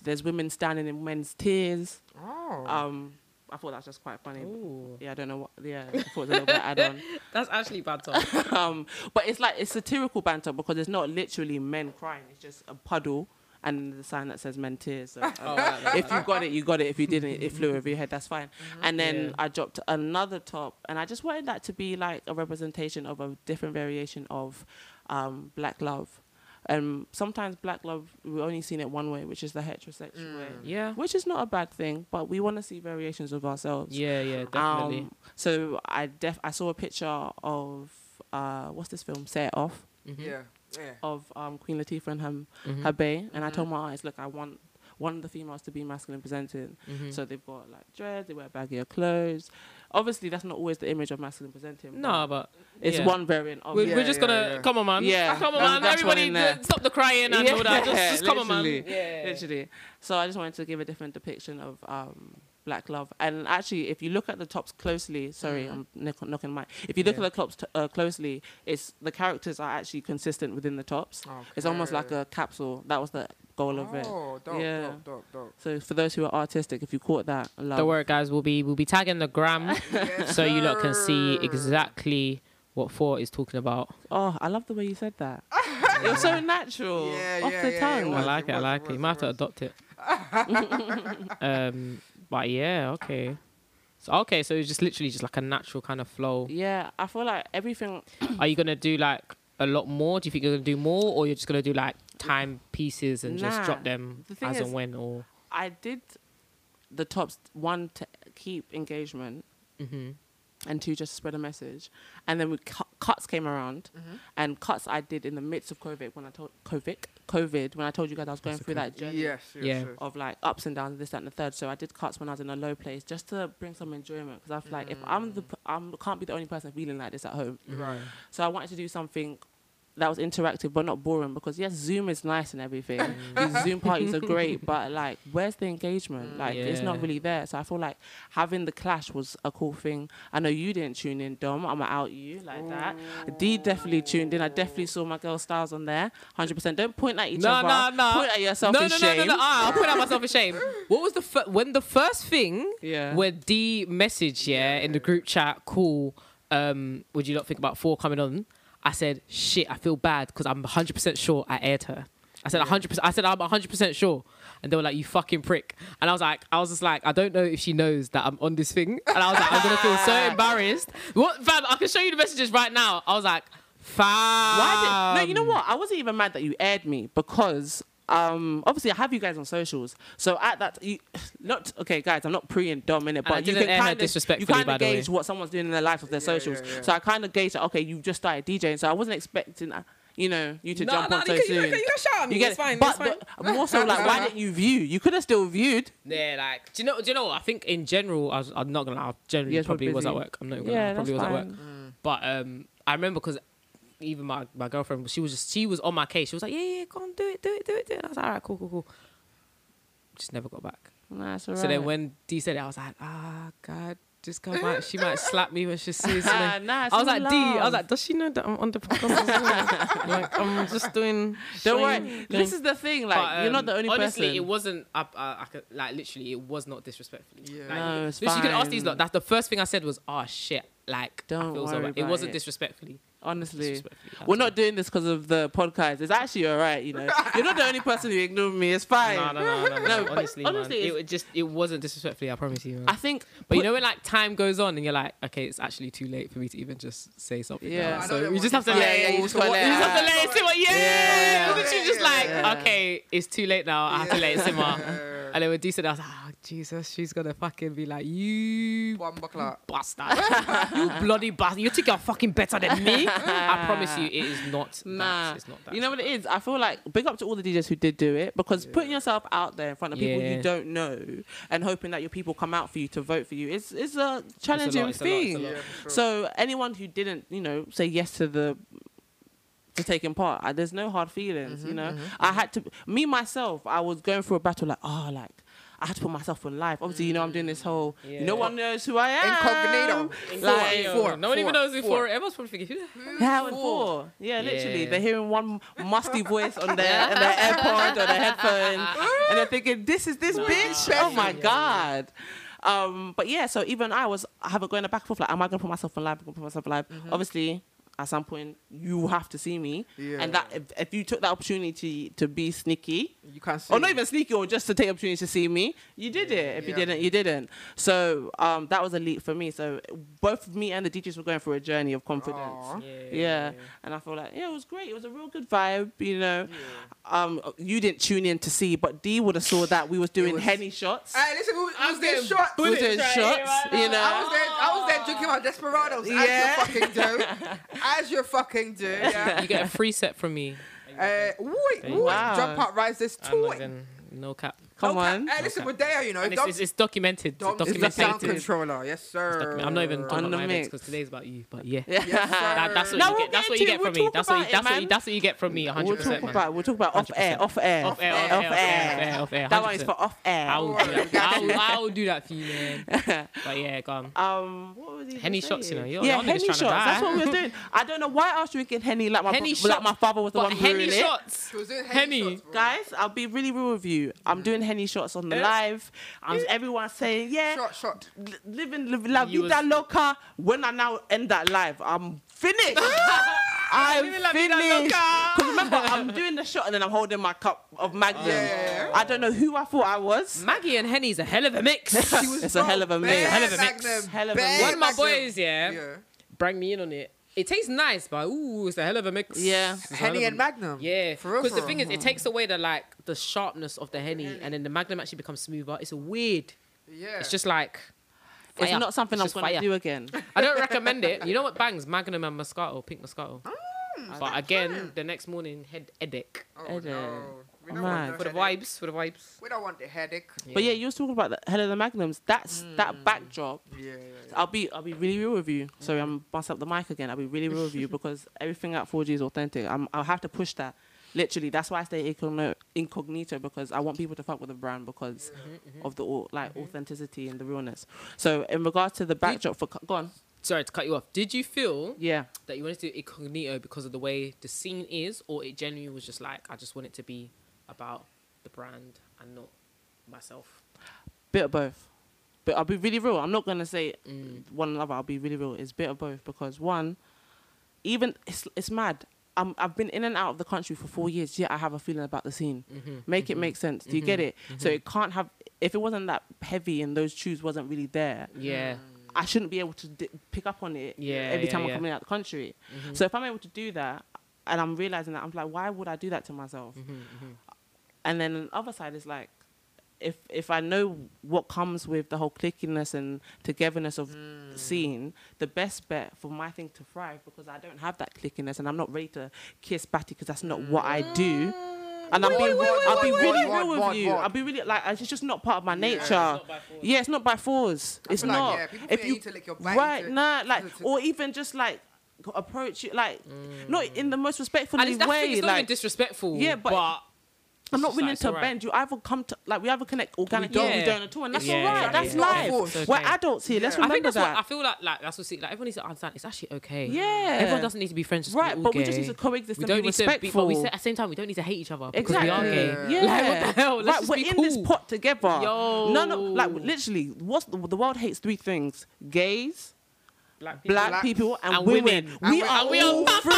Speaker 3: there's women standing in men's tears.
Speaker 2: Oh.
Speaker 3: Um, I thought that was just quite funny.
Speaker 1: Ooh.
Speaker 3: Yeah, I don't know what. Yeah, I thought it was a little bit add on.
Speaker 1: That's actually bad talk.
Speaker 3: Um, but it's like it's satirical banter because it's not literally men crying. It's just a puddle and the sign that says Menteers. So,
Speaker 1: Oh,
Speaker 3: um,
Speaker 1: right, right,
Speaker 3: if you got it, you got it. If you didn't, it flew over your head. That's fine. And then
Speaker 1: Mm-hmm. Yeah.
Speaker 3: I dropped another top, and I just wanted that to be like a representation of a different variation of um, black love. And sometimes black love, we've only seen it one way, which is the heterosexual
Speaker 1: Mm.
Speaker 3: way,
Speaker 1: yeah,
Speaker 3: which is not a bad thing, but we want to see variations of ourselves.
Speaker 1: yeah, yeah, definitely.
Speaker 3: Um, so I def- I saw a picture of uh, what's this film? Set Off
Speaker 1: Mhm.
Speaker 2: Yeah. Yeah.
Speaker 3: of um, Queen Latifah and her
Speaker 1: Mhm.
Speaker 3: her bae, and I told my artist, look, I want one of the females to be masculine presenting.
Speaker 1: Mhm.
Speaker 3: So they've got like dreads, they wear baggier clothes. Obviously, that's not always the image of masculine presenting.
Speaker 1: no, but
Speaker 3: it's
Speaker 1: yeah.
Speaker 3: one variant of.
Speaker 1: We're,
Speaker 3: it.
Speaker 2: Oh, Yeah,
Speaker 1: we're just
Speaker 2: yeah,
Speaker 1: gonna
Speaker 2: yeah.
Speaker 1: come on, man.
Speaker 3: Yeah.
Speaker 1: come on,
Speaker 3: That's-
Speaker 1: man.
Speaker 3: that's one
Speaker 1: Everybody,
Speaker 3: in there.
Speaker 1: d- stop the crying and all that. Just,
Speaker 3: Yeah,
Speaker 1: just come on, man.
Speaker 3: literally.
Speaker 1: Yeah,
Speaker 3: literally. So I just wanted to give a different depiction of um, black love. And actually, if you look at the tops closely, sorry, I'm knock- knocking my. If you look
Speaker 1: Yeah.
Speaker 3: at the tops t- uh, closely, it's the characters are actually consistent within the tops. It's almost like a capsule. That was the goal of it.
Speaker 2: Oh, dope,
Speaker 3: Yeah.
Speaker 2: dope, dope, dope.
Speaker 3: So for those who are artistic, if you caught that, love.
Speaker 1: Don't worry, guys. We'll be we'll be tagging the gram
Speaker 2: Yes,
Speaker 1: so you lot can see
Speaker 2: sir.
Speaker 1: exactly what Fort is talking about.
Speaker 3: Oh, I love the way you said that. it was so natural,
Speaker 2: Yeah,
Speaker 3: off
Speaker 2: yeah,
Speaker 3: the
Speaker 2: yeah, it
Speaker 3: tongue.
Speaker 1: I
Speaker 2: was,
Speaker 1: like
Speaker 2: it
Speaker 1: it. I
Speaker 2: was, it
Speaker 1: like it.
Speaker 2: was,
Speaker 1: You
Speaker 2: it
Speaker 1: might have to
Speaker 2: was.
Speaker 1: adopt it. um, but yeah, okay. So okay, so it's just literally just like a natural kind of flow.
Speaker 3: Yeah, I feel like everything.
Speaker 1: Are you gonna do like a lot more? Do you think you're gonna do more, or you're just gonna do like time pieces and just
Speaker 3: Nah.
Speaker 1: drop them
Speaker 3: The thing
Speaker 1: as and
Speaker 3: is-
Speaker 1: when? Or
Speaker 3: I did the tops one to keep engagement,
Speaker 1: Mhm.
Speaker 3: and two just spread a message. And then we cu- cuts came around, and cuts I did in the midst of COVID when I told COVID COVID when I told you guys I was going through that journey.
Speaker 2: Yes, yes,
Speaker 1: Yeah.
Speaker 2: yes.
Speaker 3: Of like ups and downs, this, that, and the third. So I did cuts when I was in a low place, just to bring some enjoyment. Because I feel like if I'm the, p- I'm can't be the only person feeling like this at home.
Speaker 2: Right.
Speaker 3: So I wanted to do something that was interactive but not boring because yes, Zoom is nice and everything.
Speaker 1: Mm.
Speaker 3: These Zoom parties are great, but like, where's the engagement? Like, it's
Speaker 1: Yeah.
Speaker 3: not really there. So I feel like having the clash was a cool thing. I know you didn't tune in, Dom. I'ma out you like that.
Speaker 2: Oh.
Speaker 1: Mm.
Speaker 3: D definitely tuned in. I definitely saw my girl Styles on there. Hundred percent. Don't point at each
Speaker 1: No,
Speaker 3: other.
Speaker 1: no, no.
Speaker 3: Point at yourself
Speaker 1: no,
Speaker 3: in
Speaker 1: no, no,
Speaker 3: shame.
Speaker 1: no, no, Ah, I'll put out myself in shame. What was the fir- when the first thing?
Speaker 3: Yeah.
Speaker 1: Where D message yeah, in the group chat, cool. Um, would you not think about four coming on? I said, shit, I feel bad because I'm 100 percent sure I aired her. I said 100. percent I said I'm 100 percent sure, and they were like, "You fucking prick." And I was like, I was just like, I don't know if she knows that I'm on this thing, and I was like, I'm gonna feel so embarrassed. What, fam? I can show you the messages right now. I was like, fam.
Speaker 3: Why did, no, you
Speaker 1: Um,
Speaker 3: know what? I wasn't even mad that you aired me because um, obviously I have you guys on socials. So at that, you, not okay, guys. I'm not pre and dumb in it,
Speaker 1: I
Speaker 3: but you
Speaker 1: didn't
Speaker 3: can
Speaker 1: air her
Speaker 3: kind of you
Speaker 1: disrespectfully,
Speaker 3: kind
Speaker 1: by
Speaker 3: of
Speaker 1: the way.
Speaker 3: gauge what someone's doing in their life of their
Speaker 2: Yeah,
Speaker 3: socials.
Speaker 2: yeah, yeah.
Speaker 3: So I kind of gauged that, okay, you just started DJing, so I wasn't expecting uh, you know you to
Speaker 1: No,
Speaker 3: jump
Speaker 1: no,
Speaker 3: on
Speaker 1: you
Speaker 3: so
Speaker 1: can- you
Speaker 3: soon.
Speaker 1: can- you can shout at me,
Speaker 3: You get
Speaker 1: it's
Speaker 3: it.
Speaker 1: fine,
Speaker 3: But
Speaker 1: it's fine.
Speaker 3: the- more so like, why didn't you view? You could have still viewed.
Speaker 1: Yeah, like do you know? Do you know? what? I think in general, I was, I'm not gonna. lie, I generally
Speaker 3: You guys were
Speaker 1: probably was at
Speaker 3: busy. Mm.
Speaker 1: work. I'm not gonna. lie, I probably was at work. But um, I remember because even my, my girlfriend, she was just she was on my case. She was like, yeah, yeah, go on, do it, do it, do it, do it. And I was like, all right, cool, cool, cool. Just never got back.
Speaker 3: Nah, it's
Speaker 1: So then
Speaker 3: alright.
Speaker 1: when D said it, I was like, ah, God, this girl might she might slap me when she sees me.
Speaker 3: Nah, nah, it's
Speaker 1: I was
Speaker 3: all
Speaker 1: like, D, I
Speaker 3: love.
Speaker 1: was like, does she know that I'm on the podcast? as well?" like, I'm just doing.
Speaker 3: don't
Speaker 1: showing-
Speaker 3: worry. This is the thing, like
Speaker 1: but,
Speaker 3: you're
Speaker 1: um,
Speaker 3: not the only
Speaker 1: honestly,
Speaker 3: person.
Speaker 1: it wasn't. I, I, I could, like literally, it was not disrespectful.
Speaker 2: Yeah.
Speaker 1: Like,
Speaker 3: No, it's
Speaker 1: literally, You could ask these
Speaker 3: fine.
Speaker 1: lot. That's the first thing I said was, "Oh shit!" Like, I
Speaker 3: Don't
Speaker 1: feel so
Speaker 3: worry
Speaker 1: bad. It
Speaker 3: about
Speaker 1: wasn't
Speaker 3: it.
Speaker 1: disrespectfully.
Speaker 3: Honestly,
Speaker 1: Disrespectfully,
Speaker 3: we're
Speaker 1: that's
Speaker 3: not doing this because of the podcast. It's actually all right, you know. You're not the only person who ignored me. It's fine.
Speaker 1: No, no, no, no, no.
Speaker 3: No, but
Speaker 1: honestly,
Speaker 3: honestly,
Speaker 1: man, it
Speaker 3: it's-
Speaker 1: would just it wasn't disrespectfully. I promise you. Man.
Speaker 3: I think,
Speaker 1: but you know when like time goes on and you're like, okay, it's actually too late for me to even just say something. now.
Speaker 3: Yeah. I know
Speaker 1: So
Speaker 2: that
Speaker 1: we
Speaker 2: one.
Speaker 1: just have to
Speaker 2: Yeah,
Speaker 1: let.
Speaker 2: yeah,
Speaker 1: it-
Speaker 2: you
Speaker 1: we
Speaker 2: just
Speaker 1: just
Speaker 2: gotta
Speaker 3: gotta
Speaker 2: let it
Speaker 1: have to
Speaker 2: out.
Speaker 1: let it simmer. Yeah.
Speaker 3: Yeah,
Speaker 1: But
Speaker 2: yeah,
Speaker 1: she's just
Speaker 2: yeah,
Speaker 1: like,
Speaker 2: yeah.
Speaker 1: okay, it's too late now. I have to let it simmer.
Speaker 2: Yeah.
Speaker 1: And then when D said, that, I was like, oh, Jesus, she's gonna fucking be like, you
Speaker 2: One buckler.
Speaker 1: bastard, you bloody bastard, you think you're fucking better than me? I promise you, it is not.
Speaker 3: Nah,
Speaker 1: that. it's not that.
Speaker 3: you know what it is. I feel like big up to all the DJs who did do it because putting yourself out there in front of people
Speaker 1: Yeah.
Speaker 3: you don't know and hoping that your people come out for you to vote for you is is a challenging
Speaker 1: it's a lot,
Speaker 3: thing.
Speaker 1: it's a lot.
Speaker 2: Yeah, for sure.
Speaker 3: So anyone who didn't, you know, say yes to the to taking part, I, there's no hard feelings. you know, I had to me myself. I was going through a battle like, oh, like I had to put myself on live. Obviously, you know, I'm doing this whole.
Speaker 1: Yeah.
Speaker 3: No one knows who I am.
Speaker 2: Incognito.
Speaker 3: Like,
Speaker 2: Incognito. Four,
Speaker 1: no one even
Speaker 2: four,
Speaker 1: knows who
Speaker 2: four.
Speaker 1: four. Everyone's probably thinking, who the hell?
Speaker 3: How and
Speaker 2: Four.
Speaker 3: four. Yeah, literally.
Speaker 1: Yeah.
Speaker 3: They're hearing one musty voice on their, on their AirPod or their headphones, and they're thinking, "This is this bitch." Oh my god.
Speaker 2: Mm-hmm.
Speaker 3: Um, but yeah, so even I was, I haven't going back and forth. Like, am I gonna put myself on live? Am I Gonna put myself on live? Obviously, at some point you will have to see me.
Speaker 2: Yeah.
Speaker 3: And that if, if you took that opportunity to be sneaky,
Speaker 2: You can't
Speaker 1: Oh,
Speaker 2: see.
Speaker 3: or not
Speaker 2: me.
Speaker 3: even sneaky, or just to take opportunity to see me, you did it. If you
Speaker 2: Yeah.
Speaker 3: didn't, you didn't. So um, that was a leap for me. So both me and the DJs were going through a journey of confidence.
Speaker 2: Aw.
Speaker 3: Yeah. And I feel like, yeah, it was great. It was a real good vibe, you know. Um, you didn't tune in to see, but D would have saw that we was doing
Speaker 2: was-
Speaker 3: henny shots.
Speaker 2: Hey, listen, we was, we was
Speaker 1: getting
Speaker 2: getting shot.
Speaker 3: we was
Speaker 1: bullets
Speaker 3: doing
Speaker 1: right
Speaker 3: shots,
Speaker 1: here, right
Speaker 3: you know.
Speaker 2: I was there. I was there drinking my desperados.
Speaker 3: Yeah.
Speaker 2: As you fucking do. As you fucking do. Yeah.
Speaker 1: You get a free set from me.
Speaker 2: Uh, wait,
Speaker 1: Thank
Speaker 2: wait,
Speaker 3: you.
Speaker 2: jump up, rise this
Speaker 1: And
Speaker 2: tool.
Speaker 1: like, then, no cap.
Speaker 3: Come on.
Speaker 2: Hey, listen, we're there, you know.
Speaker 1: And it's, it's, it's documented. It's
Speaker 2: Dom is the sound
Speaker 1: documented.
Speaker 2: controller. Yes, sir.
Speaker 1: Document- I'm not even talking
Speaker 3: On
Speaker 1: about
Speaker 3: the
Speaker 1: my events
Speaker 3: mix.
Speaker 1: because today's about you. But yeah,
Speaker 3: Yeah.
Speaker 2: Yes, sir.
Speaker 1: That- that's what
Speaker 3: No,
Speaker 1: you
Speaker 3: we'll
Speaker 1: get. That's
Speaker 3: get
Speaker 1: what you
Speaker 3: to it.
Speaker 1: get
Speaker 3: We'll
Speaker 1: from me.
Speaker 3: talk
Speaker 1: That's what.
Speaker 3: about
Speaker 1: you-
Speaker 3: it,
Speaker 1: That's what. you-
Speaker 3: man.
Speaker 1: That's what you get from me. 100.
Speaker 3: We'll talk
Speaker 1: percent
Speaker 3: about it. we'll talk about off air,
Speaker 1: 100%.
Speaker 3: off air,
Speaker 1: Off air, off air, off air, off air,
Speaker 3: That one is
Speaker 1: 100%.
Speaker 3: for off air.
Speaker 1: I'll,
Speaker 2: Don't worry, we got
Speaker 1: I'll, I'll do that for you, man. But yeah, go on.
Speaker 3: Um, what was he even
Speaker 1: Henny shots, you
Speaker 3: saying?
Speaker 1: know, yo,
Speaker 3: yeah,
Speaker 1: y'all niggas
Speaker 3: henny
Speaker 1: tryna
Speaker 3: shots.
Speaker 1: die.
Speaker 3: That's what we were doing. I don't know why I was drinking henny like my
Speaker 1: Henny
Speaker 3: bro- like
Speaker 1: shots.
Speaker 3: my father was the
Speaker 1: But
Speaker 3: one brewing
Speaker 1: Henny
Speaker 3: it.
Speaker 1: shots.
Speaker 2: She was doing
Speaker 1: Henny.
Speaker 2: shots, bro.
Speaker 3: Guys, I'll be really real with you. I'm doing henny shots on the
Speaker 1: Yes.
Speaker 3: live. I'm everyone saying yeah,
Speaker 2: Shot, shot.
Speaker 3: li- living live, la
Speaker 1: You
Speaker 3: vida
Speaker 1: was-
Speaker 3: loca. When I now end that live, I'm finished. I'm
Speaker 1: Living la vida
Speaker 3: finished.
Speaker 1: loca.
Speaker 3: 'Cause remember, I'm doing the shot and then I'm holding my cup of Magnum.
Speaker 2: Yeah.
Speaker 3: I don't know who I thought I was.
Speaker 1: Maggie and Henny's a hell of a mix.
Speaker 2: She was
Speaker 3: It's a
Speaker 2: broke.
Speaker 3: hell of
Speaker 2: Bare
Speaker 3: a mix.
Speaker 1: Hell of a mix.
Speaker 2: Magnum,
Speaker 3: Hell of a
Speaker 2: bare
Speaker 3: mix.
Speaker 1: One of my
Speaker 2: Magnum.
Speaker 1: boys, yeah,
Speaker 2: Yeah.
Speaker 1: bring me in on it. It tastes nice, but ooh, it's a hell of a mix.
Speaker 3: Yeah.
Speaker 1: It's a hell of
Speaker 2: Henny
Speaker 1: a
Speaker 2: and Magnum.
Speaker 1: Yeah,
Speaker 2: For real.
Speaker 1: because the
Speaker 2: for
Speaker 1: thing
Speaker 2: real.
Speaker 1: is, it takes away the like the sharpness of the henny, and then the magnum actually becomes smoother. It's weird.
Speaker 2: yeah.
Speaker 1: It's just like
Speaker 3: It's
Speaker 1: fire.
Speaker 3: not something
Speaker 1: It's
Speaker 3: I'm
Speaker 1: just
Speaker 3: gonna
Speaker 1: fire.
Speaker 3: do again.
Speaker 1: I don't recommend it. You know what bangs? Magnum and Moscato, pink Moscato. but again, the next morning, head headache
Speaker 2: Oh, no. We don't
Speaker 3: Mad.
Speaker 2: want no
Speaker 1: for the
Speaker 2: headache.
Speaker 1: vibes. For the vibes.
Speaker 2: We don't want the headache.
Speaker 3: But yeah, you was talking about the Hell of the Magnums. That's
Speaker 1: Hmm.
Speaker 3: that backdrop.
Speaker 2: Yeah.
Speaker 3: I'll be I'll be really real with you. Sorry, I'm bust up the mic again. I'll be really real with you because everything at 4G is authentic. I'm, I'll have to push that. Literally, that's why I stay incogno- incognito because I want people to fuck with the brand because of the au- like authenticity and the realness. So in regards to the backdrop for co- go on,
Speaker 1: Sorry to cut you off. Did you feel
Speaker 3: yeah,
Speaker 1: that you wanted to do incognito because of the way the scene is, or it genuinely was just like I just want it to be about the brand and not myself?
Speaker 3: bit of both. But I'll be really real. I'm not gonna say one another. I'll be really real. It's bit of both because one, even it's it's mad. i I've been in and out of the country for four years. Yet I have a feeling about the scene. Mm-hmm. Make
Speaker 1: Mm-hmm.
Speaker 3: it make sense. Do you get it? So it can't have. If it wasn't that heavy and those shoes wasn't really there,
Speaker 1: Yeah.
Speaker 3: I shouldn't be able to d- pick up on it
Speaker 1: Yeah,
Speaker 3: every
Speaker 1: yeah, yeah.
Speaker 3: time
Speaker 1: Mm-hmm.
Speaker 3: I'm coming out the country. So if I'm able to do that, and I'm realizing that, I'm like, why would I do that to myself?
Speaker 1: Mm-hmm,
Speaker 3: And then the other side is like, if if I know what comes with the whole clickiness and togetherness of
Speaker 1: Mm.
Speaker 3: scene, the best bet for my thing to thrive because I don't have that clickiness and I'm not ready to kiss Batty because that's not what I
Speaker 1: Mm.
Speaker 3: do. And I'll be,
Speaker 2: Wait, wait, wait,
Speaker 3: I'll be
Speaker 2: wait,
Speaker 3: really
Speaker 2: wait,
Speaker 3: real
Speaker 2: wait,
Speaker 3: with
Speaker 2: wait,
Speaker 3: you.
Speaker 2: wait.
Speaker 3: I'll be really like it's just not part of my nature.
Speaker 2: it's
Speaker 1: not by force.
Speaker 3: yeah, it's not by force. It's
Speaker 2: feel like,
Speaker 3: not.
Speaker 2: yeah, people think you need to lick your bite
Speaker 3: right,
Speaker 2: to-
Speaker 3: nah, like
Speaker 2: to- to-
Speaker 3: or even just like go- approach you like
Speaker 1: Mm.
Speaker 3: not in the most respectful
Speaker 1: And it's,
Speaker 3: way.
Speaker 1: that thing is not even
Speaker 3: Like
Speaker 1: disrespectful.
Speaker 3: Yeah, but- I'm
Speaker 1: it's
Speaker 3: not
Speaker 1: just like,
Speaker 3: willing
Speaker 1: it's
Speaker 3: to
Speaker 1: alright.
Speaker 3: bend. You either come to like we either connect organically or
Speaker 1: don't.
Speaker 3: we don't at all, and that's
Speaker 1: Yeah,
Speaker 3: all right.
Speaker 1: exactly.
Speaker 3: That's
Speaker 1: It's not
Speaker 3: life.
Speaker 2: forced.
Speaker 1: Okay.
Speaker 3: We're adults here. Let's
Speaker 2: Yeah.
Speaker 1: I
Speaker 3: remember
Speaker 1: think that's
Speaker 3: that.
Speaker 1: what I feel like. Like that's what. Like everyone needs to understand. It's actually okay.
Speaker 3: Yeah.
Speaker 1: Everyone doesn't need to be friends. Just
Speaker 3: Right,
Speaker 1: we're all
Speaker 3: but we just
Speaker 1: gay.
Speaker 3: need to coexist
Speaker 1: We
Speaker 3: and
Speaker 1: don't
Speaker 3: be
Speaker 1: need to be- but we,
Speaker 3: respectful.
Speaker 1: at the same time, we don't need to hate each other because
Speaker 3: Exactly.
Speaker 1: we are gay.
Speaker 3: Yeah.
Speaker 1: Like, what the hell? Let's
Speaker 3: Like,
Speaker 1: just
Speaker 3: we're
Speaker 1: be
Speaker 3: in
Speaker 1: cool.
Speaker 3: this pot together.
Speaker 1: Yo.
Speaker 3: No, no. Like literally, what's the, the world hates three things: gays,
Speaker 1: Black people.
Speaker 3: black
Speaker 2: Blacks.
Speaker 3: people, and,
Speaker 1: And
Speaker 3: women.
Speaker 1: women.
Speaker 2: And we-
Speaker 3: We are
Speaker 2: and
Speaker 1: we are
Speaker 3: all
Speaker 1: ba- ba-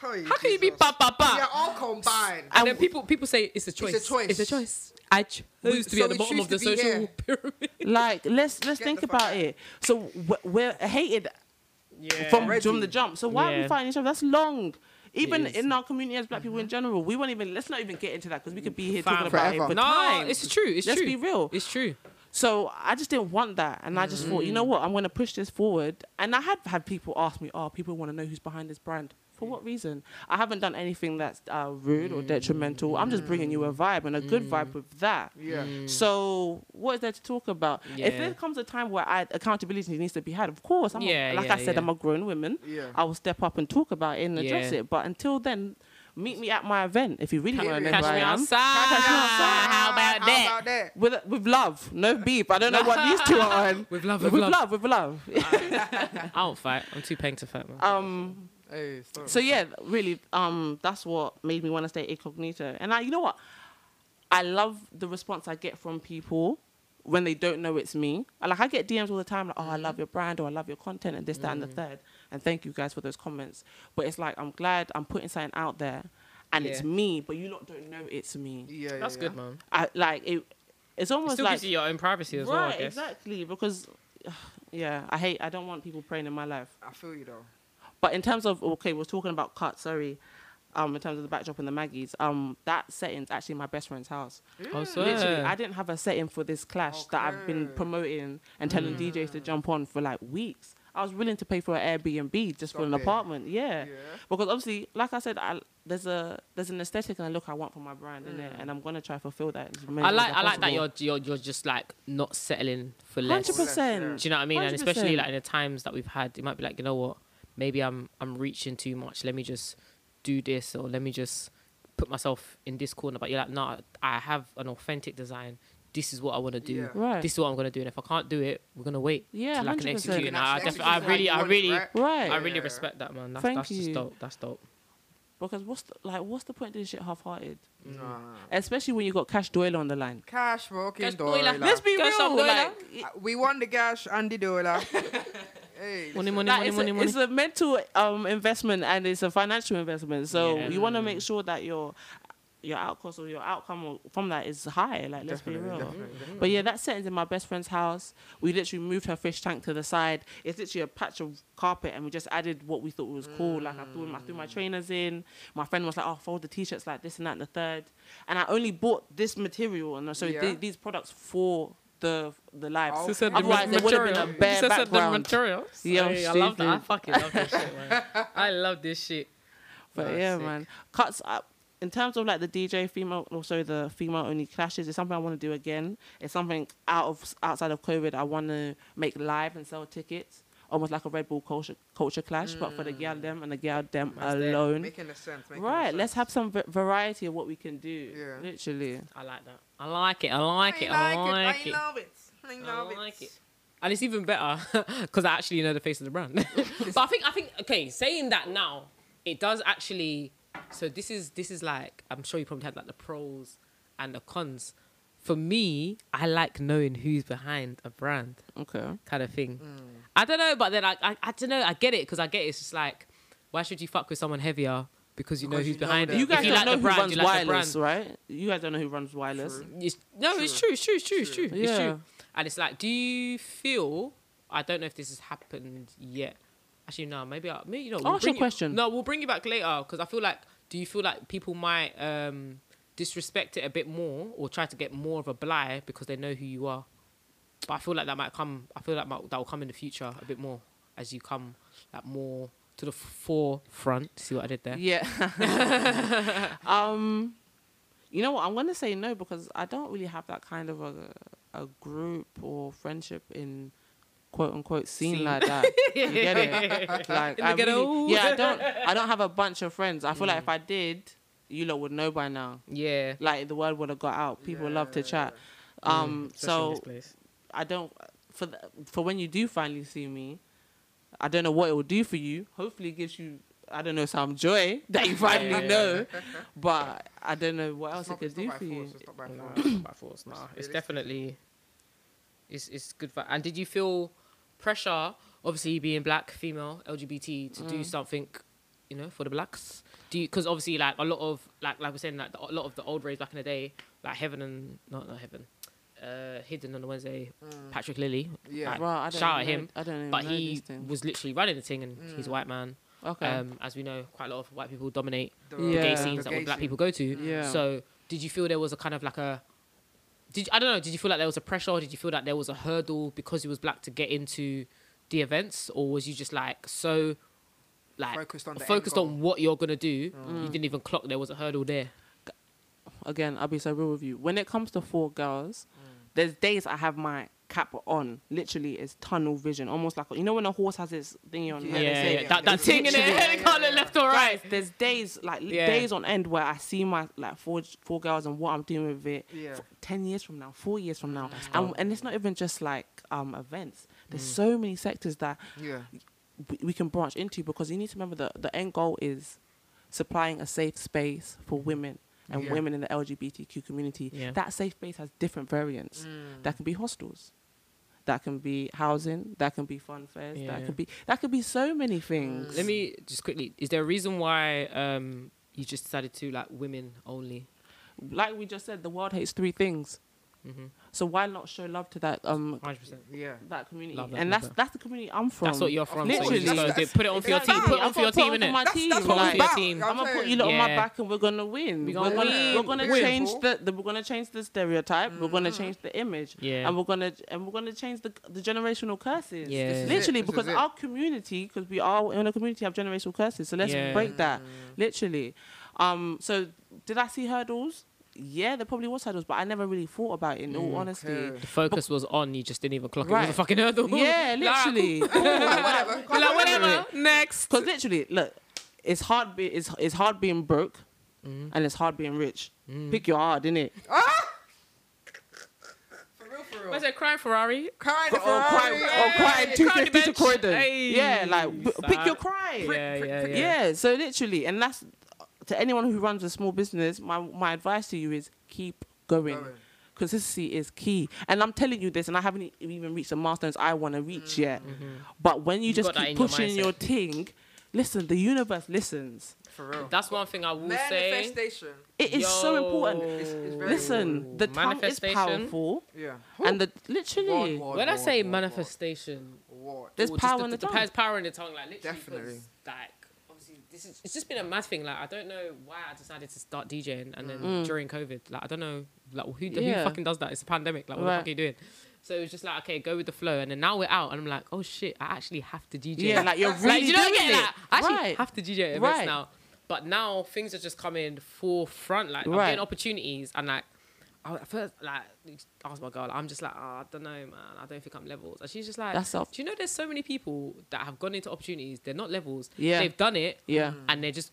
Speaker 3: free.
Speaker 1: How can you be Mm. ba ba
Speaker 2: We are
Speaker 1: ba?
Speaker 2: all combined.
Speaker 1: And then people people say it's a choice.
Speaker 2: choice.
Speaker 1: It's a choice. I chose
Speaker 2: We-
Speaker 1: to be
Speaker 2: so
Speaker 1: at the
Speaker 2: we
Speaker 1: bottom of the
Speaker 2: choose to be
Speaker 1: social
Speaker 2: here.
Speaker 1: pyramid.
Speaker 3: like let's let's
Speaker 2: Get
Speaker 3: think
Speaker 2: the fuck
Speaker 3: about
Speaker 2: out.
Speaker 3: it. So we're, we're hated
Speaker 1: Yeah.
Speaker 3: from
Speaker 2: Already.
Speaker 3: from the jump. So why are
Speaker 1: Yeah.
Speaker 3: we fighting each other? That's long. Even
Speaker 1: is.
Speaker 3: in our community as black people in general, we won't even let's not even get into that because we could be here
Speaker 1: Fam.
Speaker 3: talking about it
Speaker 2: Forever.
Speaker 3: for
Speaker 1: no,
Speaker 3: time.
Speaker 1: it's true. It's
Speaker 3: Let's
Speaker 1: true.
Speaker 3: be real.
Speaker 1: It's true.
Speaker 3: So I just didn't want that, and I just thought, you know
Speaker 1: Mm.
Speaker 3: what, I'm gonna push this forward. And I had had people ask me, oh, people want to know who's behind this brand. For what reason? I haven't done anything that's uh, rude or detrimental. I'm just bringing you a
Speaker 1: Mm.
Speaker 3: vibe and a good vibe with that.
Speaker 2: Yeah.
Speaker 3: So what is there to talk about? If
Speaker 1: Yeah.
Speaker 3: there comes a time where I, accountability needs to be had, of course. I'm a-
Speaker 1: Yeah,
Speaker 3: like
Speaker 1: yeah,
Speaker 3: I said,
Speaker 1: yeah.
Speaker 3: I'm a grown woman.
Speaker 2: Yeah.
Speaker 3: I will step up and talk about it and address
Speaker 1: Yeah.
Speaker 3: it. But until then, meet me at my event if you really want to know
Speaker 2: Catch
Speaker 3: who I
Speaker 1: me
Speaker 3: am.
Speaker 1: outside.
Speaker 3: Catch me outside.
Speaker 1: How about
Speaker 2: Ah, How
Speaker 1: that?
Speaker 2: about that?
Speaker 3: With, with love, no beef. I don't know what these two are on.
Speaker 1: With love,
Speaker 3: With,
Speaker 1: with, love.
Speaker 3: love, with love.
Speaker 1: I don't fight. I'm too paying to fight, man.
Speaker 3: um,
Speaker 2: Hey, sorry.
Speaker 3: so yeah, really, um, that's what made me want to stay incognito. And I, you know what, I love the response I get from people
Speaker 1: Mm.
Speaker 3: when they don't know it's me. Like I get DMs all the time, like, "Oh, I love your brand," or "I love your content," and this, that, and the third. And thank you guys for those comments. But it's like I'm glad I'm putting something out there, and it's
Speaker 1: Yeah.
Speaker 3: me. But you lot don't know it's me.
Speaker 2: Yeah, yeah,
Speaker 1: That's
Speaker 2: yeah.
Speaker 1: good, man.
Speaker 3: I like it. It's
Speaker 1: It
Speaker 3: almost
Speaker 1: still
Speaker 3: like
Speaker 1: gives you your own privacy as
Speaker 3: right,
Speaker 1: well, I guess.
Speaker 3: exactly. Because yeah, I hate. I don't want people praying in my life.
Speaker 2: I feel you though.
Speaker 3: But in terms of okay, we're talking about cuts. Sorry, um, in terms of the backdrop and the Maggie's, um, that setting's actually my best friend's house.
Speaker 1: Oh, swear.
Speaker 3: Literally, I didn't have a setting for this clash that I've been
Speaker 2: Okay.
Speaker 3: promoting and telling
Speaker 1: Mm.
Speaker 3: DJs to jump on for like weeks. I was willing to pay for an Airbnb just for an
Speaker 2: Stop it.
Speaker 3: apartment. Yeah.
Speaker 2: Yeah.
Speaker 3: Because obviously, like I said, I, there's a there's an aesthetic and a look I want for my brand in it, and I'm gonna try to fulfill that. as many
Speaker 1: Mm. I
Speaker 3: ways
Speaker 1: like
Speaker 3: as
Speaker 1: I like that
Speaker 3: possible.
Speaker 1: you're, you're you're just like not settling for less.
Speaker 3: hundred
Speaker 1: Do
Speaker 3: percent.
Speaker 1: you know what I mean? And especially
Speaker 3: 100%.
Speaker 1: like in the times that we've had, it might be like, you know what, maybe I'm I'm reaching too much. Let me just do this or let me just put myself in this corner. But you're like, no, I have an authentic design. This is what I want to do.
Speaker 2: Yeah.
Speaker 3: Right.
Speaker 1: This is what I'm gonna do. And if I can't do it, we're gonna wait.
Speaker 3: Yeah,
Speaker 1: till I can
Speaker 3: 100%.
Speaker 1: execute.
Speaker 3: You
Speaker 1: And
Speaker 2: can
Speaker 1: I,
Speaker 2: actually
Speaker 1: def- I
Speaker 2: execute
Speaker 1: really,
Speaker 2: like
Speaker 1: I
Speaker 2: you want,
Speaker 1: really,
Speaker 2: right?
Speaker 3: Right.
Speaker 1: I really
Speaker 2: Yeah.
Speaker 1: respect that man. That's,
Speaker 3: Thank
Speaker 1: that's just
Speaker 3: you.
Speaker 1: dope. That's dope.
Speaker 3: Because what's the, like what's the point doing shit half-hearted?
Speaker 1: Mm.
Speaker 2: Nah.
Speaker 3: Especially when you got Cash Doyle on the line.
Speaker 2: Cash fucking
Speaker 1: Cash boiler.
Speaker 2: dollar.
Speaker 3: Let's be
Speaker 1: Go
Speaker 3: real.
Speaker 1: some Doyle.
Speaker 3: like, it-
Speaker 2: Uh, We won the cash and the dollar. hey,
Speaker 1: Money,
Speaker 2: listen.
Speaker 1: money,
Speaker 3: like,
Speaker 1: money,
Speaker 3: it's,
Speaker 1: money,
Speaker 3: a,
Speaker 1: money.
Speaker 3: it's a mental um, investment and it's a financial investment. So
Speaker 1: Yeah.
Speaker 3: you want to make sure that your your outcomes or your outcome or- from that is high. Like let's be
Speaker 2: Definitely,
Speaker 3: real.
Speaker 2: definitely, definitely.
Speaker 3: But yeah, that setting's in my best friend's house. We literally moved her fish tank to the side. It's literally a patch of carpet, and we just added what we thought was cool. Like I threw, I threw
Speaker 1: Mm.
Speaker 3: my trainers in. My friend was like, "Oh, fold the t-shirts like this and that and the third. And I only bought this material and so
Speaker 2: Yeah.
Speaker 3: the- these products for the the live.
Speaker 2: Oh,
Speaker 1: She said the
Speaker 3: Otherwise, there would have been a
Speaker 1: material.
Speaker 3: bare
Speaker 1: She said the
Speaker 3: background.
Speaker 1: material.
Speaker 3: Yeah,
Speaker 1: Hey, I love that. I
Speaker 3: stupid.
Speaker 1: fucking love this shit, man. I love this shit.
Speaker 3: But
Speaker 1: Nah,
Speaker 3: yeah,
Speaker 1: sick.
Speaker 3: man, cuts up. In terms of like the DJ female, also the female only clashes, it's something I want to do again. It's something out of outside of COVID. I want to make live and sell tickets, almost like a Red Bull culture culture clash, but for the
Speaker 1: Mm.
Speaker 3: gal them and the gal them
Speaker 1: Man's there.
Speaker 3: alone.
Speaker 2: Making a sense. Making a
Speaker 3: Right,
Speaker 2: sense.
Speaker 3: let's have some v- variety of what we can do.
Speaker 2: Yeah.
Speaker 3: Literally.
Speaker 1: I like that. I like it. I like it.
Speaker 2: I
Speaker 1: I like
Speaker 2: I
Speaker 1: it.
Speaker 2: love it. I love it.
Speaker 1: like it. And it's even better because I actually know the face of the brand. but I think I think okay, saying that now, it does actually. So this is this is like I'm sure you probably had like the pros and the cons. For me, I like knowing who's behind a brand.
Speaker 3: Okay.
Speaker 1: kind of thing. I don't know, but then I, I, I don't know. I get it because I get it. it's just like, why should you fuck with someone heavier because you know
Speaker 2: Because
Speaker 1: who's
Speaker 2: you know
Speaker 1: behind
Speaker 2: them.
Speaker 1: it?
Speaker 3: You
Speaker 2: If
Speaker 3: guys
Speaker 1: you
Speaker 3: don't
Speaker 1: like
Speaker 3: know
Speaker 1: the
Speaker 3: who
Speaker 1: brand,
Speaker 3: runs
Speaker 1: you like the
Speaker 3: wireless,
Speaker 1: brand.
Speaker 3: right? You guys don't know who runs wireless.
Speaker 2: True.
Speaker 1: It's, no, it's
Speaker 2: True.
Speaker 1: true, it's true, it's true, it's true.
Speaker 2: True.
Speaker 1: It's
Speaker 3: Yeah.
Speaker 1: true. And it's like, do you feel? I don't know if this has happened yet. Actually, no. Maybe I. Maybe you know.
Speaker 3: Ask your
Speaker 1: bring you-
Speaker 3: question.
Speaker 1: No, we'll bring you back later because I feel like. Do you feel like people might um, disrespect it a bit more or try to get more of a blight because they know who you are? But I feel like that might come. I feel like might, that will come in the future a bit more as you come like more to the forefront. See what I did there?
Speaker 3: Yeah. um, you know what? I'm gonna say no because I don't really have that kind of a a group or friendship in quote unquote scene,
Speaker 1: Scene.
Speaker 3: like that. You get it? Like
Speaker 1: In the
Speaker 3: I
Speaker 1: ghetto.
Speaker 3: really, yeah, I don't I don't have a bunch of friends. I feel like if I did, you lot would know by now.
Speaker 1: Yeah.
Speaker 3: Like the word would have got out. People love to
Speaker 2: Yeah.
Speaker 3: chat. Um, so I don't for the, for when you do finally see me, I don't know what it will do for you. Hopefully, it gives you I don't know some joy that you finally
Speaker 1: Yeah.
Speaker 3: know, but I don't know
Speaker 1: Oh,
Speaker 3: what else
Speaker 2: It's not-
Speaker 3: it could
Speaker 2: it's not
Speaker 3: do
Speaker 2: by
Speaker 3: for you.
Speaker 2: force, it's not by
Speaker 1: Nah,
Speaker 2: force.
Speaker 1: it's not by force, nah. It's
Speaker 2: realistic.
Speaker 1: definitely it's it's good for and did you feel pressure, obviously being black, female, LGBT, to
Speaker 3: Mm.
Speaker 1: do something, you know, for the blacks? Do you because obviously like a lot of like like we're saying like the, a lot of the old raves back in the day, like Heaven and not not Heaven. Uh, hidden on the Wednesday, Patrick Lilly.
Speaker 2: Yeah.
Speaker 1: like,
Speaker 3: Bro, I don't
Speaker 1: shout at
Speaker 3: even know-
Speaker 1: him.
Speaker 3: Mm. I don't even
Speaker 1: But
Speaker 3: know
Speaker 1: he
Speaker 3: these things. Mm.
Speaker 1: was literally running the thing, and he's a white man.
Speaker 3: Okay.
Speaker 1: Um, as we know, quite a lot of white people dominate
Speaker 2: The-
Speaker 1: the
Speaker 3: Yeah.
Speaker 1: gay scenes that
Speaker 2: gay
Speaker 1: all black
Speaker 2: scene.
Speaker 1: people go to.
Speaker 3: Yeah.
Speaker 1: So did you feel there was a kind of like a did I don't know, did you feel like there was a pressure or did you feel like there was a hurdle because you was black to get into the events or was you just like so like
Speaker 2: Focused on the end
Speaker 1: focused
Speaker 2: goal.
Speaker 1: on what you're gonna do, you didn't even clock there was a hurdle there.
Speaker 3: Again, I'll be so real with you. When it comes to four girls,
Speaker 1: Mm.
Speaker 3: there's days I have my cap on. Literally, it's tunnel vision, almost like you know when a horse has its thingy on.
Speaker 1: Yeah,
Speaker 3: like they
Speaker 1: yeah,
Speaker 3: say,
Speaker 1: That, that
Speaker 3: It's
Speaker 1: thing in there,
Speaker 3: literally-
Speaker 1: they can't look left or right.
Speaker 3: Guys, there's days like li-
Speaker 1: Yeah.
Speaker 3: days on end where I see my like four four girls and what I'm doing with it.
Speaker 2: Yeah.
Speaker 3: f- Ten years from now, four years from now, and, and it's not even just like um events. There's
Speaker 1: Mm.
Speaker 3: so many sectors that
Speaker 2: Yeah.
Speaker 3: w- we can branch into because you need to remember that the end goal is supplying a safe space for women and
Speaker 2: Yeah.
Speaker 3: women in the LGBTQ community.
Speaker 1: Yeah. Mm.
Speaker 2: Mm,
Speaker 3: That safe space has different variants. That can be hostels. that can be housing, that can be fun fairs,
Speaker 1: Yeah.
Speaker 3: that could be that could be so many things.
Speaker 1: Let me just quickly. Is there a reason why um, you just decided to like women only?
Speaker 3: Like we just said, the world hates three things.
Speaker 1: Mhm.
Speaker 3: So why not show love to that um
Speaker 1: Hundred percent.
Speaker 2: Yeah.
Speaker 3: that community?
Speaker 1: Love that,
Speaker 3: and
Speaker 1: love
Speaker 3: that's
Speaker 1: that.
Speaker 3: that's the community I'm from.
Speaker 1: That's what you're from. so you just
Speaker 3: Literally.
Speaker 1: gotta do- put it on for your
Speaker 3: Exactly.
Speaker 1: team. Put it on
Speaker 3: I'm
Speaker 1: for your
Speaker 3: from-
Speaker 1: team,
Speaker 3: from
Speaker 1: innit?
Speaker 3: my-
Speaker 2: That's,
Speaker 3: team,
Speaker 2: that's what
Speaker 1: like-
Speaker 2: we're about.
Speaker 1: Team.
Speaker 2: I'm
Speaker 3: I'm gonna put
Speaker 2: saying.
Speaker 3: you lot on my
Speaker 1: Yeah.
Speaker 3: back and we're gonna win.
Speaker 1: We
Speaker 3: We
Speaker 1: gonna
Speaker 3: are gonna,
Speaker 1: win.
Speaker 3: we're gonna
Speaker 1: Win.
Speaker 3: change the, the we're gonna change the stereotype. We're gonna change the image.
Speaker 1: Yeah.
Speaker 3: And we're gonna and we're gonna change the the generational curses.
Speaker 1: Yeah. This is
Speaker 3: Literally,
Speaker 2: it. This
Speaker 3: because
Speaker 2: is it.
Speaker 3: our community, because we all in a community have generational curses. So let's
Speaker 1: Yeah.
Speaker 3: break that. Literally. Um. So did I see hurdles? Yeah, there probably was hurdles, but I never really thought about it. In all honesty.
Speaker 2: Okay.
Speaker 1: The focus was on you. Just didn't even clock it. It was
Speaker 3: Right.
Speaker 1: a fucking hurdle.
Speaker 3: Yeah,
Speaker 1: Like, alright,
Speaker 3: literally.
Speaker 2: Whatever.
Speaker 1: cool. Like, whatever. Next.
Speaker 3: Because literally, look, it's hard. Be, it's it's hard being broke,
Speaker 1: Mm.
Speaker 3: and it's hard being rich. Pick your hard, innit?
Speaker 2: For real, for
Speaker 1: Was
Speaker 2: real.
Speaker 1: it crying Ferrari?
Speaker 2: Crying
Speaker 3: Or cry,
Speaker 2: Ferrari.
Speaker 3: or cry
Speaker 1: oh, Cry
Speaker 3: two
Speaker 1: on the
Speaker 3: fifty to
Speaker 1: bench.
Speaker 3: Croydon.
Speaker 1: Hey.
Speaker 3: Yeah, like b- pick your cry.
Speaker 1: Yeah,
Speaker 2: prick,
Speaker 1: yeah,
Speaker 2: prick.
Speaker 1: yeah.
Speaker 3: Yeah. So literally, and that's to anyone who runs a small business. My my advice to you is keep going.
Speaker 2: Going.
Speaker 3: Consistency is key, and I'm telling you this, and I haven't e- even reached the milestones I want to reach yet. But when you,
Speaker 1: Mm, mm-hmm. You
Speaker 3: just
Speaker 1: got that
Speaker 3: keep
Speaker 1: in your
Speaker 3: pushing
Speaker 1: mindset.
Speaker 3: your thing, listen, the universe listens.
Speaker 2: For real.
Speaker 1: That's one thing I will say.
Speaker 2: Manifestation.
Speaker 3: It is so important.
Speaker 2: It's- it's very
Speaker 3: Listen, the tongue is
Speaker 1: Manifestation.
Speaker 3: powerful,
Speaker 2: Yeah.
Speaker 3: and the literally,
Speaker 2: Word, word,
Speaker 1: When I
Speaker 2: word,
Speaker 1: say
Speaker 2: word,
Speaker 1: manifestation,
Speaker 2: word.
Speaker 3: there's
Speaker 1: or just
Speaker 3: power in the, tongue.
Speaker 1: There's power in the tongue, like literally. 'cause,
Speaker 2: Definitely.
Speaker 1: Like obviously, this is it's just been a mad thing. Like I don't know why I decided to start DJing, and then during COVID, like I don't know, like who who
Speaker 3: Mm. Yeah.
Speaker 1: fucking does that? It's a pandemic. Like what the
Speaker 3: Right.
Speaker 1: fuck are you doing? So it was just like okay, go with the flow, and then now we're out, and I'm like, oh shit, I actually have to DJ.
Speaker 3: Yeah, like you're really
Speaker 1: do you know what I
Speaker 3: doing
Speaker 1: mean?
Speaker 3: it.
Speaker 1: Like, I actually
Speaker 3: Right.
Speaker 1: have to DJ at events
Speaker 3: Right.
Speaker 1: now. But now things are just coming forefront. Like I'm
Speaker 3: Right.
Speaker 1: getting opportunities and like I at first like I was my girl, I'm just like, oh, I don't know, man. I don't think I'm levels. And she's just like
Speaker 3: That's up.
Speaker 1: Do you know there's so many people that have gone into opportunities, they're not levels.
Speaker 3: Yeah.
Speaker 1: They've done it
Speaker 3: Yeah.
Speaker 1: and they're just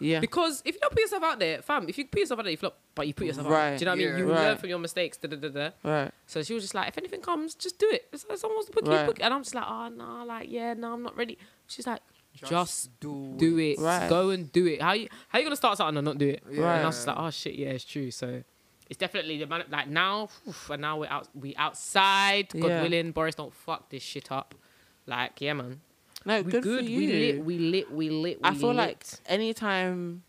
Speaker 3: Yeah.
Speaker 1: Because if you don't put yourself out there, fam, if you put yourself out there, you flop, but you put yourself out there.
Speaker 3: Right.
Speaker 1: Do you know what I
Speaker 2: Yeah.
Speaker 1: mean? You learn
Speaker 3: Right.
Speaker 1: from your mistakes, da da da da.
Speaker 3: Right.
Speaker 1: So she was just like, if anything comes, just do it. It's, it's almost bookie,
Speaker 3: Right.
Speaker 1: bookie. And I'm just like, oh, no, like, yeah, no, I'm not ready. She's like, just,
Speaker 2: do
Speaker 1: do it.
Speaker 3: Right.
Speaker 1: Go and do it. How you how you gonna start something and not do it?
Speaker 2: Yeah.
Speaker 1: And I was just like, oh shit, yeah, it's true. So it's definitely the man like now oof, and now we're out we outside. God
Speaker 3: Yeah.
Speaker 1: willing, Boris don't fuck this shit up. Like, yeah, man.
Speaker 3: No,
Speaker 1: we
Speaker 3: good, for you.
Speaker 1: We lit, we lit, we lit, we
Speaker 3: I feel like
Speaker 1: lit.
Speaker 3: anytime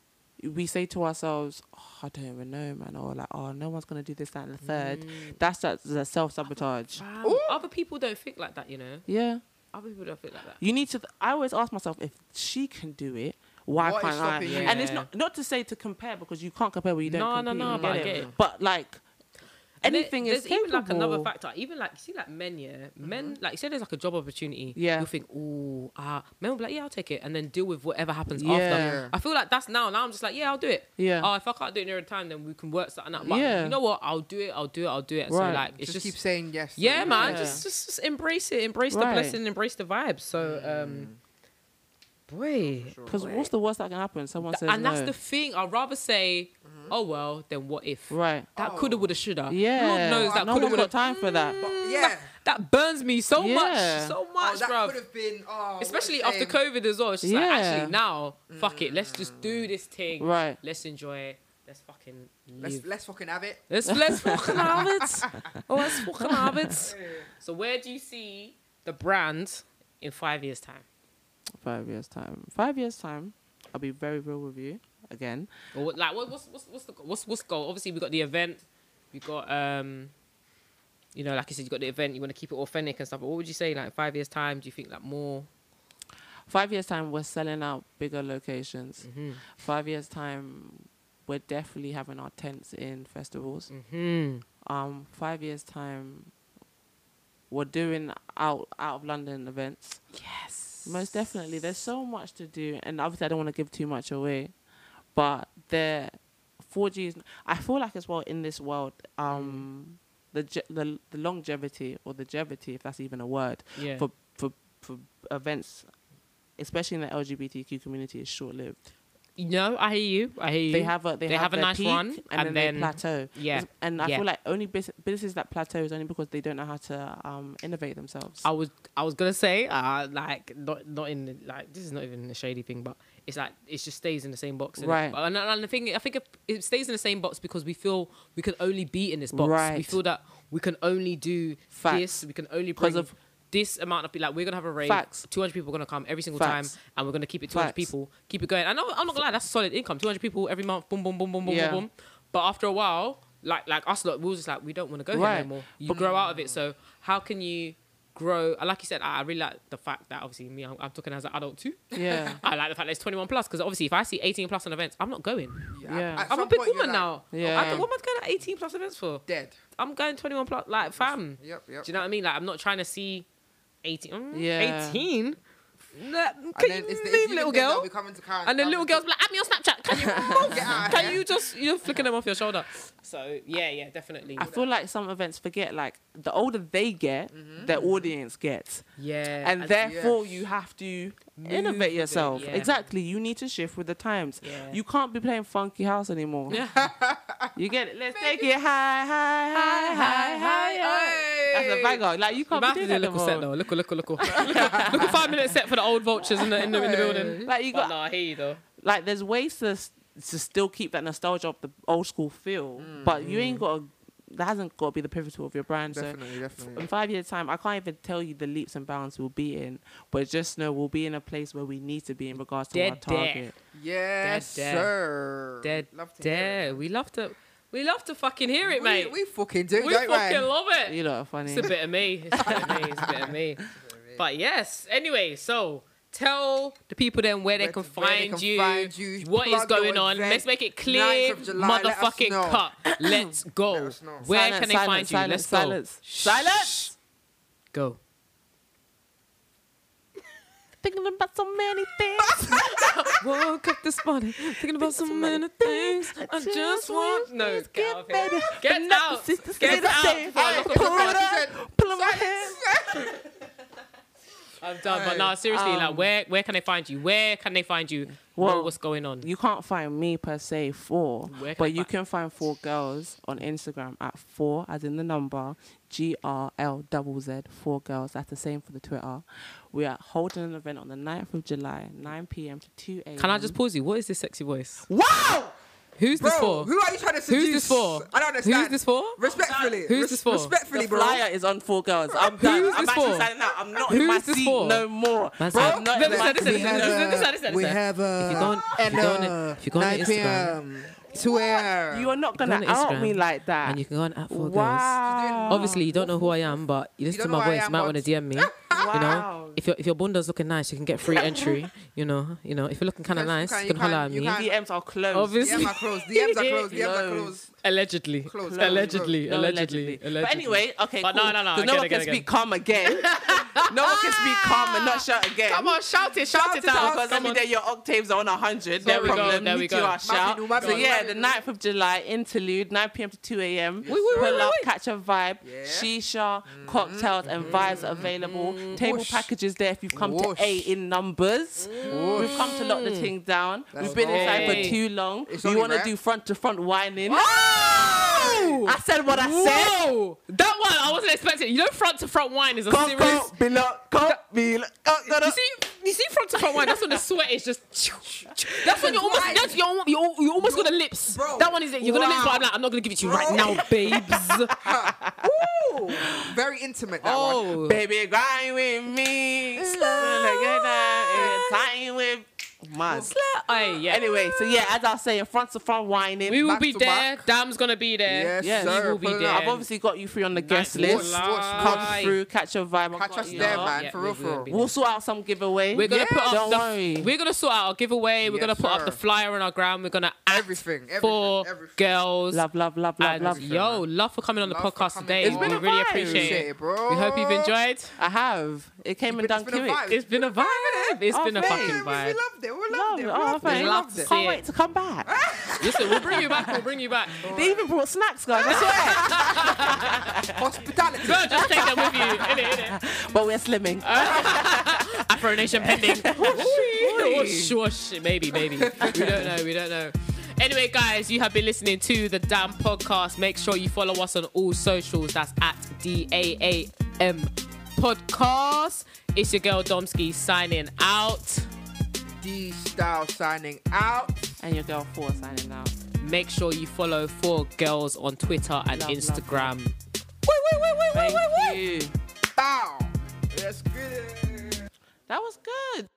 Speaker 3: we say to ourselves, oh, I don't even know, man, or like, oh, no one's gonna do this, that, and the third.
Speaker 1: Mm.
Speaker 3: That's that, that self sabotage.
Speaker 1: Fam, other people don't think like that, you know.
Speaker 3: Yeah,
Speaker 1: Other people don't think like that.
Speaker 3: you need to. Th- I always ask myself if she can do it. Why
Speaker 2: What is
Speaker 3: can't I?
Speaker 2: stopping you?
Speaker 3: And it's
Speaker 1: Yeah.
Speaker 3: not not to say to compare because you can't compare where you don't.
Speaker 1: No, no,
Speaker 3: compete,
Speaker 1: no,
Speaker 3: you
Speaker 1: but I get
Speaker 3: it.
Speaker 1: it.
Speaker 3: But like,
Speaker 1: And there-
Speaker 3: anything is
Speaker 1: there's even like another
Speaker 3: capable. Mm-hmm.
Speaker 1: factor. Even like you see like men, yeah, men like you say there's like a job opportunity.
Speaker 3: Yeah.
Speaker 1: you think, oh, ah, men will be like, yeah, I'll take it, and then deal with whatever happens
Speaker 3: Yeah.
Speaker 1: after. I feel like that's now. Now I'm just like, yeah, I'll do it.
Speaker 3: Yeah.
Speaker 1: Oh, if I can't do it near a time, then we can work something out. But
Speaker 3: Yeah.
Speaker 1: you know what? I'll do it. I'll do it. I'll do it. So
Speaker 3: Right.
Speaker 1: like it's
Speaker 2: Just,
Speaker 1: just,
Speaker 2: keep saying yes.
Speaker 1: yeah,
Speaker 2: to it.
Speaker 1: man.
Speaker 3: Yeah.
Speaker 1: Just, just just embrace it. Embrace the
Speaker 3: Right. Mm.
Speaker 1: blessing. Embrace the vibe. So um, boy.
Speaker 3: Because what's the worst that can happen? Someone says
Speaker 1: and that's
Speaker 3: no. Mm-hmm.
Speaker 1: the thing. I'd rather say, oh well, then what if?
Speaker 3: right.
Speaker 1: That
Speaker 2: Oh.
Speaker 1: coulda, woulda, shoulda.
Speaker 3: Yeah.
Speaker 1: Lord knows that Mm.
Speaker 3: no
Speaker 1: coulda,
Speaker 3: one's
Speaker 1: woulda.
Speaker 3: got time for that.
Speaker 2: Yeah.
Speaker 1: That burns me so much,
Speaker 3: Yeah.
Speaker 1: so
Speaker 2: Oh,
Speaker 1: much,
Speaker 2: that
Speaker 1: bruv.
Speaker 2: could have been. Oh, what a
Speaker 1: Especially after
Speaker 2: shame.
Speaker 1: COVID as well. It's just
Speaker 3: Yeah.
Speaker 1: like, actually, now,
Speaker 2: Mm.
Speaker 1: fuck it. Let's just do this thing.
Speaker 3: Right.
Speaker 1: Let's enjoy it. Let's fucking
Speaker 2: Let's
Speaker 1: live.
Speaker 2: let's fucking have it.
Speaker 1: Let's, let's fucking have it. Oh, let's fucking have it. So, where do you see the brand in five years' time?
Speaker 3: Five years time. Five years time. I'll be very real with you again.
Speaker 1: Or what, like, what, what's, what's, what's the what's, what's goal? Obviously, we got the event. We got, um, you know, like you said, you got the event. You want to keep it authentic and stuff. But what would you say, like, five years' time? Do you think, like, more?
Speaker 3: Five years time, we're selling out bigger locations.
Speaker 1: Mm-hmm.
Speaker 3: Five years time, we're definitely having our tents in festivals.
Speaker 1: Hmm.
Speaker 3: Um, five years time, we're doing out out of London events.
Speaker 1: Yes.
Speaker 3: Most definitely. There's so much to do, and obviously, I don't want to give too much away, but there, 4G is. I feel like as well in this world, um, the ge- the the longevity or the longevity, if that's even a word,
Speaker 1: Yeah.
Speaker 3: for for for events, especially in the LGBTQ community, is short lived.
Speaker 1: No, I hear you. I hear you.
Speaker 3: They have a they,
Speaker 1: They have a
Speaker 3: their
Speaker 1: nice
Speaker 3: peak,
Speaker 1: run,
Speaker 3: and,
Speaker 1: and
Speaker 3: then, they
Speaker 1: then-
Speaker 3: plateau.
Speaker 1: yeah,
Speaker 3: It's- and I
Speaker 1: yeah.
Speaker 3: feel like only bus- businesses that plateau is only because they don't know how to um, innovate themselves.
Speaker 1: I was I was gonna say uh like not not in like this is not even a shady thing, but it's like it just stays in the same box, innit?
Speaker 3: Right.
Speaker 1: And, and the thing I think it, it stays in the same box because we feel we can only be in this box. We
Speaker 3: Right.
Speaker 1: feel that we can only do
Speaker 3: Facts.
Speaker 1: this. We can only
Speaker 3: 'Cause
Speaker 1: bring
Speaker 3: of-
Speaker 1: this amount of people. Like we're gonna have a rave.
Speaker 3: Facts.
Speaker 1: Two hundred people are gonna come every single
Speaker 3: Facts.
Speaker 1: time, and we're gonna keep it two hundred
Speaker 3: Facts.
Speaker 1: people. Keep it going. And I'm, I'm not gonna lie, that's solid income. Two hundred people every month. Boom, boom, boom, boom, boom,
Speaker 3: Yeah.
Speaker 1: boom, boom. But after a while. Like like us lot, we was just like we don't want to go here
Speaker 3: Right.
Speaker 1: anymore. You grow out of it. So how can you grow? and Like you said, I I really like the fact that obviously me, I'm, I'm talking as an adult too.
Speaker 3: yeah,
Speaker 1: I like the fact that it's 21 plus because obviously if I see 18 plus on events, I'm not going.
Speaker 3: Yeah.
Speaker 2: at
Speaker 1: I'm a
Speaker 2: some
Speaker 1: big
Speaker 2: point you're
Speaker 1: woman
Speaker 2: like,
Speaker 1: now.
Speaker 3: Yeah.
Speaker 1: I don't, what am I going to 18 plus events for?
Speaker 2: Dead.
Speaker 1: I'm going 21 plus. Like fam,
Speaker 2: Yep,
Speaker 1: do
Speaker 2: yep.
Speaker 1: you know what I mean? Like I'm not trying to see 18. mm,
Speaker 3: Yeah.
Speaker 1: 18. Nah,
Speaker 2: And
Speaker 1: Can
Speaker 2: then
Speaker 1: you
Speaker 2: it's the- it's
Speaker 1: move,
Speaker 2: you
Speaker 1: little
Speaker 2: then that'll
Speaker 1: girl?
Speaker 2: be coming to Karen-
Speaker 1: And the
Speaker 2: Karen
Speaker 1: little
Speaker 2: to-
Speaker 1: girl's be like, "Add me on Snapchat. Can you move?
Speaker 2: Get out of
Speaker 1: Can
Speaker 2: here.
Speaker 1: you just you're flicking them off your shoulder?" So yeah, yeah, definitely.
Speaker 3: I feel like some events forget like the older they get, their audience gets,
Speaker 1: Mm-hmm. yeah,
Speaker 3: and
Speaker 1: then.
Speaker 3: therefore you have to
Speaker 1: Move with
Speaker 3: innovate
Speaker 1: it,
Speaker 3: yourself.
Speaker 1: yeah.
Speaker 3: Exactly, you need to shift with the times.
Speaker 1: Yeah.
Speaker 3: You can't be playing funky house anymore. you get it. Let's take it high, high, high, high, high. high. That's a banger. Like you
Speaker 1: You
Speaker 3: can't
Speaker 1: might have
Speaker 3: be
Speaker 1: to
Speaker 3: doing
Speaker 1: do a
Speaker 3: that
Speaker 1: little
Speaker 3: no
Speaker 1: set
Speaker 3: more.
Speaker 1: though. Look, look, look, look. Look, a five minute set for the old vultures in the in the, in the building.
Speaker 3: Like you
Speaker 1: But
Speaker 3: got
Speaker 1: nah, I hear you though.
Speaker 3: like there's ways to s- to still keep that nostalgia of the old school feel,
Speaker 1: Mm.
Speaker 3: but you ain't got to, that hasn't got to be the pivotal of your brand.
Speaker 2: Definitely,
Speaker 3: So in
Speaker 2: definitely.
Speaker 3: five years time, I can't even tell you the leaps and bounds we'll be in, but just know we'll be in a place where we need to be in regards to our
Speaker 1: Dead there.
Speaker 3: target.
Speaker 2: Yes,
Speaker 1: Dead, dead.
Speaker 2: sir.
Speaker 1: Dead,
Speaker 2: Love to hear it.
Speaker 1: dead. We love to, we love to fucking hear it,
Speaker 2: we,
Speaker 1: mate.
Speaker 2: We fucking do,
Speaker 1: We
Speaker 2: don't
Speaker 1: fucking
Speaker 2: we?
Speaker 1: love it.
Speaker 3: You know, are funny.
Speaker 1: It's a bit of me. It's a bit of me. It's a bit of me. But yes. Anyway, so tell the people then where, they
Speaker 2: Where
Speaker 1: can,
Speaker 2: to- where they
Speaker 1: find,
Speaker 2: can
Speaker 1: you,
Speaker 2: find you.
Speaker 1: what is
Speaker 2: Plug your
Speaker 1: going on.
Speaker 2: event,
Speaker 1: Let's make it
Speaker 2: 9th
Speaker 1: clear,
Speaker 2: of July, let us
Speaker 1: motherfucking
Speaker 2: know.
Speaker 1: cut. Let's go.
Speaker 2: Let us know.
Speaker 1: Where
Speaker 3: Silence,
Speaker 1: can they
Speaker 3: silence,
Speaker 1: find you?
Speaker 3: silence,
Speaker 1: Let's go.
Speaker 3: silence. Silence.
Speaker 1: Go.
Speaker 3: Thinking about so many things.
Speaker 1: Woke up this morning thinking about so many things. I just want no.
Speaker 3: things
Speaker 1: Get
Speaker 3: get
Speaker 1: out. of here.
Speaker 3: better,
Speaker 1: Get
Speaker 3: but not
Speaker 1: out.
Speaker 3: the sisters
Speaker 1: Get
Speaker 3: say the
Speaker 1: out.
Speaker 3: same.
Speaker 1: before I
Speaker 2: Hey,
Speaker 1: look
Speaker 2: it's
Speaker 1: up your
Speaker 2: all
Speaker 1: brother.
Speaker 2: right.
Speaker 3: Pull up my hair.
Speaker 1: I'm done. But no, seriously, like
Speaker 3: Um,
Speaker 1: where where can they find you? Where can they find you? Well,
Speaker 3: Well,
Speaker 1: what's going on?
Speaker 3: You can't find me per se four,
Speaker 1: Where can I
Speaker 3: but you
Speaker 1: find-
Speaker 3: can find four girls on Instagram at four as in the number G R L double Z four girls. That's the same for the Twitter. We are holding an event on the 9th of July, nine p.m. to two a.m.
Speaker 1: Can I just pause you? What is this sexy voice?
Speaker 2: Wow!
Speaker 1: Who's
Speaker 2: Bro,
Speaker 1: this for?
Speaker 2: who are you trying to seduce?
Speaker 1: Who's this for?
Speaker 2: I don't understand.
Speaker 1: Who's this for?
Speaker 2: Respectfully.
Speaker 1: Who's
Speaker 2: res-
Speaker 1: this for?
Speaker 2: Respectfully,
Speaker 3: the
Speaker 2: bro.
Speaker 3: flyer is on four girls. I'm done.
Speaker 1: Who's
Speaker 3: I'm
Speaker 1: this
Speaker 3: actually
Speaker 1: for?
Speaker 3: signing out. I'm not
Speaker 1: Who's
Speaker 3: in my
Speaker 1: this
Speaker 3: seat
Speaker 1: for?
Speaker 3: no more.
Speaker 1: That's
Speaker 3: Bro,
Speaker 1: it.
Speaker 3: I'm not
Speaker 1: No,
Speaker 3: in my
Speaker 1: listen,
Speaker 3: seat.
Speaker 1: listen, listen.
Speaker 2: we
Speaker 1: listen.
Speaker 2: have a.
Speaker 1: If you don't- if you don't- if you go on Instagram-
Speaker 2: 2 a.m.
Speaker 3: You are not
Speaker 1: Go
Speaker 3: gonna
Speaker 1: on
Speaker 3: out
Speaker 1: Instagram
Speaker 3: me like that.
Speaker 1: And you can go on at four girls.
Speaker 3: wow.
Speaker 1: Obviously, you don't know who I am, but you listen
Speaker 2: don't
Speaker 1: to
Speaker 2: know
Speaker 1: my
Speaker 2: who I
Speaker 1: voice. You
Speaker 2: am,
Speaker 1: might
Speaker 2: but-
Speaker 1: want to DM me.
Speaker 3: wow.
Speaker 1: You know, if your if your bunda's looking nice, you can get free entry. You know, you know, if you're looking kind
Speaker 2: Yes,
Speaker 1: of
Speaker 2: you
Speaker 1: nice,
Speaker 2: can,
Speaker 1: you
Speaker 2: you
Speaker 1: can holler
Speaker 2: can,
Speaker 1: at
Speaker 2: you
Speaker 1: me.
Speaker 2: can.
Speaker 3: DMs are closed.
Speaker 1: Obviously,
Speaker 2: DMs are closed. DMs are closed. DMs are closed.
Speaker 1: allegedly,
Speaker 2: Close, close,
Speaker 1: allegedly,
Speaker 3: No,
Speaker 1: allegedly, allegedly.
Speaker 3: But anyway, okay.
Speaker 1: But
Speaker 3: cool.
Speaker 1: no, no, no,
Speaker 3: 'Cause
Speaker 1: again,
Speaker 3: one
Speaker 1: again,
Speaker 3: can speak calm again. no one can speak calm and not shout again.
Speaker 1: Come on, shout it, shout,
Speaker 3: Shout
Speaker 1: it out.
Speaker 3: because
Speaker 1: come
Speaker 3: every
Speaker 1: on.
Speaker 3: day your octaves are on 100.
Speaker 1: There
Speaker 3: no
Speaker 1: we go,
Speaker 3: problem.
Speaker 1: there we
Speaker 3: Need
Speaker 1: go.
Speaker 3: your
Speaker 1: My
Speaker 3: shout.
Speaker 2: people, my
Speaker 3: so
Speaker 2: people,
Speaker 3: yeah,
Speaker 2: my
Speaker 3: the
Speaker 2: people.
Speaker 3: 9th of July interlude, 9 p.m. to 2 a.m.
Speaker 2: Yes, sir.
Speaker 3: Pull
Speaker 2: Wait,
Speaker 3: up, catch a vibe.
Speaker 2: Yeah.
Speaker 3: Shisha,
Speaker 1: Mm-hmm.
Speaker 3: cocktails, and vibes available. Table
Speaker 2: Whoosh.
Speaker 3: packages there if you've come
Speaker 2: Whoosh.
Speaker 3: to eight in numbers.
Speaker 1: Mm.
Speaker 3: We've come to lock the thing down.
Speaker 2: Let's
Speaker 3: We've been inside
Speaker 1: go.
Speaker 3: for too long.
Speaker 2: It's
Speaker 3: we
Speaker 2: only
Speaker 3: want to
Speaker 2: rap.
Speaker 3: do front to front whining.
Speaker 1: Oh!
Speaker 3: I said what I said.
Speaker 1: Whoa! That one I wasn't expecting. You know, front to front wine is a
Speaker 3: Come,
Speaker 1: serious.
Speaker 3: come, be look, come, be look. Oh, no, no.
Speaker 1: You see, you see front to front wine. That's when the sweat is just. That's when you're almost.
Speaker 2: Why?
Speaker 1: That's you're, you're, you're almost gonna lips.
Speaker 2: Bro.
Speaker 1: That one is it. You're gonna lips,
Speaker 2: Wow.
Speaker 1: but I'm like, I'm not gonna give it to you right
Speaker 2: Bro.
Speaker 1: now, babes.
Speaker 2: Ooh, very intimate that one.
Speaker 1: oh,
Speaker 3: Baby, grind with me. Look at that. Time with man.
Speaker 1: Aye, Oh, yeah.
Speaker 3: Anyway, so yeah, as I was saying, front to front whining.
Speaker 1: we will
Speaker 2: back
Speaker 1: be
Speaker 2: to
Speaker 1: there.
Speaker 2: back.
Speaker 1: Dam's gonna be there.
Speaker 2: Yes,
Speaker 3: Yes,
Speaker 2: sir.
Speaker 1: you will be
Speaker 2: pull it
Speaker 1: there.
Speaker 2: up.
Speaker 3: I've obviously got you free on the guest
Speaker 1: Nice.
Speaker 3: list.
Speaker 2: What's- what's
Speaker 1: July.
Speaker 3: Come through, catch a vibe. I've
Speaker 2: Catch
Speaker 3: got
Speaker 2: us
Speaker 3: you.
Speaker 2: there,
Speaker 1: Yeah,
Speaker 2: man.
Speaker 1: yeah,
Speaker 2: For
Speaker 1: we
Speaker 2: real,
Speaker 1: will
Speaker 2: for real.
Speaker 1: be
Speaker 3: We'll sort out some giveaway.
Speaker 1: We're gonna
Speaker 2: Yeah.
Speaker 1: put up
Speaker 3: Don't
Speaker 1: the,
Speaker 3: worry.
Speaker 1: We're gonna sort out our giveaway. We're
Speaker 2: Yes,
Speaker 1: gonna put up
Speaker 2: sir.
Speaker 1: the flyer on our ground. We're gonna act
Speaker 2: Everything, everything,
Speaker 1: for
Speaker 2: everything.
Speaker 1: girls.
Speaker 3: love, love, love, love,
Speaker 1: And
Speaker 3: love.
Speaker 1: yo, love for coming on the
Speaker 2: Love for
Speaker 1: podcast
Speaker 2: coming
Speaker 1: today.
Speaker 2: on. It's
Speaker 1: we
Speaker 2: been a Oh.
Speaker 1: really
Speaker 3: vibe.
Speaker 1: appreciate
Speaker 2: Appreciate
Speaker 1: it.
Speaker 2: it, bro.
Speaker 1: We hope you've enjoyed.
Speaker 3: I have. It came and
Speaker 2: It's
Speaker 3: done
Speaker 2: been a
Speaker 3: quick.
Speaker 2: vibe.
Speaker 1: It's been a vibe. It's
Speaker 3: Oh,
Speaker 1: been a
Speaker 3: thanks.
Speaker 1: fucking
Speaker 2: Yeah,
Speaker 1: vibe.
Speaker 2: We loved it. We
Speaker 3: Love
Speaker 2: loved
Speaker 3: it.
Speaker 2: it.
Speaker 3: Oh,
Speaker 2: We
Speaker 3: thanks.
Speaker 1: Love
Speaker 2: loved
Speaker 1: to see
Speaker 2: it. Ah.
Speaker 3: Can't
Speaker 1: it.
Speaker 3: wait to come back.
Speaker 1: Listen, we'll bring you back. We'll bring you back.
Speaker 3: They even brought snacks, guys. I swear.
Speaker 2: Hospitality.
Speaker 1: Girl, just take them with you. In it, in it. Uh.
Speaker 3: but we're slimming.
Speaker 1: I Afro Nation pending. oh, shush, maybe, maybe. We don't know, we don't know. Anyway, guys, you have been listening to the Damn Podcast. Make sure you follow us on all socials. That's at D A A M Podcast. It's your girl Domsky signing out.
Speaker 2: D Style signing out.
Speaker 3: And your girl four signing out.
Speaker 1: Make sure you follow Four Girls on Twitter and
Speaker 3: Love, love,
Speaker 1: Instagram.
Speaker 3: Thank you.
Speaker 2: Bow. That's good.
Speaker 3: That was good.